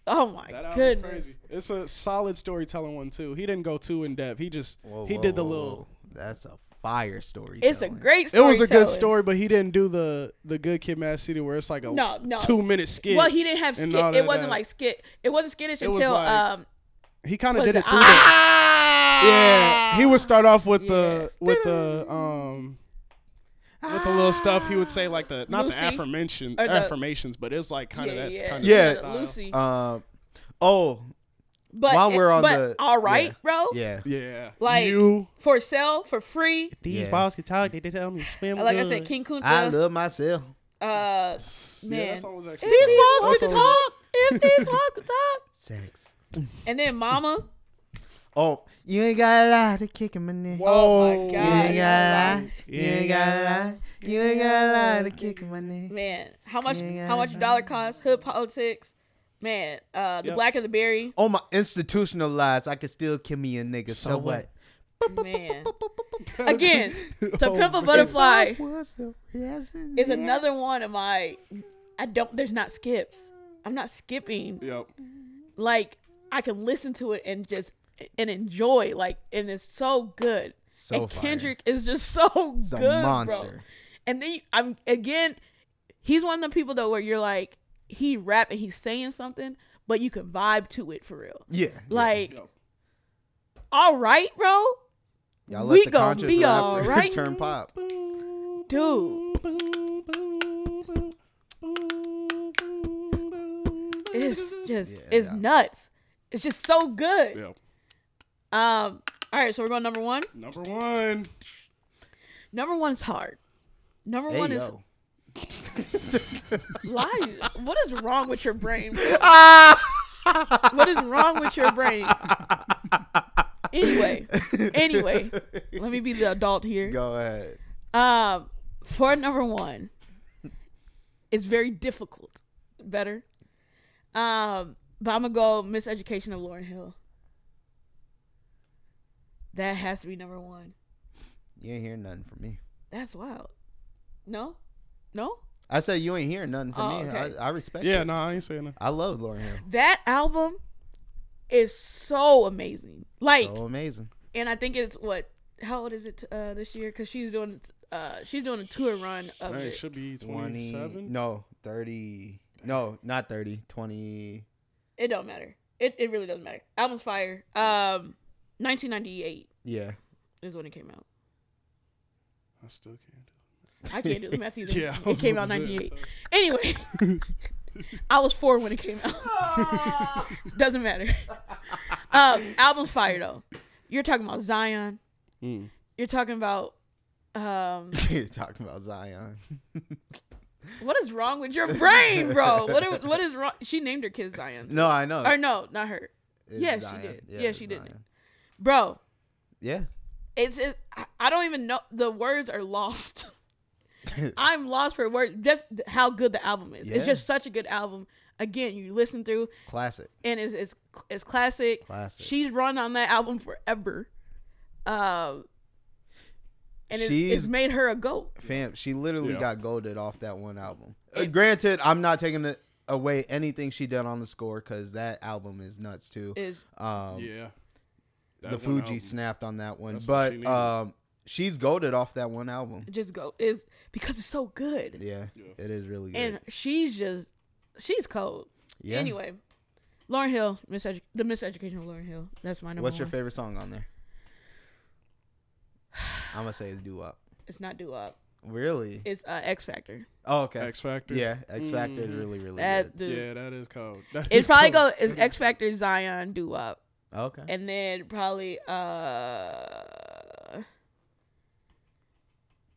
Speaker 2: Oh my
Speaker 3: That album's
Speaker 2: goodness.
Speaker 3: crazy. It's a solid storytelling one too. He didn't go too in depth. He just
Speaker 1: Whoa,
Speaker 3: he
Speaker 1: whoa,
Speaker 3: did the
Speaker 1: whoa,
Speaker 3: little.
Speaker 1: whoa. That's a fire story.
Speaker 2: It's a great
Speaker 3: It
Speaker 2: story.
Speaker 3: was a good story, but he didn't do the the good kid, Mad City, where it's like a
Speaker 2: No, no.
Speaker 3: two minute skit.
Speaker 2: Well, he didn't have
Speaker 3: and
Speaker 2: skit.
Speaker 3: all
Speaker 2: It
Speaker 3: that,
Speaker 2: wasn't
Speaker 3: uh,
Speaker 2: like skit. It wasn't skittish
Speaker 3: It was
Speaker 2: until
Speaker 3: like-
Speaker 2: um
Speaker 3: he kind of
Speaker 2: was
Speaker 3: did
Speaker 2: it- Ah!
Speaker 3: it through. the, yeah, he would start off with the
Speaker 2: Yeah.
Speaker 3: with the um with the little stuff. He would say like the not
Speaker 2: Lucy.
Speaker 3: the affirmation
Speaker 2: Or the-
Speaker 3: affirmations, but it's like kind of
Speaker 2: yeah,
Speaker 3: that's
Speaker 2: yeah,
Speaker 3: kind of
Speaker 1: Yeah.
Speaker 2: the Lucy.
Speaker 1: Um. Oh
Speaker 2: but
Speaker 1: while we're on
Speaker 2: but
Speaker 1: the-
Speaker 2: all right,
Speaker 1: yeah.
Speaker 2: bro.
Speaker 1: yeah.
Speaker 3: yeah.
Speaker 2: Like-
Speaker 3: you
Speaker 2: For sale, for free.
Speaker 1: These balls
Speaker 3: can talk. They did tell me swim.
Speaker 2: Like I said, King Kunta.
Speaker 1: I love myself.
Speaker 2: uh,
Speaker 3: Yeah,
Speaker 2: Man.
Speaker 3: that song was actually.
Speaker 2: These
Speaker 3: good.
Speaker 2: walls
Speaker 3: That
Speaker 2: could
Speaker 3: song was-
Speaker 2: talk. if these walls could talk.
Speaker 1: Sex.
Speaker 2: And then Mama.
Speaker 1: Oh, you ain't got a lie to kick him in the
Speaker 2: Oh my
Speaker 1: You ain't
Speaker 2: God.
Speaker 1: got a lie. You ain't got a lie. You ain't got a lie to kick him in the
Speaker 2: Man, how much? How much a dollar cost? Hood politics. Man, uh, the
Speaker 3: Yep.
Speaker 2: black and the berry.
Speaker 1: Oh my institutionalized, I could still kill me a nigga. So,
Speaker 3: So
Speaker 1: what?
Speaker 2: [LAUGHS]
Speaker 3: what?
Speaker 2: Man, again, to
Speaker 3: Oh,
Speaker 2: pimp a
Speaker 3: man.
Speaker 2: butterfly
Speaker 1: What's the reason?
Speaker 2: is another one of my. I don't. There's not skips. I'm not skipping.
Speaker 3: Yep.
Speaker 2: Like I can listen to it and just and enjoy. Like and it's so good.
Speaker 1: So
Speaker 2: and
Speaker 1: fire.
Speaker 2: Kendrick is just [LAUGHS] so
Speaker 1: It's a
Speaker 2: good, bro.
Speaker 1: monster.
Speaker 2: And then you- I'm again, he's one of the people though where you're like he rap and he's saying something, but you can vibe to it for real.
Speaker 1: Yeah. yeah.
Speaker 2: Like,
Speaker 3: Yep.
Speaker 2: all right, bro,
Speaker 1: Y'all
Speaker 2: we
Speaker 1: let the
Speaker 2: gon'
Speaker 1: conscious
Speaker 2: be
Speaker 1: rapper [LAUGHS]
Speaker 2: alright.
Speaker 1: turn pop.
Speaker 2: dude, it's just
Speaker 1: Yeah,
Speaker 2: it's
Speaker 1: yeah.
Speaker 2: nuts. It's just so good.
Speaker 3: Yep.
Speaker 2: Um, all right, so we're going number one.
Speaker 3: Number one.
Speaker 2: Number one is hard. Number
Speaker 1: Hey,
Speaker 2: one
Speaker 1: yo.
Speaker 2: is [LAUGHS] lies. What is wrong with
Speaker 1: [LAUGHS]
Speaker 2: your brain? bro? what is wrong with your brain? Anyway, anyway, let me be the adult here.
Speaker 1: Go ahead.
Speaker 2: Um, for number one, it's very difficult. Better. Um, but I'm gonna go Miseducation of Lauren Hill. That has to be number one.
Speaker 1: You ain't hearing nothing from me.
Speaker 2: That's wild. No, no.
Speaker 1: I said you ain't hearing nothing from
Speaker 2: Oh,
Speaker 1: me.
Speaker 2: okay.
Speaker 1: I, I respect
Speaker 3: Yeah,
Speaker 1: it.
Speaker 3: no, I ain't saying that.
Speaker 1: I love Lauren Hill.
Speaker 2: That album is so amazing. Like,
Speaker 3: Oh.
Speaker 1: So amazing.
Speaker 2: and I think it's what? How old is it uh, this year? Because she's doing uh, she's doing a tour run of
Speaker 3: Hey, it
Speaker 2: it.
Speaker 3: should be
Speaker 1: 20
Speaker 3: 27.
Speaker 1: no 30 no not 30 20
Speaker 2: it don't matter. It it really doesn't matter. Album's fire. Um, 1998
Speaker 1: Yeah. [LAUGHS]
Speaker 2: is when it came out.
Speaker 3: I still can't.
Speaker 2: I can't do the math either.
Speaker 3: [LAUGHS] Yeah, I
Speaker 2: it
Speaker 3: was
Speaker 2: came out
Speaker 3: about to say.
Speaker 2: 98. Anyway, [LAUGHS] I was four when it came out. [LAUGHS] Doesn't matter. Um, album's fire though. You're talking about Zion.
Speaker 3: Mm.
Speaker 2: You're talking about um,
Speaker 1: You're talking about Zion. [LAUGHS]
Speaker 2: what is wrong with your brain, bro? What are- what is wrong? She named her kid Zion.
Speaker 1: No, I know.
Speaker 2: Or no, not her.
Speaker 1: It's
Speaker 2: yes,
Speaker 1: Zion.
Speaker 2: she did.
Speaker 1: Yeah,
Speaker 2: Yeah,
Speaker 1: it's
Speaker 2: she did.
Speaker 1: Zion.
Speaker 2: Bro,
Speaker 1: Yeah.
Speaker 2: it's, it's I- I don't even know. The words are
Speaker 1: [LAUGHS]
Speaker 2: lost. I'm lost for words. Just th- how good the album is.
Speaker 1: Yeah.
Speaker 2: It's just such a good album. Again, you listen through,
Speaker 1: Classic.
Speaker 2: and it's it's it's classic.
Speaker 1: Classic.
Speaker 2: She's run on that album forever. Um, and it, it's
Speaker 1: She's-
Speaker 2: made her a goat.
Speaker 1: Fam, she literally
Speaker 3: Yeah.
Speaker 1: got golded off that one album. Uh, granted, I'm not taking it away anything she done on the score because that album is nuts too.
Speaker 2: Is
Speaker 1: Um,
Speaker 3: Yeah.
Speaker 1: the
Speaker 3: That one
Speaker 1: Fuji
Speaker 3: album.
Speaker 1: snapped on that one,
Speaker 3: That's what
Speaker 1: but
Speaker 3: she needed.
Speaker 1: um, she's golded off that one album.
Speaker 2: just go is because it's so good.
Speaker 1: Yeah,
Speaker 3: Yeah.
Speaker 1: it is really good.
Speaker 2: and she's just she's cold.
Speaker 1: yeah.
Speaker 2: Anyway, Lauren Hill, misedu- the miseducation of Lauren Hill. That's my number.
Speaker 1: what's your
Speaker 2: one.
Speaker 1: favorite song on
Speaker 2: [SIGHS]
Speaker 1: there? I'm gonna say it's "Do Up."
Speaker 2: It's not due up.
Speaker 1: Really?
Speaker 2: It's uh, X Factor.
Speaker 1: Oh, okay.
Speaker 3: X Factor.
Speaker 1: yeah, X Factor is
Speaker 3: Mm.
Speaker 1: really, really
Speaker 2: Mm-hmm. That dude.
Speaker 3: Yeah, that is cold. That
Speaker 2: It's
Speaker 3: is
Speaker 2: probably go.
Speaker 3: cold.
Speaker 2: It's X Factor, Zion, due up,
Speaker 1: good. Okay.
Speaker 2: and then probably uh,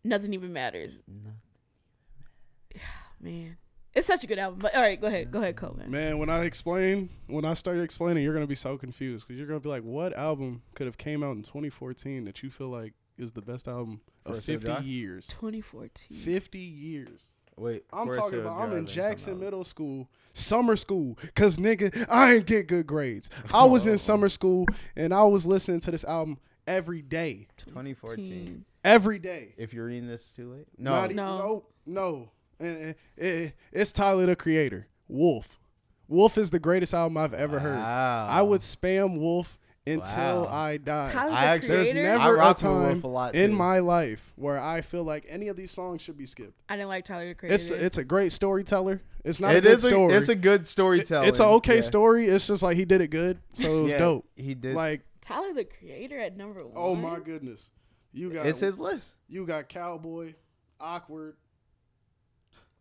Speaker 2: nothing even matters.
Speaker 1: No.
Speaker 2: Man, it's such a good album. But all right, go ahead, go ahead, Coleman.
Speaker 3: Man, when I explain, when I start explaining, you're gonna be so confused because you're gonna be like, "What album could have came out in 2014 that you feel like is the best album of
Speaker 1: Forest Hill
Speaker 3: 50
Speaker 1: Drive?
Speaker 3: years?
Speaker 2: 2014.
Speaker 3: 50 years."
Speaker 1: Wait,
Speaker 3: I'm
Speaker 1: Forest
Speaker 3: talking
Speaker 1: Hill
Speaker 3: about. I'm
Speaker 1: Drive
Speaker 3: in
Speaker 1: ain't come
Speaker 3: Jackson
Speaker 1: out.
Speaker 3: Middle School, summer school, cause nigga, I ain't get good grades. I was in summer school and I was listening to this album every day,
Speaker 1: 2014.
Speaker 3: every day.
Speaker 1: If you're reading this too late,
Speaker 3: No,
Speaker 1: no,
Speaker 2: No.
Speaker 3: no, no. And it- it- it's Tyler the Creator. Wolf. Wolf is the greatest album I've ever heard.
Speaker 1: Wow.
Speaker 3: I would spam Wolf until
Speaker 1: Wow.
Speaker 3: I die.
Speaker 2: Tyler the
Speaker 1: I actually-
Speaker 2: Creator.
Speaker 3: There's
Speaker 1: I
Speaker 3: never a
Speaker 1: rock with Wolf
Speaker 3: time
Speaker 1: a lot,
Speaker 3: in
Speaker 1: too.
Speaker 3: my life where I feel like any of these songs should be skipped.
Speaker 2: I didn't like Tyler the Creator.
Speaker 3: It's it's a great storyteller. It's not a
Speaker 1: it
Speaker 3: good
Speaker 1: is.
Speaker 3: story.
Speaker 1: A, it's a good storytelling.
Speaker 3: It's an okay
Speaker 1: Yeah.
Speaker 3: story. It's just like he did it good, so it was
Speaker 1: Yeah,
Speaker 3: dope.
Speaker 1: He did.
Speaker 3: Like,
Speaker 2: Tyler the Creator at number one.
Speaker 3: oh my goodness, you got
Speaker 1: it's his list.
Speaker 3: you got cowboy, awkward,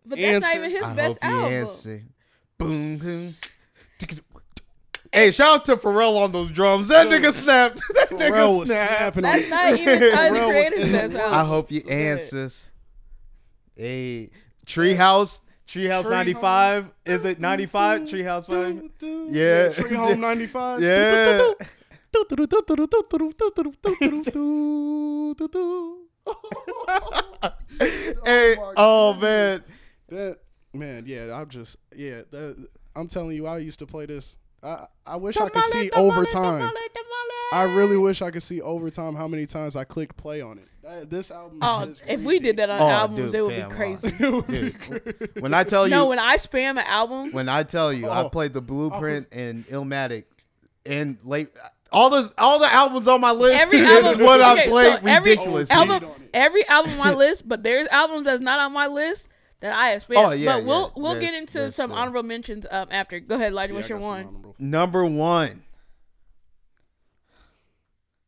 Speaker 2: But that's not
Speaker 3: Answer.
Speaker 2: even his
Speaker 1: I
Speaker 2: best
Speaker 1: hope you
Speaker 2: album.
Speaker 1: answer. Boom boom. Hey, shout out to Pharrell on those drums. That
Speaker 3: Dude.
Speaker 1: nigga snapped. That
Speaker 3: Pharrell
Speaker 1: nigga
Speaker 3: was
Speaker 1: snapped.
Speaker 3: snapping.
Speaker 2: That's
Speaker 1: [LAUGHS]
Speaker 3: it.
Speaker 2: not even Tyler the
Speaker 3: Pharrell was in
Speaker 2: Creator's
Speaker 3: the
Speaker 2: best
Speaker 3: world.
Speaker 2: album.
Speaker 1: I hope you
Speaker 2: Look at it.
Speaker 1: answers. Hey, Treehouse, Treehouse
Speaker 3: Treehouse.
Speaker 1: ninety five. Is it ninety five? Treehouse five. [LAUGHS] Yeah.
Speaker 3: Tree Home 95.
Speaker 1: Yeah. [LAUGHS] Oh Hey,
Speaker 3: my
Speaker 1: oh
Speaker 3: goodness.
Speaker 1: man,
Speaker 3: That man, yeah, I'm just yeah, that, I'm telling you I used to play this. I I wish I could see overtime. I really wish I could see overtime how many times I clicked play on it. That, this album
Speaker 2: Oh,
Speaker 3: is
Speaker 2: if
Speaker 3: really
Speaker 2: we did
Speaker 3: deep.
Speaker 2: that on
Speaker 1: Oh,
Speaker 2: albums,
Speaker 1: dude,
Speaker 2: it would
Speaker 1: fam,
Speaker 2: be
Speaker 1: wow.
Speaker 2: [LAUGHS]
Speaker 1: [LAUGHS]
Speaker 2: crazy.
Speaker 1: Dude, when I tell you,
Speaker 2: No, when I spam an album,
Speaker 1: when I tell you, I
Speaker 3: Oh.
Speaker 1: played the Blueprint and Illmatic, and late all those all the albums on my list.
Speaker 2: every
Speaker 1: is
Speaker 2: album,
Speaker 1: what I
Speaker 2: okay,
Speaker 1: played
Speaker 2: so every
Speaker 1: ridiculously.
Speaker 2: album,
Speaker 3: on it.
Speaker 2: every album
Speaker 1: [LAUGHS]
Speaker 2: on my list, but there's albums that's not on my list that I have spammed.
Speaker 1: Oh, yeah,
Speaker 2: but we'll
Speaker 1: yeah,
Speaker 2: we'll
Speaker 1: there's-
Speaker 2: get into
Speaker 1: there's
Speaker 2: some
Speaker 1: still-
Speaker 2: honorable mentions um after. Go ahead, Elijah.
Speaker 3: Yeah,
Speaker 2: what's
Speaker 3: I
Speaker 2: your
Speaker 3: got some
Speaker 2: one?
Speaker 3: honorable-
Speaker 1: Number one.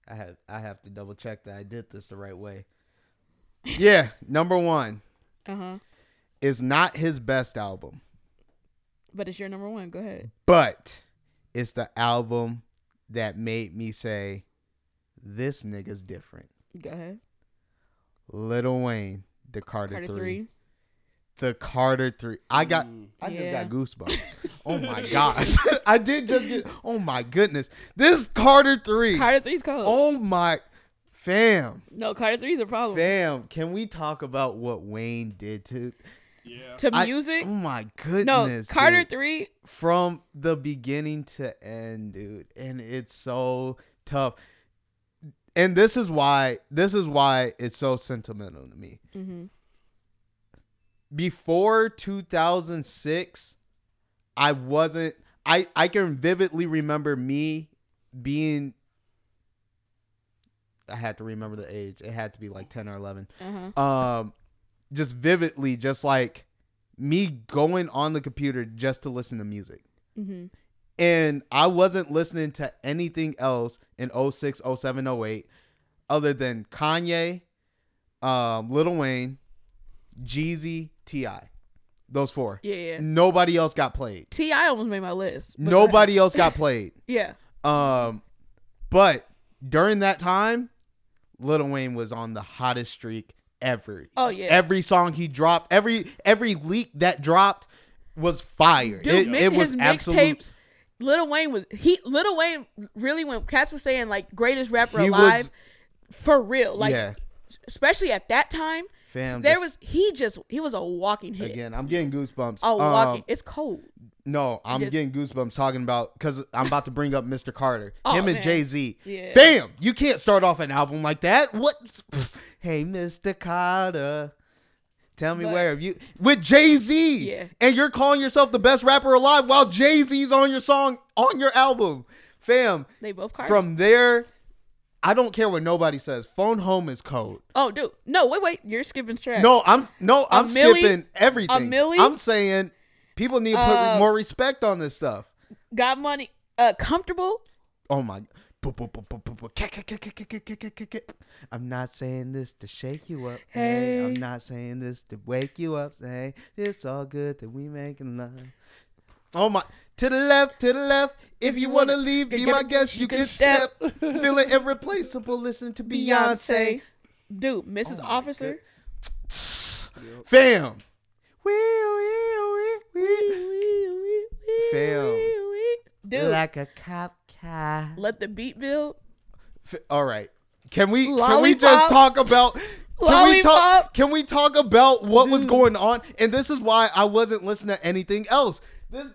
Speaker 1: I have I have to double check that I did this the right way. Yeah, number one
Speaker 2: Uh huh.
Speaker 1: is not his best album,
Speaker 2: But it's your number one. Go ahead.
Speaker 1: but it's the album that made me say, "This nigga's different."
Speaker 2: Go ahead.
Speaker 1: Lil Wayne, the Carter,
Speaker 2: Carter
Speaker 1: three.
Speaker 2: three.
Speaker 1: the Carter three. I got, I just
Speaker 2: Yeah.
Speaker 1: got
Speaker 2: [LAUGHS]
Speaker 1: goosebumps. oh my gosh, [LAUGHS] I did just get. Oh my goodness, this Carter three.
Speaker 2: Carter three's cold.
Speaker 1: Oh my, fam.
Speaker 2: No, Carter three's a problem
Speaker 1: Fam, can we talk about what Wayne did to
Speaker 2: to
Speaker 1: I-
Speaker 2: music.
Speaker 1: oh my
Speaker 2: no,
Speaker 1: goodness.
Speaker 2: Carter
Speaker 1: dude.
Speaker 2: three.
Speaker 1: from the beginning to end, dude, and it's so tough. And this is why this is why it's so sentimental to me.
Speaker 2: Mhm.
Speaker 1: Before 2006, I wasn't I I can vividly remember me being I had to remember the age. It had to be like 10 or 11
Speaker 2: Uh huh.
Speaker 1: um just vividly just like me going on the computer just to listen to music
Speaker 2: Mhm.
Speaker 1: And I wasn't listening to anything else in 06, 07, 08 other than Kanye, um, Lil Wayne, Jeezy, T.I. Those four.
Speaker 2: Yeah, yeah.
Speaker 1: Nobody else got played.
Speaker 2: Ti almost made my list. but go ahead.
Speaker 1: Nobody else got
Speaker 2: [LAUGHS]
Speaker 1: played.
Speaker 2: Yeah.
Speaker 1: Um, but during that time, Lil Wayne was on the hottest streak ever.
Speaker 2: Oh, yeah.
Speaker 1: Every song he dropped, every every leak that dropped was fire.
Speaker 2: Dude,
Speaker 1: it,
Speaker 2: mi-
Speaker 1: it was
Speaker 2: his
Speaker 1: absolute.
Speaker 2: mixtapes. Little Wayne was he. Little Wayne really when Cats was saying like greatest rapper
Speaker 1: He was-
Speaker 2: alive, for real. Like
Speaker 1: yeah,
Speaker 2: especially at that time,
Speaker 1: fam.
Speaker 2: there
Speaker 1: this-
Speaker 2: was he just he was a walking hit.
Speaker 1: again. I'm getting goosebumps.
Speaker 2: A walking.
Speaker 1: Um,
Speaker 2: it's cold.
Speaker 1: No, I'm
Speaker 2: Just-
Speaker 1: getting goosebumps talking about because I'm about to bring up Mr. Carter,
Speaker 2: [LAUGHS] Oh,
Speaker 1: him and
Speaker 2: man.
Speaker 1: Jay Z.
Speaker 2: Yeah.
Speaker 1: Bam! You can't start off an album like that. What? [LAUGHS] hey, Mr. Carter, tell me
Speaker 2: But-
Speaker 1: where have you with Jay Z?
Speaker 2: Yeah.
Speaker 1: And you're calling yourself the best rapper alive while Jay Z's on your song on your album, fam.
Speaker 2: They both Carter.
Speaker 1: From there, I don't care what nobody says. Phone home is code.
Speaker 2: oh dude, no wait wait, you're skipping tracks.
Speaker 1: No, I'm no, I'm
Speaker 2: milli-
Speaker 1: skipping everything.
Speaker 2: milli?
Speaker 1: I'm saying people need to put
Speaker 2: Uh,
Speaker 1: more respect on this stuff.
Speaker 2: got money. Uh, comfortable.
Speaker 1: Oh my. Boop, boop, boop, boop, boop, boop. Kick, kick, kick, kick, kick, kick, kick, kick, kick. I'm not saying this to shake you up. Hey. I'm
Speaker 2: Hey.
Speaker 1: not saying this to wake you up. Say, it's all good that we making love. Oh my. To the left, to the left. If you want to leave, be
Speaker 2: get-
Speaker 1: my guest. You can step. Feeling irreplaceable. Listen to Beyonce. Oh
Speaker 2: Dude, Mrs. Officer.
Speaker 1: Fam. Wee, wee, wee, wee. Fam.
Speaker 2: Dude,
Speaker 1: Like a cop car.
Speaker 2: let the beat build.
Speaker 1: F- All right. Can we can we just
Speaker 2: Lollipop.
Speaker 1: talk about can we talk
Speaker 2: Lollipop. Mm.
Speaker 1: can we talk about what was going on? And this is why I wasn't listening to anything else. This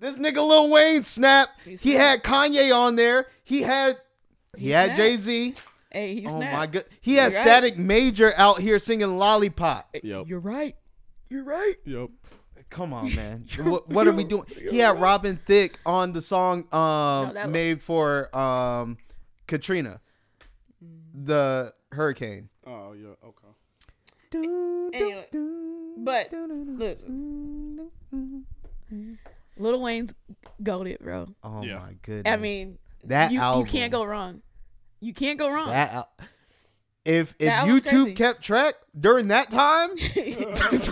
Speaker 1: this nigga Lil Wayne snap. He had Kanye on there. He had he, had
Speaker 2: snapped.
Speaker 1: Jay Z.
Speaker 2: Hey, he's
Speaker 1: Oh
Speaker 2: not.
Speaker 1: my god. He had
Speaker 2: You're right.
Speaker 1: Static Major out here singing Lollipop.
Speaker 3: Yep.
Speaker 2: You're right. You're right.
Speaker 3: Yep.
Speaker 1: Come
Speaker 2: [LAUGHS]
Speaker 1: on, man. what, what are we doing? He had Robin Thicke on the song um,
Speaker 2: No, that was-
Speaker 1: made for um, Katrina,
Speaker 2: Mm.
Speaker 1: the hurricane.
Speaker 3: Oh yeah. Okay.
Speaker 2: Anyway, but look, Lil Wayne's goaded, bro.
Speaker 1: Oh
Speaker 3: Yeah.
Speaker 1: my goodness!
Speaker 2: I mean,
Speaker 1: that
Speaker 2: you,
Speaker 1: album,
Speaker 2: you can't go wrong. You can't go wrong.
Speaker 1: That al- if if
Speaker 2: That album's
Speaker 1: YouTube
Speaker 2: crazy.
Speaker 1: kept track during
Speaker 2: [LAUGHS]
Speaker 1: that time,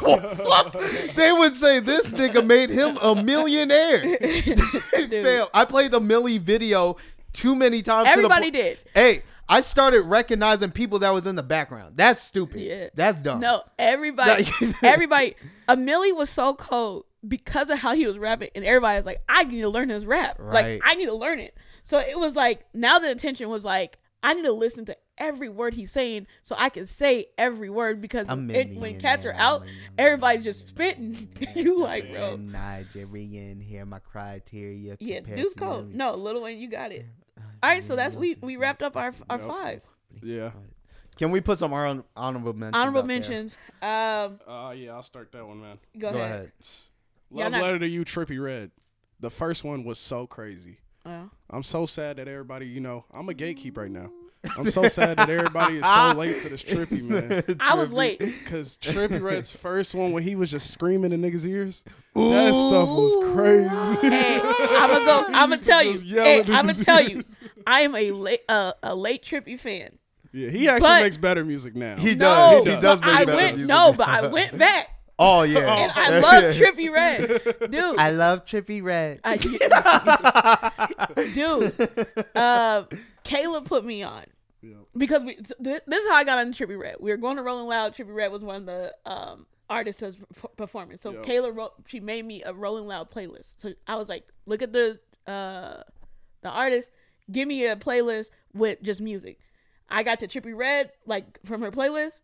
Speaker 1: they would say this nigga made him a
Speaker 2: [LAUGHS]
Speaker 1: millionaire. [LAUGHS] Fam, I played the Millie video too many times. to the
Speaker 2: Everybody
Speaker 1: po-
Speaker 2: did.
Speaker 1: Hey, I started recognizing people that was in the background. That's stupid.
Speaker 2: Yeah.
Speaker 1: That's dumb.
Speaker 2: No,
Speaker 1: [LAUGHS]
Speaker 2: everybody,
Speaker 1: No, you-
Speaker 2: everybody. Amelie was so cold because of how he was rapping, and everybody was like, "I need to learn his rap.
Speaker 1: Right.
Speaker 2: Like, I need to learn it." So it was like now the intention was like, "I need to listen to every word he's saying, so I can say every word." Because
Speaker 1: I'm
Speaker 2: it,
Speaker 1: Indian
Speaker 2: when cats are
Speaker 1: and
Speaker 2: out,
Speaker 1: I'm Indian
Speaker 2: everybody's just spitting. [LAUGHS] you like, bro?
Speaker 1: I'm Nigerian. Here my criteria.
Speaker 2: Yeah,
Speaker 1: compared
Speaker 2: dude's
Speaker 1: to Uh,
Speaker 2: cold.
Speaker 1: Millie.
Speaker 2: No, Lil Wayne, you got it. All right, so that's we we wrapped up our our
Speaker 3: Yep.
Speaker 2: five
Speaker 3: Yeah.
Speaker 1: Can we put some hon- honorable mentions?
Speaker 2: honorable
Speaker 1: out there?
Speaker 2: mentions. Um,
Speaker 3: Uh yeah. I'll start that one, man.
Speaker 2: go,
Speaker 1: Go
Speaker 2: ahead.
Speaker 1: ahead.
Speaker 2: Yeah,
Speaker 3: Love
Speaker 2: I'm not-
Speaker 3: letter to you, Trippy Red. The first one was so crazy.
Speaker 2: Well,
Speaker 3: I'm so sad that everybody, you know, I'm a gatekeep right now. I'm so sad that everybody is so late to
Speaker 1: [LAUGHS]
Speaker 3: this Trippy man.
Speaker 2: I was late.
Speaker 3: Cause Trippy Red's first one when he was just screaming in niggas' ears, that stuff was crazy. [LAUGHS]
Speaker 2: Hey, I'm gonna go. I'm gonna tell you.
Speaker 3: Just yelling
Speaker 2: Hey,
Speaker 3: at
Speaker 2: I'm gonna
Speaker 3: these
Speaker 1: [LAUGHS]
Speaker 2: tell you.
Speaker 3: dudes.
Speaker 2: I am a late uh, a late trippy fan.
Speaker 3: yeah, he actually
Speaker 2: But-
Speaker 3: makes better music now.
Speaker 1: He
Speaker 2: No,
Speaker 1: does.
Speaker 3: he
Speaker 1: He
Speaker 2: but
Speaker 1: does make
Speaker 2: I
Speaker 1: better
Speaker 2: went
Speaker 1: music.
Speaker 2: no, but I went back
Speaker 1: [LAUGHS] Oh yeah.
Speaker 2: and
Speaker 1: [LAUGHS]
Speaker 2: I love Trippy Red, dude.
Speaker 1: I love Trippy Red.
Speaker 2: I-
Speaker 3: [LAUGHS]
Speaker 2: dude, uh, Caleb put me on. Because we, th- this is how I got on Trippy Red. We were going to Rolling Loud. Trippy Red was one of the um, artists that was perf- performing. So
Speaker 3: Yep.
Speaker 2: Kayla wrote, she made me a Rolling Loud playlist. So I was like, look at the uh, the artist, give me a playlist with just music. I got to Trippy Red like from her playlist,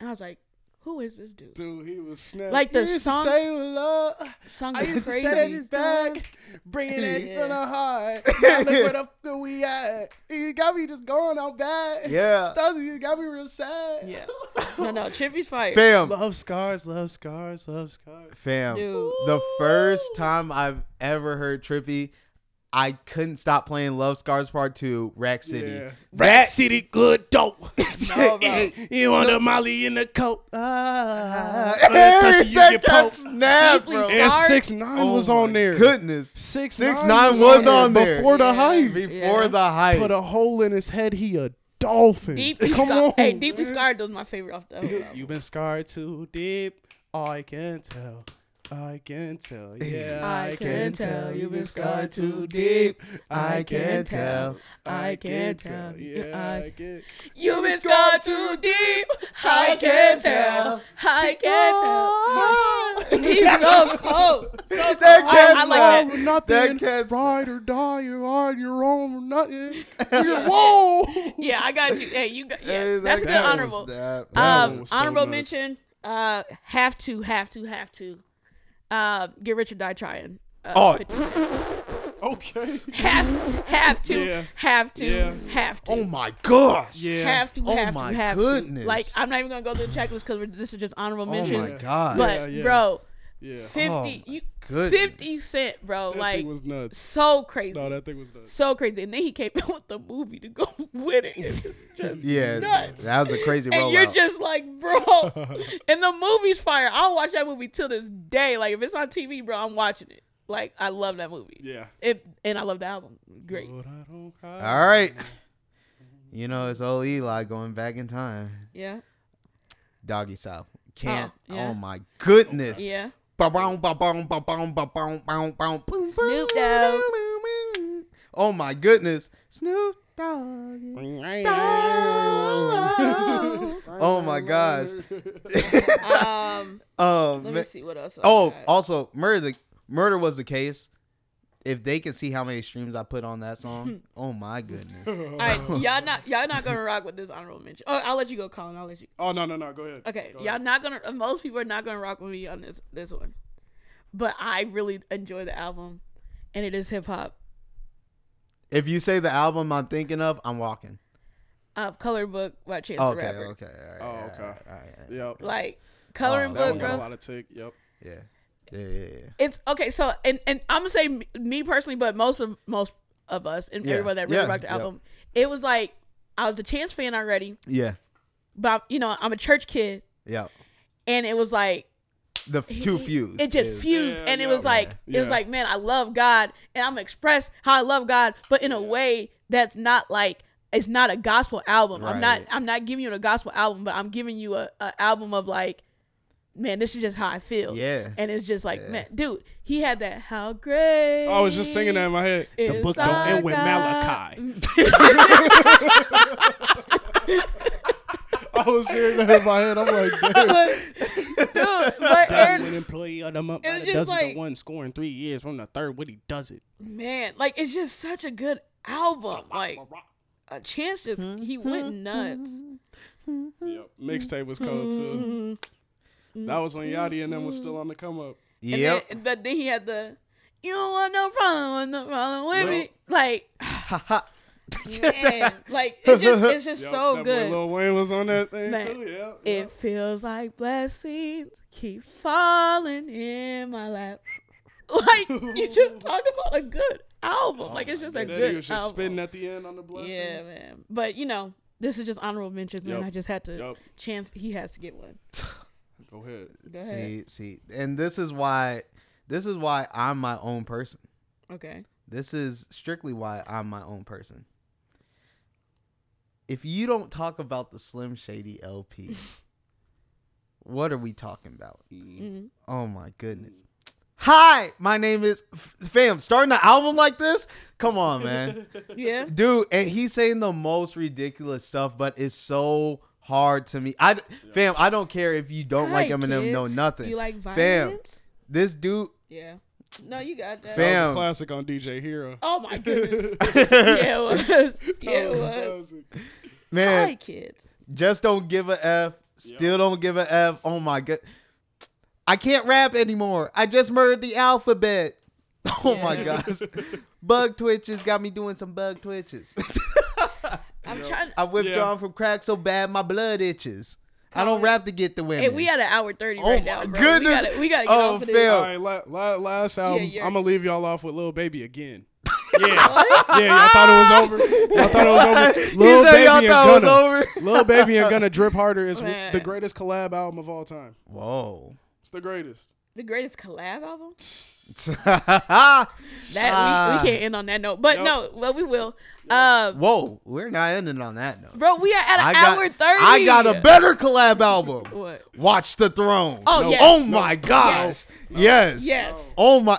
Speaker 2: and I was like, who is this dude?
Speaker 3: Dude, he was snapping.
Speaker 2: Like the
Speaker 3: You used to
Speaker 2: song-
Speaker 3: say love.
Speaker 2: Song
Speaker 3: I used
Speaker 2: is
Speaker 3: to set
Speaker 2: crazy.
Speaker 3: it back, bringing it
Speaker 2: Yeah.
Speaker 3: from
Speaker 1: [LAUGHS]
Speaker 3: the heart. Now look where the fuck we at. You got me just going out back.
Speaker 1: Yeah.
Speaker 3: [LAUGHS] Stuff you got me real sad.
Speaker 2: Yeah. [LAUGHS] No, no, Trippy's fire.
Speaker 1: Fam,
Speaker 3: Love scars, love scars, love scars.
Speaker 1: fam.
Speaker 2: Dude.
Speaker 1: The first time I've ever heard Trippy, I couldn't stop playing Love Scars Part Two, Rack City.
Speaker 3: Yeah.
Speaker 1: Rack
Speaker 3: City, good [LAUGHS] dope.
Speaker 1: No, bro.
Speaker 3: you want a Molly in the coat? Ah,
Speaker 1: Hey,
Speaker 3: When it touches you, you
Speaker 1: that
Speaker 3: get
Speaker 1: got
Speaker 3: poked.
Speaker 1: snapped, bro.
Speaker 3: And six nine
Speaker 1: Oh
Speaker 3: was on
Speaker 1: my
Speaker 3: there.
Speaker 1: Goodness,
Speaker 3: Six
Speaker 1: six
Speaker 3: nine
Speaker 1: nine was on there
Speaker 3: before the hype.
Speaker 1: Before the hype.
Speaker 3: Put a hole in his head. He a dolphin.
Speaker 2: Deeply
Speaker 3: [LAUGHS] Come
Speaker 2: scarred.
Speaker 3: on.
Speaker 2: Hey, deeply scarred was my favorite off the whole album.
Speaker 3: You've been scarred too deep. I can tell. I can tell. Yeah, [LAUGHS] I, can, tell. You've been scarred too deep. I can tell. I can tell. Yeah, I can.
Speaker 2: You've been scarred too deep. I can't tell. I
Speaker 1: Oh.
Speaker 2: can't tell.
Speaker 3: [LAUGHS]
Speaker 2: He's so cold. So cold. I, I like that.
Speaker 3: Nothing.
Speaker 1: That cat's-
Speaker 3: Ride or die. You're on your own. or [LAUGHS] Nothing. You're-
Speaker 2: [LAUGHS]
Speaker 3: Whoa.
Speaker 2: Yeah, I got you. Hey, you got. Yeah,
Speaker 1: Hey, that
Speaker 2: that's a good
Speaker 1: cat was
Speaker 2: honorable.
Speaker 1: that-
Speaker 3: That one
Speaker 2: Um,
Speaker 3: was so
Speaker 2: honorable
Speaker 3: nuts.
Speaker 2: mention. Uh, have to, have to, have to. Uh, get rich or die trying. Uh,
Speaker 1: Oh.
Speaker 2: 50
Speaker 3: Okay.
Speaker 2: have, have to,
Speaker 3: Yeah.
Speaker 2: have to,
Speaker 3: Yeah.
Speaker 2: have to.
Speaker 1: oh my gosh.
Speaker 3: Yeah.
Speaker 2: Have to,
Speaker 1: Oh
Speaker 2: have
Speaker 1: my
Speaker 2: to, have
Speaker 1: goodness.
Speaker 2: to. Like, I'm not even gonna go through the checklist because this is just honorable
Speaker 1: Oh my
Speaker 2: mentions.
Speaker 1: god. Oh
Speaker 2: But
Speaker 3: Yeah, yeah.
Speaker 2: bro,
Speaker 3: yeah.
Speaker 2: fifty, you,
Speaker 1: goodness.
Speaker 2: fifty cent, bro,
Speaker 3: That
Speaker 2: like
Speaker 3: thing was nuts.
Speaker 2: so crazy,
Speaker 3: No, that thing was nuts.
Speaker 2: so crazy. And then he came [LAUGHS] out with the movie to go [LAUGHS] with it. It was just
Speaker 1: yeah,
Speaker 2: nuts.
Speaker 1: that was a crazy
Speaker 2: and
Speaker 1: rollout.
Speaker 2: you're just like, bro.
Speaker 3: [LAUGHS]
Speaker 2: and the movie's fire. I'll watch that movie till this day. Like if it's on TV, bro, I'm watching it. Like I love that movie.
Speaker 3: Yeah.
Speaker 2: It and I love the album. Great.
Speaker 3: But I don't cry.
Speaker 1: All right. You know, it's old Eli going back in time.
Speaker 2: Yeah.
Speaker 1: Doggy style. Can't.
Speaker 2: Oh,
Speaker 1: Oh,
Speaker 2: yeah.
Speaker 1: my goodness.
Speaker 2: Yeah.
Speaker 1: Ba-boom, ba-boom, ba-boom, ba-boom, ba-boom, ba-boom.
Speaker 2: Snoop Dogg.
Speaker 1: Oh my goodness. Snoop
Speaker 2: [LAUGHS]
Speaker 1: Dogg. Oh my gosh.
Speaker 2: Um.
Speaker 1: Um,
Speaker 2: let me see what else. I
Speaker 1: Oh,
Speaker 2: got.
Speaker 1: also, murder the murder was the case. If they can see how many streams I put on that song,
Speaker 2: [LAUGHS]
Speaker 1: oh my goodness.
Speaker 2: All
Speaker 3: [LAUGHS]
Speaker 2: right, y'all not y'all not gonna rock with this honorable mention. Oh, I'll let you go, Colin. I'll let you.
Speaker 3: Oh no no no! Go ahead.
Speaker 2: Okay,
Speaker 3: Go
Speaker 2: y'all
Speaker 3: ahead.
Speaker 2: not gonna. uh, Most people are not gonna rock with me on this this one, but I really enjoy the album, and it is hip hop.
Speaker 1: If you say the album I'm thinking of, I'm walking.
Speaker 2: Uh, Color Book by Chance the
Speaker 1: Okay,
Speaker 2: Rapper.
Speaker 1: okay, all
Speaker 3: Oh
Speaker 1: right, all right,
Speaker 3: okay.
Speaker 1: all right, all right.
Speaker 3: Yep.
Speaker 2: Like Coloring
Speaker 1: Oh,
Speaker 3: that
Speaker 2: Book,
Speaker 3: one got a
Speaker 2: bro.
Speaker 3: lot of tick. Yep.
Speaker 1: yeah, yeah, yeah, yeah.
Speaker 2: It's okay. So, and and I'm gonna say me- me personally, but most of most of us and
Speaker 1: Yeah,
Speaker 2: everyone that really
Speaker 1: yeah,
Speaker 2: rocked the
Speaker 1: yeah.
Speaker 2: album, it was like I was the Chance fan already,
Speaker 1: yeah.
Speaker 2: but I'm, you know I'm a church kid,
Speaker 1: yeah.
Speaker 2: and it was like
Speaker 1: The f- two fused.
Speaker 2: it just
Speaker 1: is- [LAUGHS]
Speaker 2: fused
Speaker 3: Yeah,
Speaker 2: and it
Speaker 3: yeah.
Speaker 2: was like it was
Speaker 3: Yeah.
Speaker 2: like man i love god and i'm gonna express how i love god but in a way that's not like it's not a gospel album i'm not
Speaker 1: Right.
Speaker 2: i'm not giving you a gospel album but i'm giving you a, a album of like man this is just how i feel
Speaker 1: Yeah.
Speaker 2: and it's just like
Speaker 1: Yeah.
Speaker 2: man dude he had that how great
Speaker 3: Oh, I was just singing that in
Speaker 2: [LAUGHS]
Speaker 3: my head.
Speaker 2: The book don't end with Malachi. [LAUGHS]
Speaker 3: I was hearing that in my head.
Speaker 2: [LAUGHS]
Speaker 3: I'm like, damn.
Speaker 2: dude
Speaker 1: [LAUGHS]
Speaker 2: but and-
Speaker 3: employee of the month
Speaker 2: It by was the just dozen to like- one,
Speaker 3: scoring three years from the third when he does it.
Speaker 2: man like it's just such a good album like a chance just he went
Speaker 1: Mm-hmm.
Speaker 2: nuts
Speaker 3: Yep. Mixtape was cold too.
Speaker 2: Mm-hmm.
Speaker 3: That was when Yachty and them was still on the come up.
Speaker 2: And
Speaker 1: Yep.
Speaker 2: then, but then he had the, you don't want no problem, no problem with me.
Speaker 3: [LAUGHS]
Speaker 2: Like, man, [LAUGHS] like it's just, it's just
Speaker 3: Yep,
Speaker 2: so
Speaker 3: that
Speaker 2: good.
Speaker 3: Boy Lil Wayne was on that thing
Speaker 2: Man,
Speaker 3: too. Yeah.
Speaker 2: it feels like blessings keep falling in my lap. [LAUGHS] Like you
Speaker 3: [LAUGHS]
Speaker 2: just talked about a good album. like it's just a
Speaker 3: And then
Speaker 2: good
Speaker 3: he was just
Speaker 2: album.
Speaker 3: spinning at the end on the blessings.
Speaker 2: yeah, man. But you know, this is just honorable mentions, man.
Speaker 3: Yep.
Speaker 2: I just had to
Speaker 3: Yep.
Speaker 2: chance. He has to get one.
Speaker 3: Go ahead.
Speaker 2: Go ahead.
Speaker 1: See, see, and this is why, this is why I'm my own person.
Speaker 2: Okay.
Speaker 1: This is strictly why I'm my own person. If you don't talk about the Slim Shady
Speaker 2: [LAUGHS]
Speaker 1: LP, what are we talking about?
Speaker 2: Mm-hmm.
Speaker 1: Oh my goodness. Hi, my name is F- Fam. Starting the album like this? Come on,
Speaker 2: [LAUGHS]
Speaker 1: man.
Speaker 2: Yeah.
Speaker 1: Dude, and he's saying the most ridiculous stuff, but it's so hard to me. I fam, I don't care if you [LAUGHS] don't like
Speaker 2: Hi,
Speaker 1: Eminem, no
Speaker 2: kids.
Speaker 1: nothing.
Speaker 2: You like
Speaker 1: Fam,
Speaker 2: violence?
Speaker 1: this dude
Speaker 2: Yeah. No, you got that.
Speaker 1: Fam.
Speaker 3: That was
Speaker 1: Damn.
Speaker 3: a classic on DJ Hero.
Speaker 2: Oh
Speaker 1: [LAUGHS]
Speaker 2: my goodness. yeah, it was. Yeah, it was.
Speaker 1: man.
Speaker 2: Hi, kids.
Speaker 1: just don't give a f still don't give a f oh my god i can't rap anymore i just murdered the alphabet [LAUGHS] oh my gosh bug twitches got me doing some bug twitches
Speaker 2: I'm trying. [LAUGHS]
Speaker 1: i withdrawn from crack so bad my blood itches i don't rap to get the women
Speaker 2: Hey, we at an hour thirty
Speaker 1: Oh
Speaker 2: right
Speaker 1: my
Speaker 2: now, bro.
Speaker 1: goodness.
Speaker 2: We gotta, we gotta get
Speaker 1: Oh,
Speaker 2: off of this.
Speaker 1: fam.
Speaker 3: All right, la- la- last album.
Speaker 2: you're- [LAUGHS]
Speaker 3: I'm gonna leave y'all off with Lil Baby again. Yeah, yeah. Y'all thought it was over. Y'all thought
Speaker 2: [LAUGHS]
Speaker 3: it was over.
Speaker 1: He
Speaker 3: Lil
Speaker 1: said
Speaker 3: baby
Speaker 1: y'all
Speaker 3: and
Speaker 1: thought it was
Speaker 3: Gunna.
Speaker 1: over.
Speaker 3: Lil baby and Gunna drip harder
Speaker 2: [LAUGHS]
Speaker 3: is
Speaker 2: Man.
Speaker 3: the greatest collab album of all time.
Speaker 1: Whoa. [LAUGHS]
Speaker 3: It's the greatest.
Speaker 2: The greatest collab album?
Speaker 1: that
Speaker 2: That
Speaker 1: Ah.
Speaker 2: we, we can't end on that note. But no, well we will. Uh,
Speaker 1: Whoa, we're not ending on that note.
Speaker 2: bro, we are at an
Speaker 1: got,
Speaker 2: hour thirty.
Speaker 1: I got a better collab album.
Speaker 2: What?
Speaker 1: Watch the Throne.
Speaker 2: Oh, No. yes.
Speaker 1: Oh my gosh. Yes.
Speaker 2: Yes.
Speaker 1: Oh my.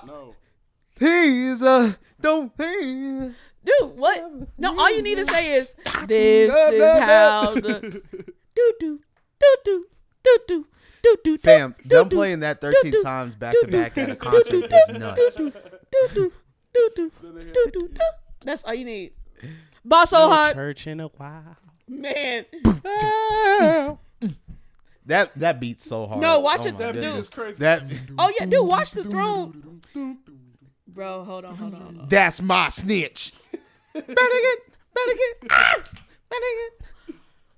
Speaker 1: He's a don't he?
Speaker 2: Dude, what? No, all you need to say [LAUGHS] is this is [LAUGHS] how the do do do do do do do do.
Speaker 1: Fam,
Speaker 2: do,
Speaker 1: them
Speaker 2: do,
Speaker 1: playing that
Speaker 2: do,
Speaker 1: 13
Speaker 2: do,
Speaker 1: times
Speaker 2: do,
Speaker 1: back to
Speaker 2: do,
Speaker 1: back at a
Speaker 2: do,
Speaker 1: concert
Speaker 2: do,
Speaker 1: is
Speaker 2: do,
Speaker 1: nuts.
Speaker 2: do, do, do, do, do, [LAUGHS] do, do, do. That's all you need. Boss so hard,
Speaker 3: Church in a while.
Speaker 2: man.
Speaker 1: That that beats so hard.
Speaker 2: No, watch
Speaker 1: Oh
Speaker 2: it,
Speaker 1: my
Speaker 2: dude.
Speaker 1: goodness.
Speaker 3: crazy.
Speaker 1: That
Speaker 2: Oh yeah, dude, watch the throne. Bro, hold on, hold on, hold on.
Speaker 1: that's my snitch. better get, better get, ah, better get.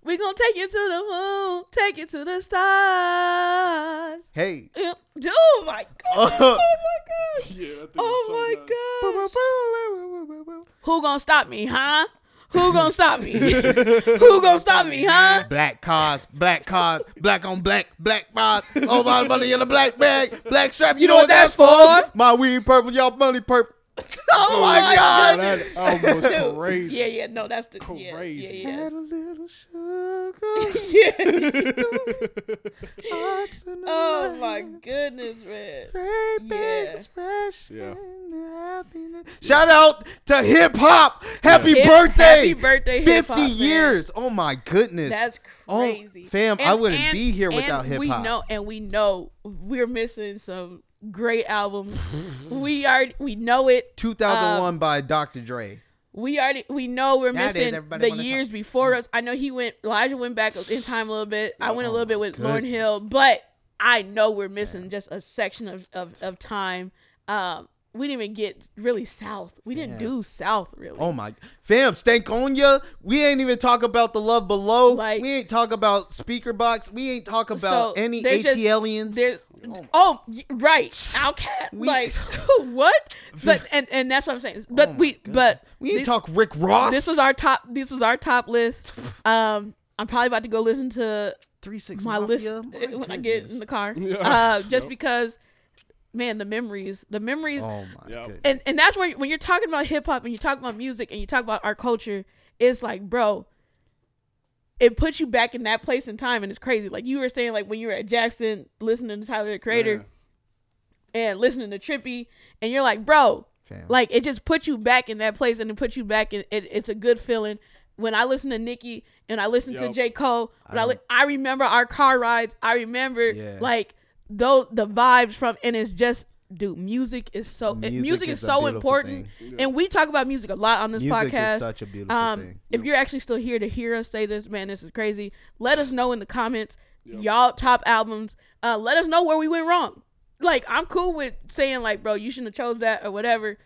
Speaker 2: We gonna take you to the moon, take you to the stars.
Speaker 1: Hey.
Speaker 2: Yeah. [LAUGHS] Oh my god!
Speaker 1: [LAUGHS]
Speaker 2: Oh my god!
Speaker 3: Yeah, that thing
Speaker 2: Oh my
Speaker 3: was
Speaker 2: gosh.
Speaker 1: [LAUGHS]
Speaker 2: Who gonna stop me, huh? Who gonna
Speaker 1: [LAUGHS]
Speaker 2: stop me? [LAUGHS] Who gonna stop me, huh?
Speaker 1: Black cars, black cars, black on black, black bars. Oh my money in a black bag, black strap. You know what that's for? My weed purple, y'all money purple. [LAUGHS] Oh my
Speaker 3: so
Speaker 1: gosh.
Speaker 3: nuts.
Speaker 2: [LAUGHS]
Speaker 3: That album was
Speaker 2: Dude,
Speaker 3: crazy.
Speaker 2: Yeah, yeah, no, that's the yeah,
Speaker 3: Crazy.
Speaker 2: Yeah,
Speaker 1: Add a little sugar,
Speaker 2: yeah. [LAUGHS]
Speaker 1: [LAUGHS]
Speaker 2: yeah.
Speaker 1: arsenal,
Speaker 2: Oh my goodness, man.
Speaker 1: great big
Speaker 2: Yeah.
Speaker 1: expression
Speaker 3: Yeah.
Speaker 1: of happiness. Shout out to hip hop. Happy
Speaker 2: Hip-
Speaker 1: birthday.
Speaker 2: happy birthday, hip
Speaker 1: 50
Speaker 2: hop, man.
Speaker 1: years. Oh my goodness.
Speaker 2: That's
Speaker 1: Oh,
Speaker 2: crazy.
Speaker 1: fam, I wouldn't be here
Speaker 2: and
Speaker 1: without hip
Speaker 2: We
Speaker 1: hop.
Speaker 2: know and we know we're missing some great
Speaker 1: [LAUGHS]
Speaker 2: albums. we are we know it.
Speaker 1: 2001 by Dr. Dre.
Speaker 2: We already we know we're
Speaker 1: Nowadays,
Speaker 2: missing
Speaker 1: everybody
Speaker 2: the
Speaker 1: wanna talk-
Speaker 2: years before us. I know he went Elijah went back in time a little bit. I went a little bit with
Speaker 1: Oh
Speaker 2: Lauren
Speaker 1: goodness.
Speaker 2: Hill, but I know we're missing just a section of, of, of time. Um we didn't even get really south. We didn't do south really.
Speaker 1: Oh my fam, Stankonia. We ain't even talk about the love below.
Speaker 2: Like-
Speaker 1: we ain't talk about speaker box. We ain't talk about any
Speaker 2: there's just-
Speaker 1: ATLians.
Speaker 2: There's, oh, y right, outcast.
Speaker 1: We- [LAUGHS] Oh
Speaker 2: like [LAUGHS] what? But and and that's what I'm saying. But we but
Speaker 1: We ain't
Speaker 2: thi-
Speaker 1: talk Rick Ross.
Speaker 2: This was our top. This was our
Speaker 1: [LAUGHS]
Speaker 2: top list. Um, I'm probably about to go listen to
Speaker 1: three six
Speaker 2: my list
Speaker 1: Mafia. My
Speaker 2: [LAUGHS] when I get in
Speaker 1: goodness.
Speaker 2: the car.
Speaker 1: [LAUGHS]
Speaker 3: Yeah.
Speaker 2: Uh, just because, man, the memories, the memories,
Speaker 1: Oh my
Speaker 3: Yep.
Speaker 1: goodness.
Speaker 2: and and that's where when you're talking about hip hop and you talk about music and you talk about our culture, it's like, bro, it puts you back in that place in time, and it's crazy. Like you were saying, like when you were at Jackson listening to Tyler the Creator
Speaker 1: [LAUGHS]
Speaker 3: Man.
Speaker 2: and listening to Trippy, and you're like, bro,
Speaker 1: Fam.
Speaker 2: like it just puts you back in that place, and it puts you back in. It, it's a good feeling. When I listen to Nicki and I listen to
Speaker 3: Yup.
Speaker 2: J Cole, when I, li- I remember our car rides. I remember
Speaker 1: Yeah.
Speaker 2: like though the vibes from, and it's just. Dude, music is so it- music,
Speaker 1: Music
Speaker 2: is,
Speaker 1: is a
Speaker 2: so
Speaker 1: beautiful
Speaker 2: important, and we talk about music a lot on this
Speaker 1: Music is
Speaker 2: podcast. Um,
Speaker 1: such a beautiful thing.
Speaker 2: If you're actually still here to hear us say this, man, this is crazy. Let us know in the comments, y'all top albums. Uh, let us know where we went wrong. Like I'm cool with saying like, bro, you shouldn't have chose that or whatever.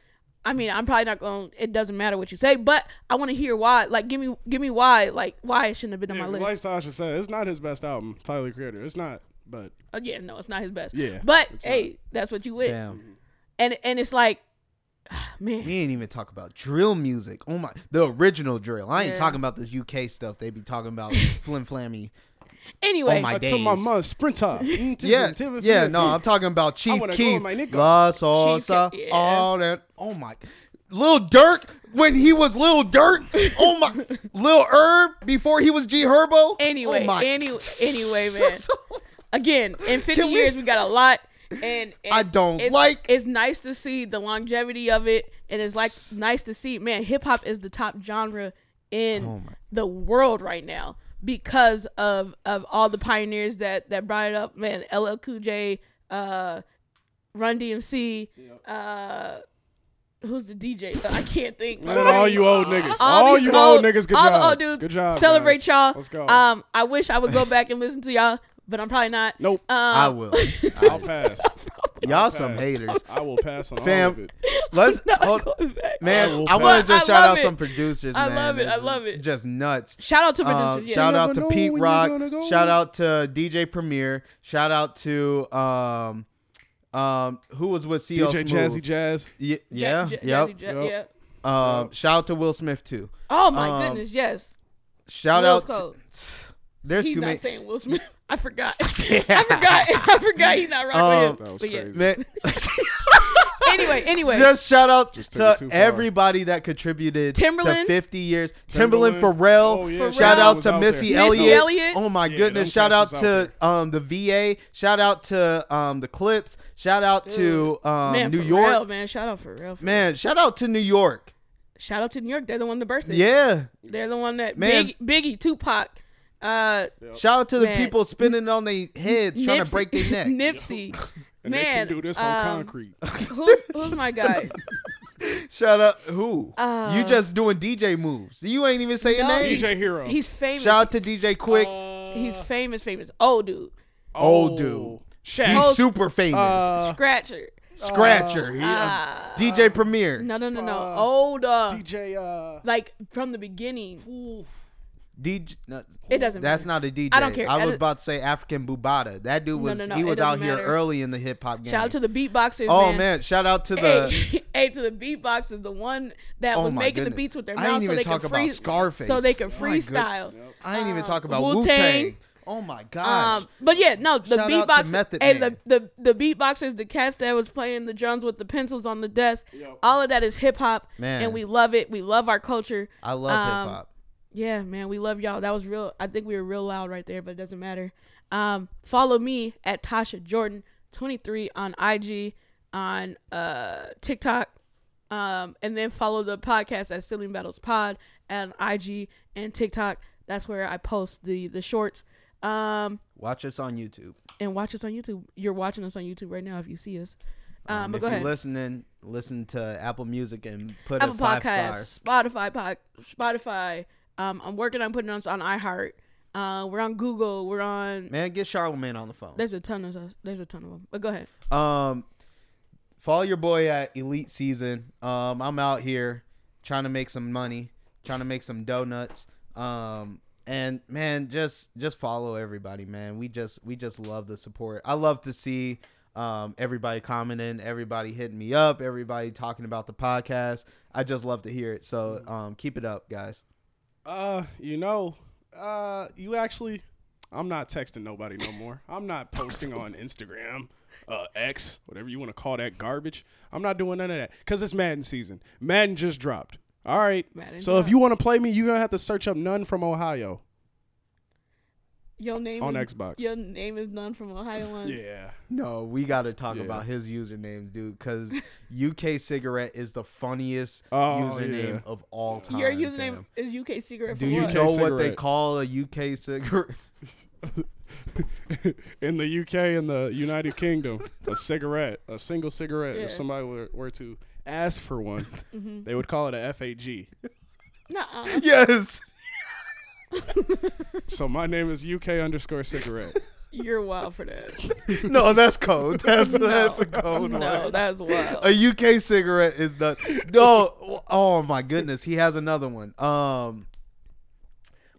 Speaker 2: I mean, I'm probably not going. to It doesn't matter what you say, but I want to hear why. Like, give me, give me why. Like, why it shouldn't have been
Speaker 3: Yeah,
Speaker 2: on my
Speaker 3: like
Speaker 2: list.
Speaker 3: Sasha said, it's not his best album, Tyler the Creator. It's not, but
Speaker 2: Uh, yeah, no, it's not his best.
Speaker 3: Yeah,
Speaker 2: but
Speaker 3: it's
Speaker 2: hey, that's what you with.
Speaker 1: Fam.
Speaker 2: And and it's like, [SIGHS] man,
Speaker 1: We ain't even talk about drill music. Oh my, the original drill. I ain't
Speaker 2: Yeah.
Speaker 1: talking about this UK stuff. They be talking
Speaker 2: [LAUGHS]
Speaker 1: about flim flammy.
Speaker 2: Anyway,
Speaker 1: Oh my
Speaker 3: until my Mm,
Speaker 1: days.
Speaker 3: month
Speaker 1: [LAUGHS]
Speaker 3: sprint top.
Speaker 1: Yeah, yeah. No, I'm talking about Chief
Speaker 3: wanna go
Speaker 1: Keef,
Speaker 3: with my nigga.
Speaker 1: La Salsa,
Speaker 2: Keef, yeah.
Speaker 1: all that. Oh my, Lil Durk when he was Lil Durk. Oh
Speaker 2: [LAUGHS]
Speaker 1: my, Lil Herb before he was G Herbo.
Speaker 2: Anyway,
Speaker 1: oh my.
Speaker 2: any-
Speaker 1: [LAUGHS]
Speaker 2: anyway, man. again, in 50
Speaker 1: Can we-
Speaker 2: years, we got a lot. And, and
Speaker 1: I don't
Speaker 2: it's,
Speaker 1: like-
Speaker 2: It's nice to see the longevity of it, and it's like nice to see, man. Hip hop is the top genre in
Speaker 1: Oh
Speaker 2: the world right now because of of all the pioneers that that brought it up. Man, LL Cool J, uh, Run DMC, uh, who's the DJ? I can't think.
Speaker 3: And all you old niggas, all,
Speaker 2: these
Speaker 3: you old, niggas, good
Speaker 2: all
Speaker 3: job,
Speaker 2: the old dudes.
Speaker 3: good job,
Speaker 2: Celebrate
Speaker 3: guys.
Speaker 2: y'all.
Speaker 3: Let's go.
Speaker 2: Um, I wish I would go back and listen to y'all, but I'm probably not.
Speaker 3: nope,
Speaker 2: Um,
Speaker 1: I
Speaker 2: [LAUGHS]
Speaker 1: will.
Speaker 3: [LAUGHS] I'll pass.
Speaker 1: Y'all [LAUGHS] some haters.
Speaker 3: I will pass on all of
Speaker 1: Fam,
Speaker 3: it.
Speaker 1: let's
Speaker 2: not
Speaker 1: hold,
Speaker 2: going back.
Speaker 1: man. I
Speaker 2: But
Speaker 1: want to
Speaker 2: I
Speaker 1: just shout
Speaker 2: love
Speaker 1: out
Speaker 2: it.
Speaker 1: some producers.
Speaker 2: I
Speaker 1: man.
Speaker 2: love it. I
Speaker 1: This
Speaker 2: love
Speaker 1: is
Speaker 2: it.
Speaker 1: Just nuts.
Speaker 2: Shout out to producers.
Speaker 1: Um,
Speaker 2: yeah.
Speaker 1: shout
Speaker 3: You
Speaker 1: out
Speaker 3: never
Speaker 1: to
Speaker 3: know
Speaker 1: Pete
Speaker 3: when you're gonna
Speaker 1: Rock.
Speaker 3: go.
Speaker 1: Shout out to DJ Premier. Shout out to um um who was with CEO
Speaker 3: DJ
Speaker 1: Smooth.
Speaker 3: Jazzy Jazz.
Speaker 1: Ye-
Speaker 2: Ja-
Speaker 1: yeah,
Speaker 2: Ja-
Speaker 1: yep.
Speaker 2: Jazzy Ja-
Speaker 3: Yep.
Speaker 2: yeah.
Speaker 1: Um, Shout out to Will Smith too.
Speaker 2: Oh my
Speaker 1: Um,
Speaker 2: goodness, yes.
Speaker 1: Shout
Speaker 2: Will's
Speaker 1: out.
Speaker 2: Code.
Speaker 1: To, [SIGHS] there's
Speaker 2: he's
Speaker 1: too
Speaker 2: not
Speaker 1: many.
Speaker 2: saying Will Smith. [LAUGHS]
Speaker 1: [LAUGHS]
Speaker 2: I forgot. I forgot. [LAUGHS] I forgot he's not rocking
Speaker 1: Um,
Speaker 2: with him. But yeah.
Speaker 1: Man,
Speaker 2: [LAUGHS] Anyway,
Speaker 1: [LAUGHS]
Speaker 2: anyway.
Speaker 1: just shout out
Speaker 3: took it
Speaker 1: to
Speaker 3: too far.
Speaker 1: everybody that contributed
Speaker 2: Timberland.
Speaker 1: to 50 years. Timberland,
Speaker 3: Timberland.
Speaker 1: Pharrell.
Speaker 3: Oh, yeah.
Speaker 1: Shout
Speaker 2: Pharrell.
Speaker 1: out
Speaker 3: Was
Speaker 1: to
Speaker 3: out
Speaker 1: Missy
Speaker 3: there.
Speaker 2: Missy
Speaker 1: Elliott.
Speaker 2: Elliott.
Speaker 1: Oh my
Speaker 3: Yeah,
Speaker 1: goodness!
Speaker 3: them
Speaker 1: Shout out
Speaker 3: cats was
Speaker 1: to
Speaker 3: out
Speaker 1: um the VA. Shout out to um the Clips. Shout out to um
Speaker 2: man,
Speaker 1: New
Speaker 2: Pharrell,
Speaker 1: York.
Speaker 2: man. Shout out for real.
Speaker 1: Man, shout out to New York.
Speaker 2: Shout out to New York. They're the one that birthed it.
Speaker 1: Yeah.
Speaker 2: They're the one that
Speaker 1: Man.
Speaker 2: Big, Biggie, Tupac, uh,
Speaker 1: Shout out to the
Speaker 2: Man.
Speaker 1: people spinning on their heads trying to
Speaker 2: Nipsey-
Speaker 1: break their neck.
Speaker 2: [LAUGHS] Nipsey.
Speaker 3: [LAUGHS] And
Speaker 2: man,
Speaker 3: they can do this on
Speaker 2: um,
Speaker 3: concrete.
Speaker 2: Who, who's
Speaker 1: [LAUGHS]
Speaker 2: my guy?
Speaker 1: Shout out who?
Speaker 2: Uh,
Speaker 1: you just doing DJ moves. You ain't even saying
Speaker 2: No,
Speaker 1: names.
Speaker 3: DJ Hero.
Speaker 2: He's famous.
Speaker 1: Shout out to DJ Quick.
Speaker 2: He's famous, famous. Old dude.
Speaker 1: old
Speaker 3: Oh,
Speaker 1: dude.
Speaker 3: Shaq.
Speaker 1: He's super famous.
Speaker 3: Uh,
Speaker 2: Scratcher.
Speaker 1: Scratcher. He, uh,
Speaker 2: uh,
Speaker 1: DJ Premier.
Speaker 2: No, no, no, no.
Speaker 3: uh,
Speaker 2: old. Uh,
Speaker 3: DJ. Uh,
Speaker 2: like from the beginning.
Speaker 1: DJ. no,
Speaker 2: It doesn't
Speaker 1: That's
Speaker 2: matter.
Speaker 1: not a DJ.
Speaker 2: I don't care. I
Speaker 1: I was
Speaker 2: don't-
Speaker 1: about to say African Bubata. That dude
Speaker 2: No,
Speaker 1: was
Speaker 2: no, no,
Speaker 1: he
Speaker 2: it
Speaker 1: was out
Speaker 2: doesn't
Speaker 1: here
Speaker 2: matter.
Speaker 1: early in the hip hop game.
Speaker 2: Shout out to the beatboxers.
Speaker 1: oh man.
Speaker 2: man.
Speaker 1: shout out to the
Speaker 2: Hey, [LAUGHS] hey, to the beatboxers, the one that
Speaker 1: Oh
Speaker 2: was
Speaker 1: my
Speaker 2: making
Speaker 1: goodness.
Speaker 2: the beats with their
Speaker 1: I
Speaker 2: mouth,
Speaker 1: didn't
Speaker 2: so
Speaker 1: even
Speaker 2: they
Speaker 1: talk
Speaker 2: could
Speaker 1: about
Speaker 2: free-
Speaker 1: Scarface.
Speaker 2: so they could
Speaker 1: My goodness.
Speaker 2: freestyle.
Speaker 1: I didn't even talk about Wu
Speaker 2: Uh, Wu-Tang.
Speaker 1: Tang. Oh my gosh.
Speaker 2: Um, but yeah, no, the
Speaker 1: Shout out to
Speaker 2: beatboxers
Speaker 1: Method
Speaker 2: and
Speaker 1: Man.
Speaker 2: the, the the beatboxers, the cats that was playing the drums with the pencils on the desk, all of that is hip hop,
Speaker 1: Man.
Speaker 2: and we love it. We love our culture.
Speaker 1: I love
Speaker 2: um,
Speaker 1: hip hop.
Speaker 2: Yeah, man, we love y'all. That was real. I think we were real loud right there, but it doesn't matter. Um, follow me at Tasha Jordan twenty three on IG, on uh TikTok, um, and then follow the podcast at Ceiling Battles Pod and IG and TikTok. That's where I post the the shorts. Um,
Speaker 1: Watch us on YouTube.
Speaker 2: and watch us on YouTube. You're watching us on YouTube right now if you see us. Um,
Speaker 1: Um,
Speaker 2: but
Speaker 1: if
Speaker 2: go
Speaker 1: you're
Speaker 2: ahead.
Speaker 1: listening, listen to Apple Music and put
Speaker 2: Apple
Speaker 1: a five
Speaker 2: Podcasts,
Speaker 1: star.
Speaker 2: Spotify, pod, Spotify. Um, I'm working on putting us on iHeart. Uh, we're on Google. We're on.
Speaker 1: Man, get Charlemagne on the phone.
Speaker 2: There's a ton of us. There's a ton of them. But go ahead.
Speaker 1: Um, follow your boy at Elite Season. Um, I'm out here trying to make some money, trying to make some donuts. Um, and man, just just follow everybody, man. We just we just love the support. I love to see um everybody commenting, everybody hitting me up, everybody talking about the podcast. I just love to hear it. So um, keep it up, guys.
Speaker 3: uh, you know, uh, you actually, I'm not texting nobody
Speaker 2: [LAUGHS]
Speaker 3: no more. I'm not posting on Instagram, uh, X, whatever you want to call that garbage. I'm not doing none of that because it's Madden season. Madden just dropped. All right.
Speaker 2: Madden
Speaker 3: so if you want to play me, you're gonna have to search up none from Ohio.
Speaker 2: Your name
Speaker 3: On
Speaker 2: is-
Speaker 3: Xbox.
Speaker 2: Your name is none from
Speaker 1: [LAUGHS]
Speaker 2: Ohio. One.
Speaker 3: Yeah. [LAUGHS]
Speaker 1: No, we got to talk
Speaker 3: Yeah.
Speaker 1: about his usernames, dude, because UK Cigarette is the funniest
Speaker 3: Oh,
Speaker 1: username
Speaker 3: yeah.
Speaker 1: of all time.
Speaker 2: Your
Speaker 1: fam.
Speaker 2: username is UK Secret.
Speaker 1: Do
Speaker 2: for
Speaker 1: you
Speaker 2: what?
Speaker 1: know what they
Speaker 3: cigarette.
Speaker 1: call a UK cigarette? [LAUGHS]
Speaker 3: in the UK and the United Kingdom, a cigarette, a single cigarette,
Speaker 2: Yeah. Mm-hmm.
Speaker 3: if somebody were, were to ask
Speaker 2: [LAUGHS]
Speaker 3: for one, they would call it a FAG.
Speaker 2: Nuh-uh.
Speaker 1: yes.
Speaker 3: so my name is UK
Speaker 2: [LAUGHS]
Speaker 3: underscore cigarette.
Speaker 2: You're wild for that.
Speaker 1: No, that's cold. That's [LAUGHS] that's a cold
Speaker 2: no,
Speaker 1: one. [LAUGHS]
Speaker 2: that's wild.
Speaker 1: A UK cigarette is not. No. Oh my goodness, he has another one. Um,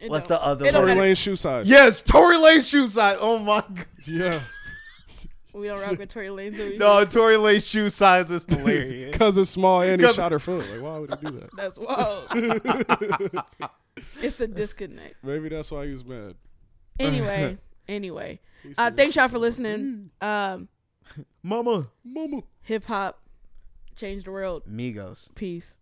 Speaker 2: It
Speaker 1: what's
Speaker 2: don't-
Speaker 1: the other
Speaker 2: it don't
Speaker 1: one?
Speaker 3: Tory
Speaker 2: matter.
Speaker 3: Lane shoe size.
Speaker 1: Yes, Tory Lane shoe size. Oh my. God.
Speaker 3: [LAUGHS] Yeah.
Speaker 2: We don't rock with Tory Lanez. over here.
Speaker 1: [LAUGHS] No, Tory Lane shoe size is
Speaker 3: [LAUGHS]
Speaker 1: hilarious.
Speaker 3: Because it's small and he
Speaker 1: 'Cause-
Speaker 3: shot her foot. Like, why would he do that?
Speaker 2: That's
Speaker 1: [LAUGHS]
Speaker 2: wild. it's a disconnect.
Speaker 3: Maybe that's why he was mad.
Speaker 1: [LAUGHS]
Speaker 2: Anyway, anyway.
Speaker 3: He
Speaker 2: Uh,
Speaker 3: said,
Speaker 2: thanks y'all for listening.
Speaker 1: Mm.
Speaker 2: Um,
Speaker 1: Mama.
Speaker 3: Mama.
Speaker 2: hip hop changed the world.
Speaker 1: Migos.
Speaker 2: Peace.